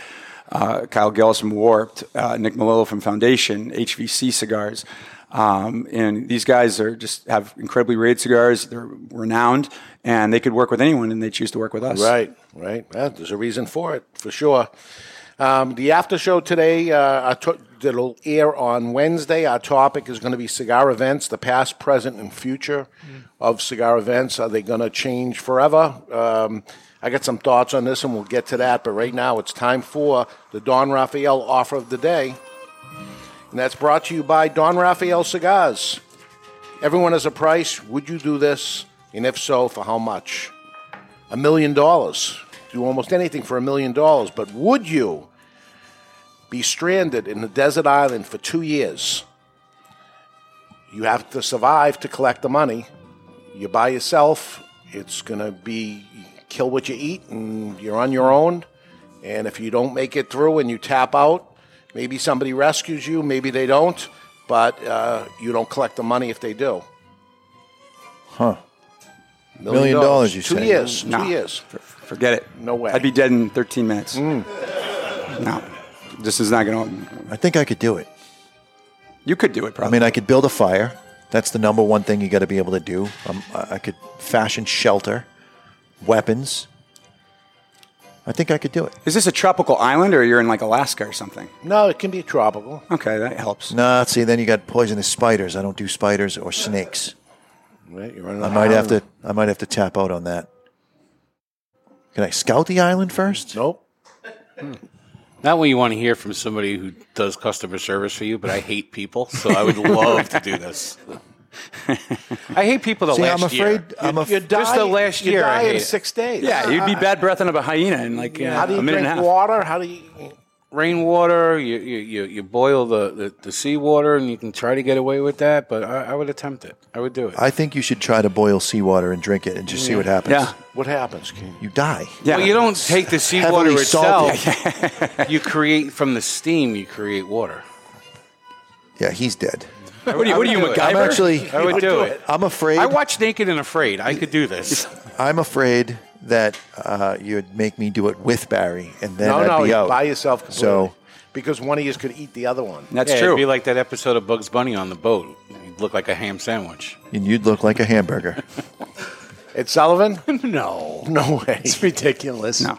Speaker 3: uh, Kyle Gillis from Warped, uh, Nick Malillo from Foundation, HVC Cigars, um, and these guys are just have incredibly rated cigars. They're renowned, and they could work with anyone, and they choose to work with us.
Speaker 1: Right, right. Yeah, there's a reason for it, for sure. Um, the after show today, uh, our to- that'll air on Wednesday. Our topic is going to be cigar events, the past, present, and future
Speaker 3: Mm.
Speaker 1: of cigar events. Are they going to change forever? Um, I got some thoughts on this, and we'll get to that. But right now, it's time for the Don Raphael offer of the day. And that's brought to you by Don Raphael Cigars. Everyone has a price. Would you do this? And if so, for how much? a million dollars. Do almost anything for a million dollars, but would you be stranded in a desert island for two years? You have to survive to collect the money. You're by yourself. It's going to be kill what you eat, and you're on your own. And if you don't make it through and you tap out, maybe somebody rescues you, maybe they don't, but uh, you don't collect the money if they do.
Speaker 2: Huh? Million dollars, you
Speaker 1: two
Speaker 2: say?
Speaker 1: years,
Speaker 3: Nah.
Speaker 1: two years. Hmm.
Speaker 3: Forget it. No way. I'd be dead in 13 minutes. No, this is not going to.
Speaker 2: I think I could do it.
Speaker 3: You could do it, probably.
Speaker 2: I mean, I could build a fire. That's the number one thing you got to be able to do. Um, I I could fashion shelter, weapons. I think I could do it.
Speaker 3: Is this a tropical island, or you're in like Alaska or something?
Speaker 1: No, it can be tropical.
Speaker 3: Okay, that helps.
Speaker 2: Nah, see, then you got poisonous spiders. I don't do spiders or snakes.
Speaker 1: Right, you're
Speaker 2: I might have to. I might have to tap out on that. Can I scout the island first?
Speaker 1: Nope.
Speaker 4: Not when you want to hear from somebody who does customer service for you, but I hate people, so I would love to do this. I hate people the
Speaker 3: See,
Speaker 4: last
Speaker 3: I'm
Speaker 4: year.
Speaker 3: afraid- I'm af-
Speaker 4: Just the last
Speaker 1: you
Speaker 4: year.
Speaker 1: die
Speaker 4: I hate
Speaker 1: in
Speaker 4: it.
Speaker 1: six days.
Speaker 3: Yeah, you'd be bad breathing of a hyena in like
Speaker 1: How do
Speaker 3: uh,
Speaker 1: you
Speaker 3: a minute
Speaker 1: drink
Speaker 3: and a half.
Speaker 1: water? How do you?
Speaker 4: rainwater. You you you, you boil the, the the seawater, and you can try to get away with that. But I, I would attempt it. I would do it.
Speaker 2: I think you should try to boil seawater and drink it and just see what happens.
Speaker 1: What happens? King?
Speaker 2: You die.
Speaker 4: Well, you don't take the seawater
Speaker 2: Heavily salted. [laughs]
Speaker 4: itself. you create from the steam. You create water.
Speaker 2: Yeah, he's dead.
Speaker 4: What do you- what do you,
Speaker 2: I'm
Speaker 4: MacGyver?
Speaker 2: actually.
Speaker 4: I would do it.
Speaker 2: I'm afraid.
Speaker 4: I watch Naked and Afraid. I could do [laughs] this.
Speaker 2: I'm afraid that uh, you'd make me do it with Barry, and then
Speaker 1: no,
Speaker 2: I'd
Speaker 1: no,
Speaker 2: be
Speaker 1: you
Speaker 2: out.
Speaker 1: by yourself completely.
Speaker 2: So
Speaker 1: because one of you could eat the other one.
Speaker 4: Yeah, It'd be like that episode of Bugs Bunny on the boat. You'd look like a ham sandwich.
Speaker 2: and you'd look like a hamburger.
Speaker 1: It's
Speaker 6: [laughs]
Speaker 1: Sullivan.
Speaker 4: no,
Speaker 1: no way.
Speaker 6: It's ridiculous.
Speaker 3: No.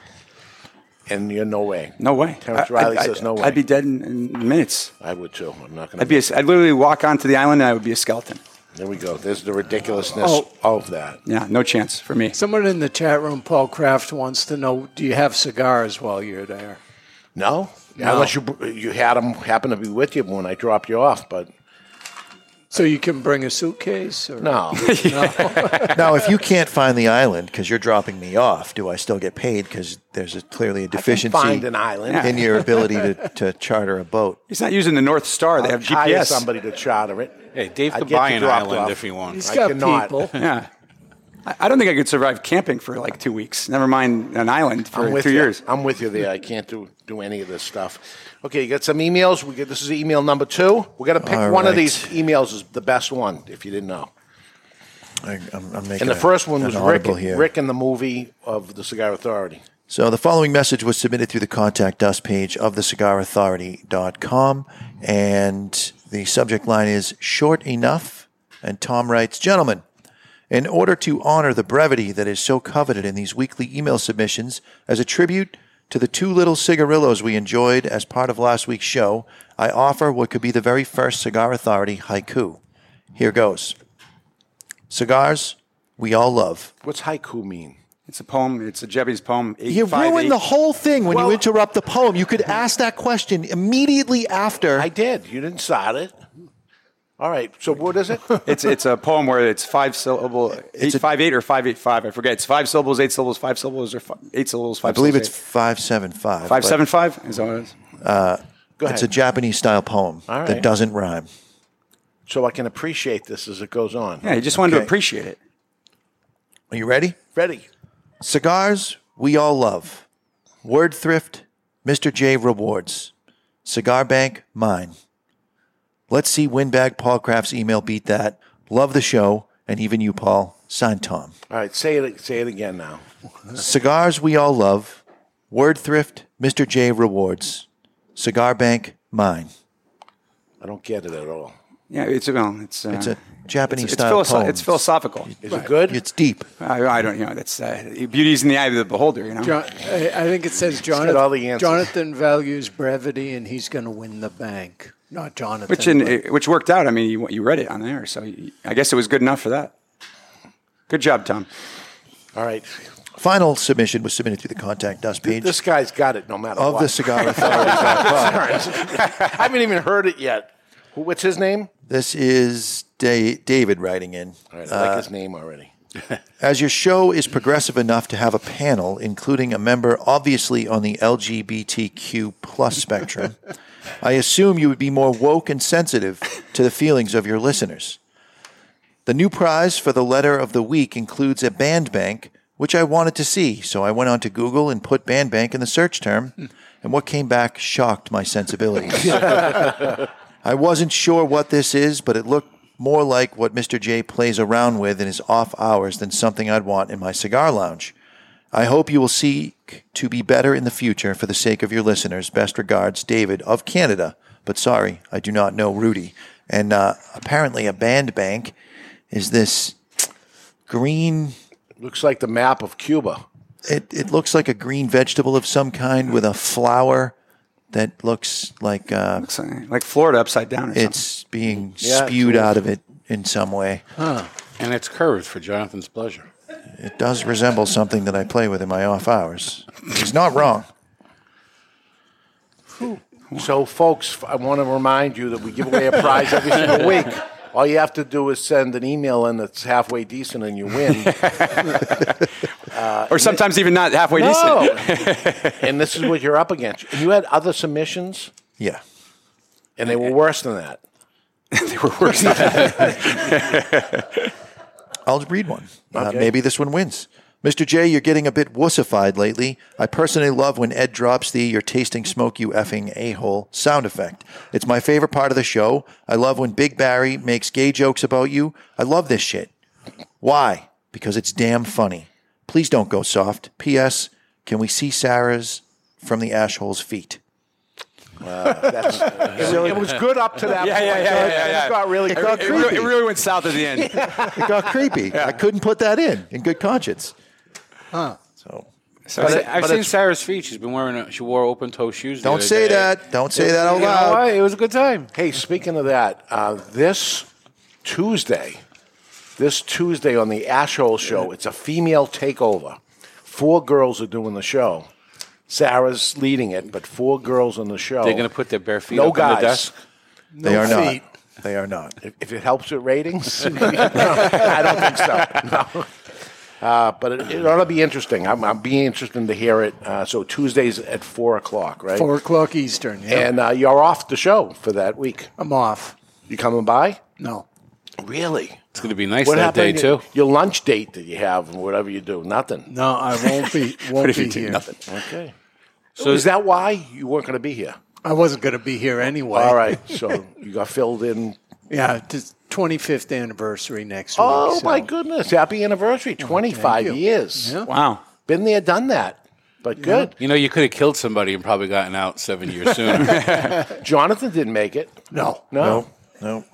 Speaker 1: And you're no way.
Speaker 3: No way.
Speaker 1: Terrence
Speaker 3: I- I'd-
Speaker 1: Riley
Speaker 3: I'd-
Speaker 1: says no way.
Speaker 3: I'd be dead in, in minutes.
Speaker 1: I would too. I'm not going
Speaker 3: I'd be. A, I'd literally walk onto the island and I would be a skeleton.
Speaker 1: There we go. There's the ridiculousness
Speaker 6: Oh.
Speaker 1: of that.
Speaker 3: Yeah, no chance for me.
Speaker 6: Someone in the chat room, Paul Kraft, wants to know: Do you have cigars while you're there?
Speaker 1: No,
Speaker 6: No.
Speaker 1: unless you you had them happen to be with you when I dropped you off, but
Speaker 6: So you can bring a suitcase? Or?
Speaker 1: [laughs] [laughs]
Speaker 6: [laughs]
Speaker 2: [laughs]
Speaker 1: No.
Speaker 2: now, if you can't find the island because you're dropping me off, do I still get paid? Because there's a, clearly a deficiency
Speaker 1: find an island.
Speaker 2: in your
Speaker 1: [laughs]
Speaker 2: ability to, to charter a boat.
Speaker 3: He's not using the North Star. They
Speaker 1: I'll
Speaker 3: have
Speaker 1: hire
Speaker 3: GPS.
Speaker 1: somebody to charter it.
Speaker 3: Hey,
Speaker 4: Dave
Speaker 1: I'd
Speaker 4: could
Speaker 1: get
Speaker 4: buy
Speaker 1: you
Speaker 4: an
Speaker 1: dropped
Speaker 4: island
Speaker 1: off.
Speaker 4: if he wants.
Speaker 1: I cannot.
Speaker 3: [laughs]
Speaker 1: [laughs]
Speaker 3: yeah. I, I don't think I could survive camping for like two weeks. Never mind an island for
Speaker 1: I'm with
Speaker 3: two
Speaker 1: you.
Speaker 3: years.
Speaker 1: I'm with you there. I can't do, do any of this stuff. Okay, you got some emails. We get this is email number two. We're gonna pick
Speaker 2: All
Speaker 1: one of
Speaker 2: right.
Speaker 1: these emails is the best one. If you didn't know,
Speaker 2: I, I'm, I'm making
Speaker 1: and the
Speaker 2: a-
Speaker 1: first one
Speaker 2: an
Speaker 1: was Rick.
Speaker 2: audible here.
Speaker 1: Rick in the movie of the Cigar Authority.
Speaker 2: So the following message was submitted through the contact us page of thecigarauthority.com and the subject line is short enough and Tom writes, "Gentlemen, in order to honor the brevity that is so coveted in these weekly email submissions as a tribute to the two little cigarillos we enjoyed as part of last week's show, I offer what could be the very first Cigar Authority haiku. Here goes. Cigars we all love.
Speaker 1: What's haiku mean?
Speaker 3: It's a poem. It's a Japanese poem. Eight,
Speaker 2: You
Speaker 3: five,
Speaker 2: ruined
Speaker 3: eight.
Speaker 2: the whole thing when you interrupt the poem. You could ask that question immediately after. I
Speaker 1: did. You didn't start it. All right. So what is it?
Speaker 3: It's it's a poem where it's five syllable, eight five eight or five eight five. I forget. It's five syllables, eight syllables, five syllables, or fi- eight syllables,
Speaker 2: I
Speaker 3: five.
Speaker 2: believe it's
Speaker 3: syllables,
Speaker 2: five seven five.
Speaker 3: five seven five. Is that what it is?
Speaker 2: Uh,
Speaker 1: Go
Speaker 2: It's
Speaker 1: ahead.
Speaker 2: a Japanese style poem
Speaker 1: All right.
Speaker 2: that doesn't rhyme.
Speaker 1: So I can appreciate this as it goes on.
Speaker 2: Yeah, you just wanted to Okay.
Speaker 3: appreciate it.
Speaker 2: Are you ready?
Speaker 1: Ready.
Speaker 2: Cigars we all love. Word thrift, Mr. J rewards. Cigar bank mine. Let's see Windbag Paul Craft's email beat that. Love the show and even you, Paul. Signed, Tom.
Speaker 1: All right. Say it. Say it again now.
Speaker 2: Cigars we all love. Word thrift, Mr. J rewards. Cigar bank mine.
Speaker 1: I don't get it at all.
Speaker 3: Yeah, it's well, it's uh,
Speaker 2: It's a Japanese
Speaker 3: it's,
Speaker 2: style
Speaker 3: it's,
Speaker 2: poem.
Speaker 3: it's philosophical.
Speaker 1: Is it good?
Speaker 2: It's deep.
Speaker 3: I, I don't. You know, that's uh, beauty's in the eye of the beholder. You know.
Speaker 6: John, I I think it says Jonathan,
Speaker 3: all the answers.
Speaker 6: Jonathan values brevity and he's going to win the bank. Not Jonathan.
Speaker 3: which in,
Speaker 6: but-
Speaker 3: it- which worked out. I mean, you, you read it on there, so you, I guess it was good enough for that. Good job, Tom.
Speaker 1: All right.
Speaker 2: Final submission was submitted through the contact us
Speaker 1: [laughs]
Speaker 2: page.
Speaker 1: This guy's got it no matter
Speaker 2: Of
Speaker 1: what. [laughs]
Speaker 2: the Cigar [laughs]
Speaker 1: Sorry. I haven't even heard it yet. Who- What's his name?
Speaker 2: This is da- David writing in.
Speaker 1: All right, I
Speaker 2: Uh,
Speaker 1: like his name already. [laughs]
Speaker 2: As your show is progressive enough to have a panel, including a member obviously on the LGBTQ plus
Speaker 1: [laughs]
Speaker 2: spectrum, I assume you would be more woke and sensitive to the feelings of your listeners. The new prize for the letter of the week includes a band bank, which I wanted to see, so I went on to Google and put band bank in the
Speaker 1: [laughs]
Speaker 2: search term, and what came back shocked my sensibilities. I wasn't sure what this is, but it looked more like what Mr. J plays around with in his off hours than something I'd want in my cigar lounge. I hope you will seek to be better in the future for the sake of your listeners. Best regards, David of Canada. But sorry, I do not know Rudy. And uh, apparently, a band bank is this green.
Speaker 1: Looks like the map of Cuba.
Speaker 2: It, it looks like a green vegetable of some kind with a flower that looks like uh,
Speaker 3: Like Florida upside down. Or
Speaker 2: it's being
Speaker 3: Yeah,
Speaker 2: spewed
Speaker 3: it is.
Speaker 2: out of it in some way.
Speaker 4: Huh. And it's curved for Jonathan's pleasure.
Speaker 2: It does resemble something that I play with in my off hours. He's not wrong.
Speaker 1: So, folks, I want to remind you that we give away a prize every
Speaker 3: [laughs]
Speaker 1: single week. All you have to do is send an email in that's halfway decent and you
Speaker 3: [laughs]
Speaker 1: win. Uh,
Speaker 3: Or sometimes even not halfway
Speaker 1: No.
Speaker 3: decent.
Speaker 1: [laughs] and this is what you're up against. And you had other submissions,
Speaker 2: Yeah.
Speaker 1: and they were worse than that.
Speaker 3: [laughs] they were worse
Speaker 1: [laughs]
Speaker 3: than
Speaker 1: that.
Speaker 2: I'll read one. Uh,
Speaker 1: Okay.
Speaker 2: maybe this one wins. Mr. J, you're getting a bit wussified lately. I personally love when Ed drops the you're tasting smoke, you effing a hole sound effect. It's my favorite part of the show. I love when Big Barry makes gay jokes about you. I love this shit. Why? Because it's damn funny. Please don't go soft. P.S. Can we see Sarah's from the ashhole's feet? [laughs]
Speaker 1: That's, it, was- it was good up to that
Speaker 3: Yeah,
Speaker 1: point.
Speaker 3: yeah, yeah, yeah,
Speaker 1: It
Speaker 3: yeah, yeah.
Speaker 1: got really
Speaker 3: It-
Speaker 1: good.
Speaker 3: it really- it really went south at the
Speaker 2: [laughs]
Speaker 3: end.
Speaker 2: it got creepy. I couldn't put that in in good conscience.
Speaker 6: Huh.
Speaker 2: So,
Speaker 4: I've
Speaker 2: But
Speaker 4: seen-
Speaker 2: it-
Speaker 4: I've
Speaker 2: but
Speaker 4: seen
Speaker 2: it's-
Speaker 4: Sarah's feet. She's been wearing. A, she wore open toe shoes. the
Speaker 2: Don't
Speaker 4: other
Speaker 2: say
Speaker 4: day.
Speaker 2: that. Don't say that out
Speaker 4: You know
Speaker 2: loud.
Speaker 4: what? It was a good time.
Speaker 1: Hey, speaking of that, uh, this Tuesday, this Tuesday on the Ashole Show, it's a female takeover. Four girls are doing the show. Sarah's leading it, but four girls on the show.
Speaker 4: They're going to put their bare feet
Speaker 1: no
Speaker 4: up
Speaker 1: guys.
Speaker 4: on the desk.
Speaker 1: No
Speaker 2: They are not.
Speaker 1: feet.
Speaker 2: They are not.
Speaker 1: If, if it helps with
Speaker 4: [laughs]
Speaker 1: ratings, [laughs] No, I don't think so. No. Uh, but it, it ought to be interesting. I'm, I'm being interested to hear it. Uh, so Tuesdays at four o'clock, right?
Speaker 6: Four o'clock Eastern. Yeah.
Speaker 1: And uh, you're off the show for that week.
Speaker 6: I'm off.
Speaker 1: You coming by?
Speaker 6: No.
Speaker 1: Really?
Speaker 4: It's going to be nice
Speaker 1: what
Speaker 4: that day
Speaker 1: happened?
Speaker 4: too.
Speaker 1: Your, your lunch date that you have and whatever you do, nothing.
Speaker 6: No, I
Speaker 1: [laughs]
Speaker 6: won't be. Won't
Speaker 4: What if
Speaker 6: be
Speaker 4: you do
Speaker 6: here.
Speaker 4: nothing?
Speaker 1: Okay. So is that why you weren't going to be here?
Speaker 6: I wasn't going to be here anyway.
Speaker 1: All right. So you got filled in.
Speaker 6: [laughs] Yeah, it's 25th anniversary next
Speaker 1: Oh
Speaker 6: week. so- Oh,
Speaker 1: my goodness! Happy anniversary! Twenty-five
Speaker 6: you.
Speaker 1: years.
Speaker 6: Yeah.
Speaker 4: Wow.
Speaker 1: Been there, done that. But good.
Speaker 4: You know, you could have killed somebody and probably gotten out seven years sooner.
Speaker 1: Jonathan didn't make it.
Speaker 6: No.
Speaker 1: No.
Speaker 3: [laughs]
Speaker 2: No.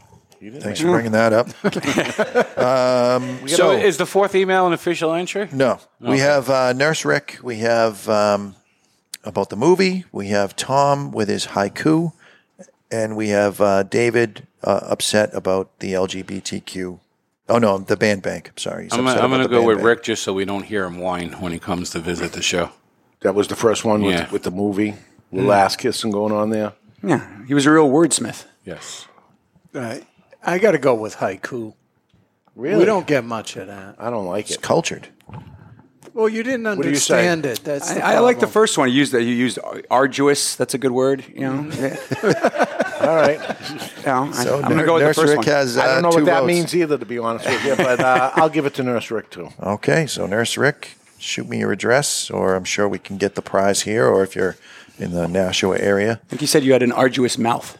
Speaker 2: Thanks
Speaker 4: make
Speaker 2: for
Speaker 4: it.
Speaker 2: bringing that up.
Speaker 4: [laughs]
Speaker 2: [laughs] um,
Speaker 4: so, is the fourth email an official entry?
Speaker 2: No. We have uh, Nurse Rick. We have um, about the movie. We have Tom with his haiku. And we have uh, David uh, upset about the LGBTQ. Oh, no, the band bank. I'm sorry. He's
Speaker 4: I'm,
Speaker 2: upset
Speaker 4: I'm
Speaker 2: about
Speaker 4: going to
Speaker 2: the
Speaker 4: go
Speaker 2: band
Speaker 4: with
Speaker 2: bank.
Speaker 4: Rick just so we don't hear him whine when he comes to visit the show.
Speaker 1: That was the first one with,
Speaker 4: Yeah.
Speaker 1: with the movie, the
Speaker 4: Mm.
Speaker 1: last kissing going on there.
Speaker 3: Yeah, he was a real wordsmith.
Speaker 4: Yes.
Speaker 6: I, Uh, I got to go with haiku.
Speaker 1: Really?
Speaker 6: We don't get much of that.
Speaker 1: I don't like
Speaker 2: it. Cultured.
Speaker 6: Well, you didn't
Speaker 1: What do you say?
Speaker 6: understand it. That's the
Speaker 3: I, I like the
Speaker 6: problem.
Speaker 3: first one. You used that. You used arduous. That's a good word. You know.
Speaker 1: [laughs]
Speaker 6: Mm-hmm.
Speaker 1: All
Speaker 3: [laughs]
Speaker 1: right.
Speaker 3: Yeah, I- So I'm gonna Nur- go with the Nurse first Rick one. has,
Speaker 1: I
Speaker 2: uh,
Speaker 1: don't know
Speaker 2: two
Speaker 1: what that
Speaker 2: votes.
Speaker 1: means either, to be honest with you, but
Speaker 3: [laughs]
Speaker 1: uh, I'll give it to Nurse Rick too.
Speaker 2: Okay, so Nurse Rick, shoot me your address, or I'm sure we can get the prize here, or if you're in the Nashua area.
Speaker 3: I think you said you had an arduous mouth.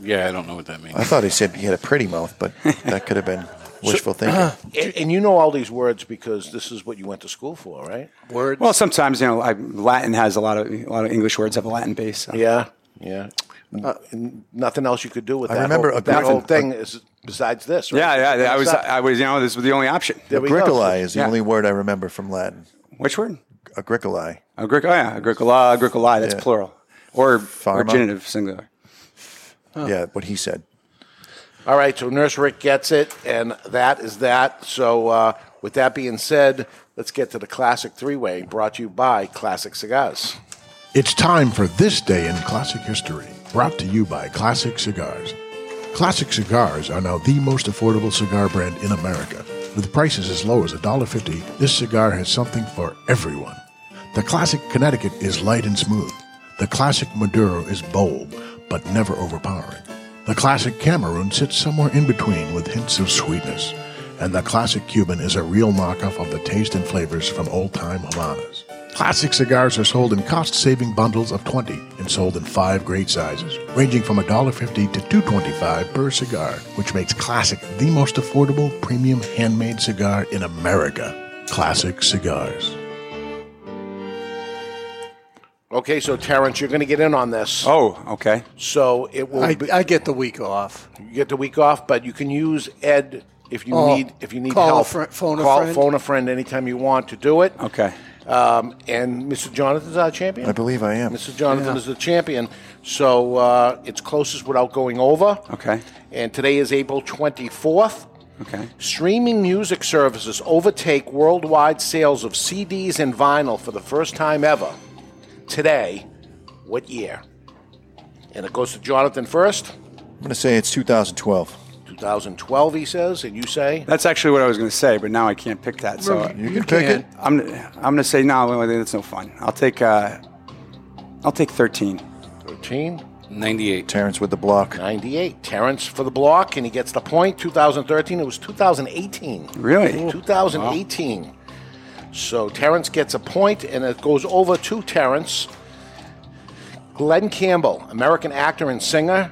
Speaker 4: Yeah, I don't know what that means.
Speaker 2: I thought he said he had a pretty mouth, but that could have
Speaker 3: [laughs]
Speaker 2: been wishful thinking.
Speaker 1: [clears throat] and, and you know all these words because this is what you went to school for, right?
Speaker 6: Words.
Speaker 3: Well, sometimes you know, I, Latin has a lot of a lot of English words have a Latin base.
Speaker 1: Yeah, yeah. And nothing else you could do with
Speaker 3: Uh, I
Speaker 1: that.
Speaker 3: remember
Speaker 1: whole,
Speaker 3: a
Speaker 1: that
Speaker 3: griffin-
Speaker 1: whole thing is besides this. Right?
Speaker 3: Yeah, yeah. I was,
Speaker 1: Besides-
Speaker 3: I was, you know, this was the only option.
Speaker 2: Agricolae is the only word I remember from Latin.
Speaker 3: Which word?
Speaker 2: Agricolae.
Speaker 3: Agricola, yeah, agricola, agricolae. That's plural, or, or genitive singular.
Speaker 2: Yeah, what he said.
Speaker 1: All right, so Nurse Rick gets it, and that is that. So, uh, with that being said, let's get to the classic three way brought to you by Classic Cigars.
Speaker 13: It's time for This Day in Classic History, brought to you by Classic Cigars. Classic Cigars are now the most affordable cigar brand in America. With prices as low as $1.50, this cigar has something for everyone. The Classic Connecticut is light and smooth. The Classic Maduro is bold, but never overpowering. The Classic Cameroon sits somewhere in between with hints of sweetness. And the Classic Cuban is a real knockoff of the taste and flavors from old time Havanas. Classic cigars are sold in cost saving bundles of 20 and sold in five great sizes, ranging from $1.50 to $2.25 per cigar, which makes Classic the most affordable premium handmade cigar in America. Classic Cigars.
Speaker 1: Okay, so Terrence, you're going to get in on this.
Speaker 3: Oh, okay.
Speaker 1: So it will.
Speaker 6: I-
Speaker 1: be,
Speaker 6: I get the week off.
Speaker 1: You get the week off, but you can use Ed if you
Speaker 6: Oh,
Speaker 1: need if you need
Speaker 6: call a
Speaker 1: help.
Speaker 6: fri- phone a
Speaker 1: call,
Speaker 6: friend?
Speaker 1: phone a friend anytime you want to do it.
Speaker 3: Okay.
Speaker 1: Um, and Mr. Jonathan's our champion.
Speaker 2: I believe I am.
Speaker 1: Mr. Jonathan
Speaker 2: Yeah.
Speaker 1: is the champion, so uh, it's closest without going over.
Speaker 3: Okay.
Speaker 1: And today is April 24th.
Speaker 3: Okay.
Speaker 1: Streaming music services overtake worldwide sales of CDs and vinyl for the first time ever. Today, what year? And it goes to Jonathan first.
Speaker 2: I'm going to say it's 2012.
Speaker 1: 2012, he says, and you say?
Speaker 3: That's actually what I was going to say, but now I can't pick that. So
Speaker 1: You You can pick can. it.
Speaker 3: I'm, I'm going to say no. wait, wait, That's no fun. I'll take, uh, I'll take thirteen.
Speaker 1: 13.
Speaker 4: 98.
Speaker 2: Terrence with the block.
Speaker 1: 98. Terrence for the block, and he gets the point. 2013. It was 2018.
Speaker 3: Really?
Speaker 1: 2018. So Terrence gets a point, and it goes over to Terrence. Glenn Campbell, American actor and singer.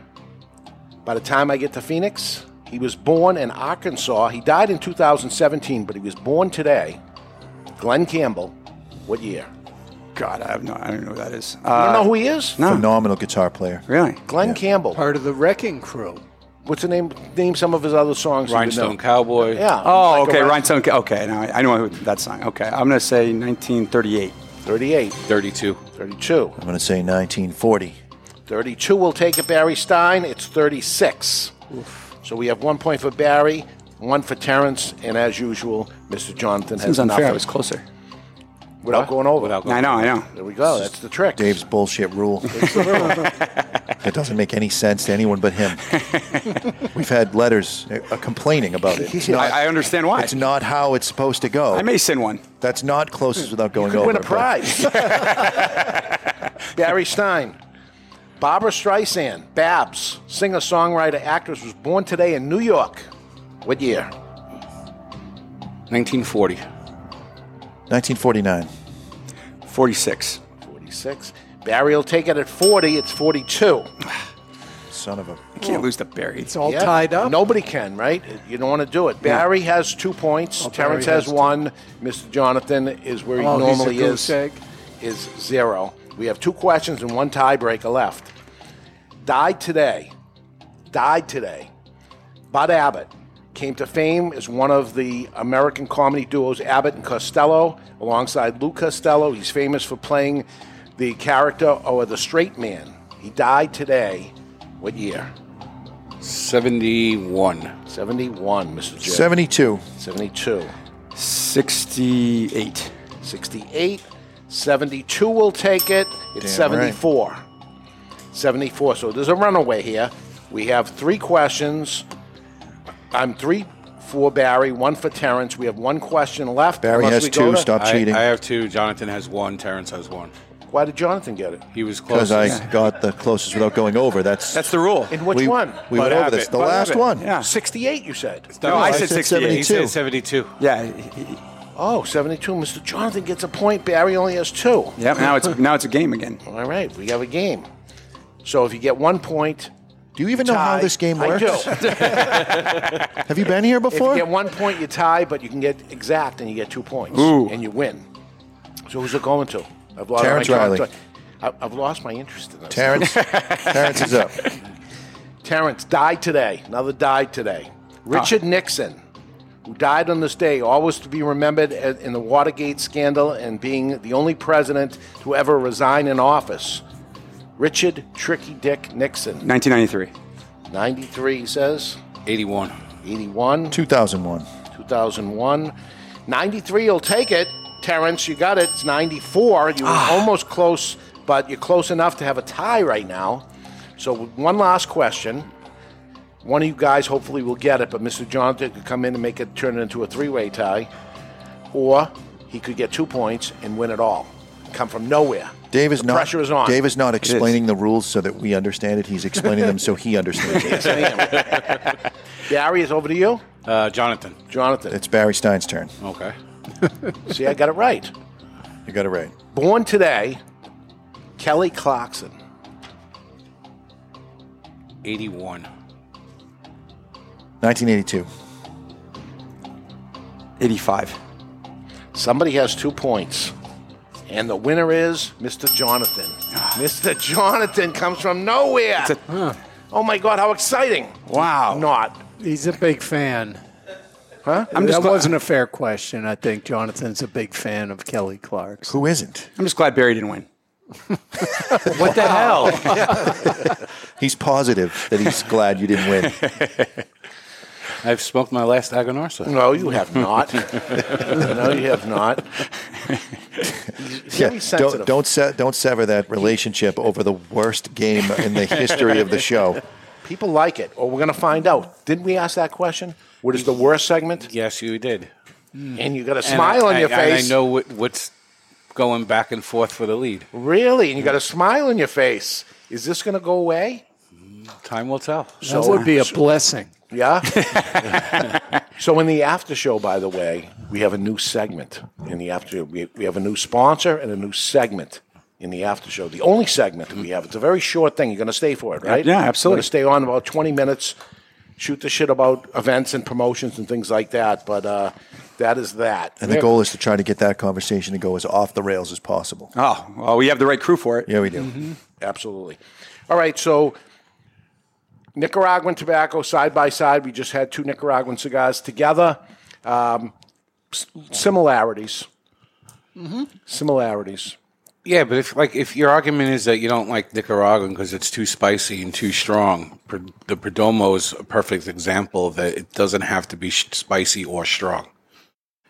Speaker 1: By the time I get to Phoenix, he was born in Arkansas. He died in 2017, but he was born today. Glenn Campbell, what year?
Speaker 3: God, I have no. I don't know who that is. Uh,
Speaker 1: You don't know who he is?
Speaker 2: Phenomenal guitar player.
Speaker 3: Really?
Speaker 1: Glenn Campbell.
Speaker 6: Part of the Wrecking Crew.
Speaker 1: What's the name? Name some of his other songs. you would know.
Speaker 4: Rhinestone Cowboy.
Speaker 1: Yeah. Like
Speaker 3: Oh,
Speaker 1: a
Speaker 3: okay.
Speaker 1: rhin-
Speaker 3: Rhinestone. Ca- Okay, now I, I know who that song. Okay, I'm going to say 1938.
Speaker 1: 38.
Speaker 4: 32.
Speaker 1: 32.
Speaker 2: I'm going to say 1940.
Speaker 1: 32 will take it, Barry Stein. It's 36. So we have one point for Barry, one for Terrence, and as usual, Mr. Jonathan has
Speaker 3: Seems unfair.
Speaker 1: nothing.
Speaker 3: I was closer.
Speaker 1: Without going over.
Speaker 3: I know, I know.
Speaker 1: There we go. That's the trick.
Speaker 2: Dave's bullshit
Speaker 1: [laughs]
Speaker 2: rule. It doesn't make any sense to anyone but
Speaker 3: [laughs]
Speaker 2: him. We've had letters uh, complaining about it. It's not-
Speaker 3: I, I understand why.
Speaker 2: It's not how it's supposed to go. I may
Speaker 3: send one.
Speaker 2: That's not closest without going
Speaker 1: could
Speaker 2: over.
Speaker 1: win a
Speaker 2: but-
Speaker 1: prize. Barry Stein. Barbara Streisand, Babs, singer, songwriter, actress, was born today in New York. What year?
Speaker 10: 1940.
Speaker 2: 1949.
Speaker 3: 46.
Speaker 1: 46. Barry will take it at 40. It's 42.
Speaker 2: [laughs] Son of a.
Speaker 3: I can't lose to Barry. It's
Speaker 1: Yeah, Nobody can, right? You don't want to do it.
Speaker 3: Yeah.
Speaker 1: Barry has two points.
Speaker 3: Oh,
Speaker 1: Terrence
Speaker 3: Barry
Speaker 1: has,
Speaker 3: has two.
Speaker 1: one. Mr. Jonathan is where he
Speaker 3: Oh, he's a
Speaker 1: normally
Speaker 3: goose
Speaker 1: is. Is zero. We have two questions and one tiebreaker left. Died today. Died today. Bud Abbott came to fame as one of the American comedy duos Abbott and Costello, alongside Lou Costello. He's famous for playing the character or the straight man. He died today. What year?
Speaker 10: 71.
Speaker 1: 71, Mr. J.
Speaker 2: 72.
Speaker 1: 72.
Speaker 3: 68.
Speaker 1: 68. 72 will take it. It's
Speaker 3: Damn right.
Speaker 1: 74. 74. So there's a runaway here. We have three questions. I'm three for Barry, one for Terrence. We have one question left. Unless we go to-
Speaker 10: I- I have two. Jonathan has one. Terrence has one.
Speaker 1: Why did Jonathan get it?
Speaker 10: He was close.
Speaker 2: Because I got the closest without going over. That's
Speaker 10: That's the rule.
Speaker 1: And which
Speaker 2: we,
Speaker 1: one?
Speaker 2: We went over this. The last one.
Speaker 1: 68, you said.
Speaker 2: No, I said
Speaker 10: 68. He said
Speaker 2: 72.
Speaker 10: 72.
Speaker 3: Yeah.
Speaker 1: Oh, 72. Mr. Jonathan gets a point. Barry only has two.
Speaker 3: Yep. Now it's now it's a game again.
Speaker 1: All right, [laughs] we have a game. So if you get one point,
Speaker 2: do you even know how this game
Speaker 1: [laughs]
Speaker 2: works?
Speaker 1: I do.
Speaker 2: Have you been [laughs] here
Speaker 1: If
Speaker 2: before?
Speaker 1: you get one point, you tie, but you can get exact and you get two points,
Speaker 2: Ooh.
Speaker 1: and you win. So who's it going to? I've lost
Speaker 2: Terrence
Speaker 1: my
Speaker 2: Riley.
Speaker 1: I, I've lost my interest in this. [laughs]
Speaker 2: Terrence- Terrence is
Speaker 3: [laughs]
Speaker 2: up.
Speaker 1: Terrence died today. Another died today. Richard Nixon, who died on this day, always to be remembered a- in the Watergate scandal and being the only president to ever resign in office. Richard Tricky Dick Nixon,
Speaker 3: 1993.
Speaker 1: 93, he says.
Speaker 10: 81.
Speaker 1: 81.
Speaker 2: 2001.
Speaker 1: 2001. 93, you'll take it. Terrence, you got it. It's 94. You were
Speaker 10: Ah.
Speaker 1: almost close, but you're close enough to have a tie right now. So, one last question. One of you guys hopefully will get it, but Mr. Jonathan could come in and make it turn it into a three way tie, or he could get two points and win it all. Come from
Speaker 10: [laughs]
Speaker 1: nowhere.
Speaker 2: Dave is
Speaker 1: The
Speaker 2: not.
Speaker 1: pressure is on.
Speaker 2: Dave is not
Speaker 1: It is.
Speaker 2: explaining the rules so that we understand it. He's explaining them so
Speaker 1: [laughs]
Speaker 2: he understands it.
Speaker 1: Gary, is over to you.
Speaker 10: Uh, Jonathan.
Speaker 1: Jonathan.
Speaker 2: It's Barry Stein's turn.
Speaker 10: Okay.
Speaker 1: [laughs] See, I got it right.
Speaker 2: You got it right.
Speaker 1: Born today, Kelly Clarkson.
Speaker 10: 81.
Speaker 2: 1982.
Speaker 3: 85.
Speaker 1: Somebody has two points. And the winner is Mr. Jonathan.
Speaker 2: Ah.
Speaker 1: Mr. Jonathan comes from nowhere. oh my God, how exciting.
Speaker 3: Wow.
Speaker 1: Not.
Speaker 6: He's a big fan.
Speaker 1: Huh?
Speaker 6: that wasn't a fair question. I think Jonathan's a big fan of Kelly Clark's.
Speaker 2: Who isn't?
Speaker 3: I'm just glad Barry didn't win.
Speaker 6: what the hell?
Speaker 2: [laughs] He's positive that he's glad you didn't win.
Speaker 10: I've smoked my last Agonorsa.
Speaker 1: No, you
Speaker 10: [laughs]
Speaker 1: have not. no, you have not. He's very sensitive.
Speaker 2: don't don't, se- don't sever that relationship over the worst game in the history of the show.
Speaker 1: [laughs] People like it, or we're going to find out. Didn't we ask that question? What is the worst segment?
Speaker 10: Yes, you did.
Speaker 1: And you got a
Speaker 10: And
Speaker 1: smile
Speaker 10: I-
Speaker 1: on your
Speaker 10: I- and
Speaker 1: face.
Speaker 10: I know what, what's going back and forth for the lead.
Speaker 1: Really? And you got a smile on your face. Is this going to go away?
Speaker 10: Time will tell.
Speaker 1: So-
Speaker 6: would be a blessing.
Speaker 1: Yeah. so in the after show, by the way, we have a new segment. In the after, we, we have a new sponsor and a new segment in the after show. The only segment that we have. It's a very short thing. You're going to stay for it, right?
Speaker 3: Yeah,
Speaker 1: You're
Speaker 3: absolutely.
Speaker 1: going to stay on about 20 minutes. Shoot the shit about events and promotions and things like that. But uh, that is that.
Speaker 2: And the goal is to try to get that conversation to go as off the rails as possible.
Speaker 3: Oh, well, we have the right crew for it.
Speaker 2: Yeah, we do.
Speaker 1: Absolutely. All right, so Nicaraguan tobacco side by side. We just had two Nicaraguan cigars together. Um, s- similarities. Similarities.
Speaker 10: Yeah, but if like if your argument is that you don't like Nicaraguan because it's too spicy and too strong, pr- the Perdomo is a perfect example that it doesn't have to be sh- spicy or strong.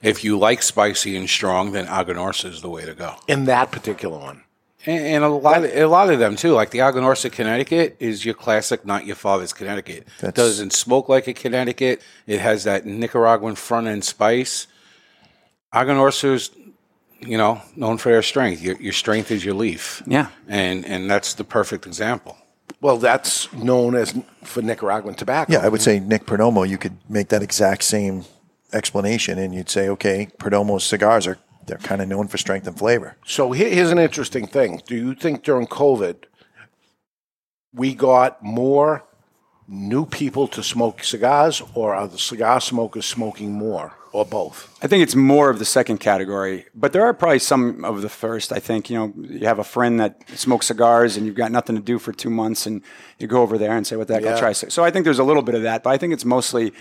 Speaker 10: If you like spicy and strong, then Agonorsa is the way to go.
Speaker 1: In that particular one,
Speaker 10: and, and a lot, of, a lot of them too. Like the Agonorsa Connecticut is your classic, not your father's Connecticut. It
Speaker 2: That's-
Speaker 10: doesn't smoke like a Connecticut. It has that Nicaraguan front end spice. Agonorsa is, you know, known for their strength. Your, your strength is your leaf.
Speaker 3: Yeah.
Speaker 10: and and that's the perfect example.
Speaker 1: Well, that's known as for Nicaraguan tobacco.
Speaker 2: Yeah, I would say Nick Perdomo. You could make that exact same explanation, and you'd say, okay, Perdomo's cigars are they're kind of known for strength and flavor.
Speaker 1: So here- here's an interesting thing. Do you think during COVID we got more new people to smoke cigars, or are the cigar smokers smoking more, or both?
Speaker 3: I think it's more of the second category, but there are probably some of the first. I think you know you have a friend that smokes cigars and you've got nothing to do for two months, and you go over there and say, "What the heck? I'll
Speaker 10: Yeah.
Speaker 3: try." ci-" So I think there's a little bit of that, but I think it's mostly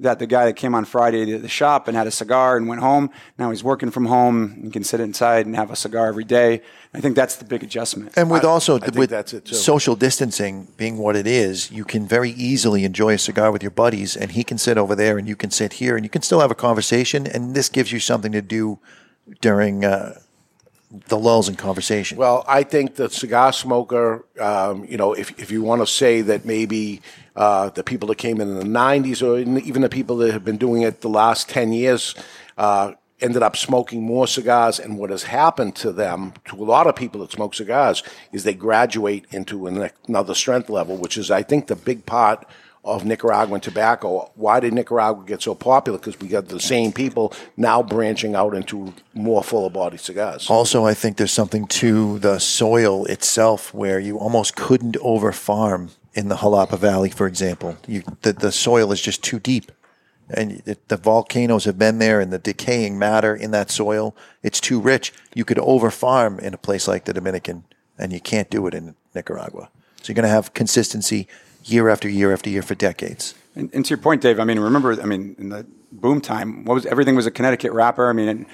Speaker 3: that the guy that came on Friday to the shop and had a cigar and went home. Now he's working from home and can sit inside and have a cigar every day. I think that's the big adjustment.
Speaker 2: And with also with
Speaker 3: too.
Speaker 2: social distancing being what it is, you can very easily enjoy a cigar with your buddies, and he can sit over there, and you can sit here, and you can still have a conversation. And this gives you something to do during uh, the lulls in conversation.
Speaker 1: Well, I think the cigar smoker, um, you know, if, if you want to say that maybe uh, the people that came in in the 90s or in- even the people that have been doing it the last 10 years uh, ended up smoking more cigars. And what has happened to them, to a lot of people that smoke cigars, is they graduate into an, another strength level, which is, I think, the big part of Nicaraguan tobacco. Why did Nicaragua get so popular? Because we got the same people now branching out into more fuller body cigars.
Speaker 2: Also, I think there's something to the soil itself where you almost couldn't over farm in the Jalapa Valley, for example. You, the, the soil is just too deep. And it, the volcanoes have been there and the decaying matter in that soil, it's too rich. You could over farm in a place like the Dominican, and you can't do it in Nicaragua. So you're going to have consistency year after year after year for decades.
Speaker 3: And, and to your point, Dave, I mean, remember, I mean, in the boom time, what was everything was a Connecticut wrapper. I mean, and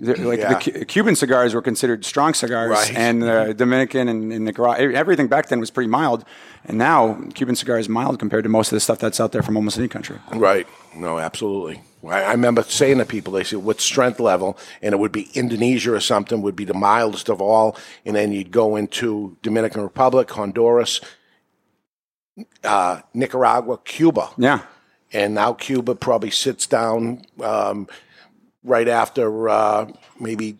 Speaker 3: the, like
Speaker 1: Yeah.
Speaker 3: the Cu- Cuban cigars were considered strong cigars,
Speaker 1: Right. Mm-hmm.
Speaker 3: and uh, Dominican and, and Nicaragua, everything back then was pretty mild. And now, Cuban cigar is mild compared to most of the stuff that's out there from almost any country.
Speaker 1: Right. No, absolutely. I, I remember saying to people, they said, "What strength level?" And it would be Indonesia or something would be the mildest of all, and then you'd go into Dominican Republic, Honduras, uh, Nicaragua, Cuba.
Speaker 3: Yeah.
Speaker 1: And now Cuba probably sits down um, right after uh, maybe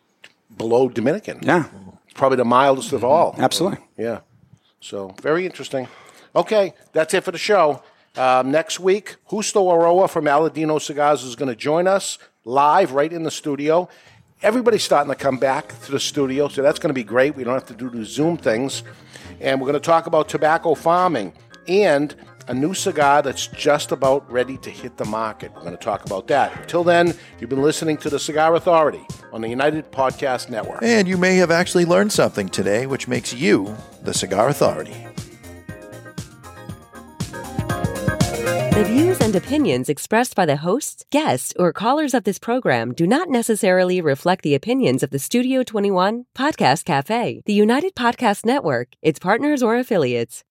Speaker 1: below Dominican.
Speaker 3: Yeah. Mm-hmm.
Speaker 1: Probably the mildest of all.
Speaker 3: Absolutely.
Speaker 1: Yeah. So very interesting. Okay, that's it for the show. Um, next week, Justo Aroa from Aladino Cigars is going to join us live right in the studio. Everybody's starting to come back to the studio, so that's going to be great. We don't have to do the Zoom things. And we're going to talk about tobacco farming and a new cigar that's just about ready to hit the market. We're going to talk about that. Until then, you've been listening to the Cigar Authority on the United Podcast Network.
Speaker 2: And you may have actually learned something today, which makes you the cigar authority.
Speaker 16: The views and opinions expressed by the hosts, guests, or callers of this program do not necessarily reflect the opinions of the Studio 21 Podcast Cafe, the United Podcast Network, its partners, or affiliates.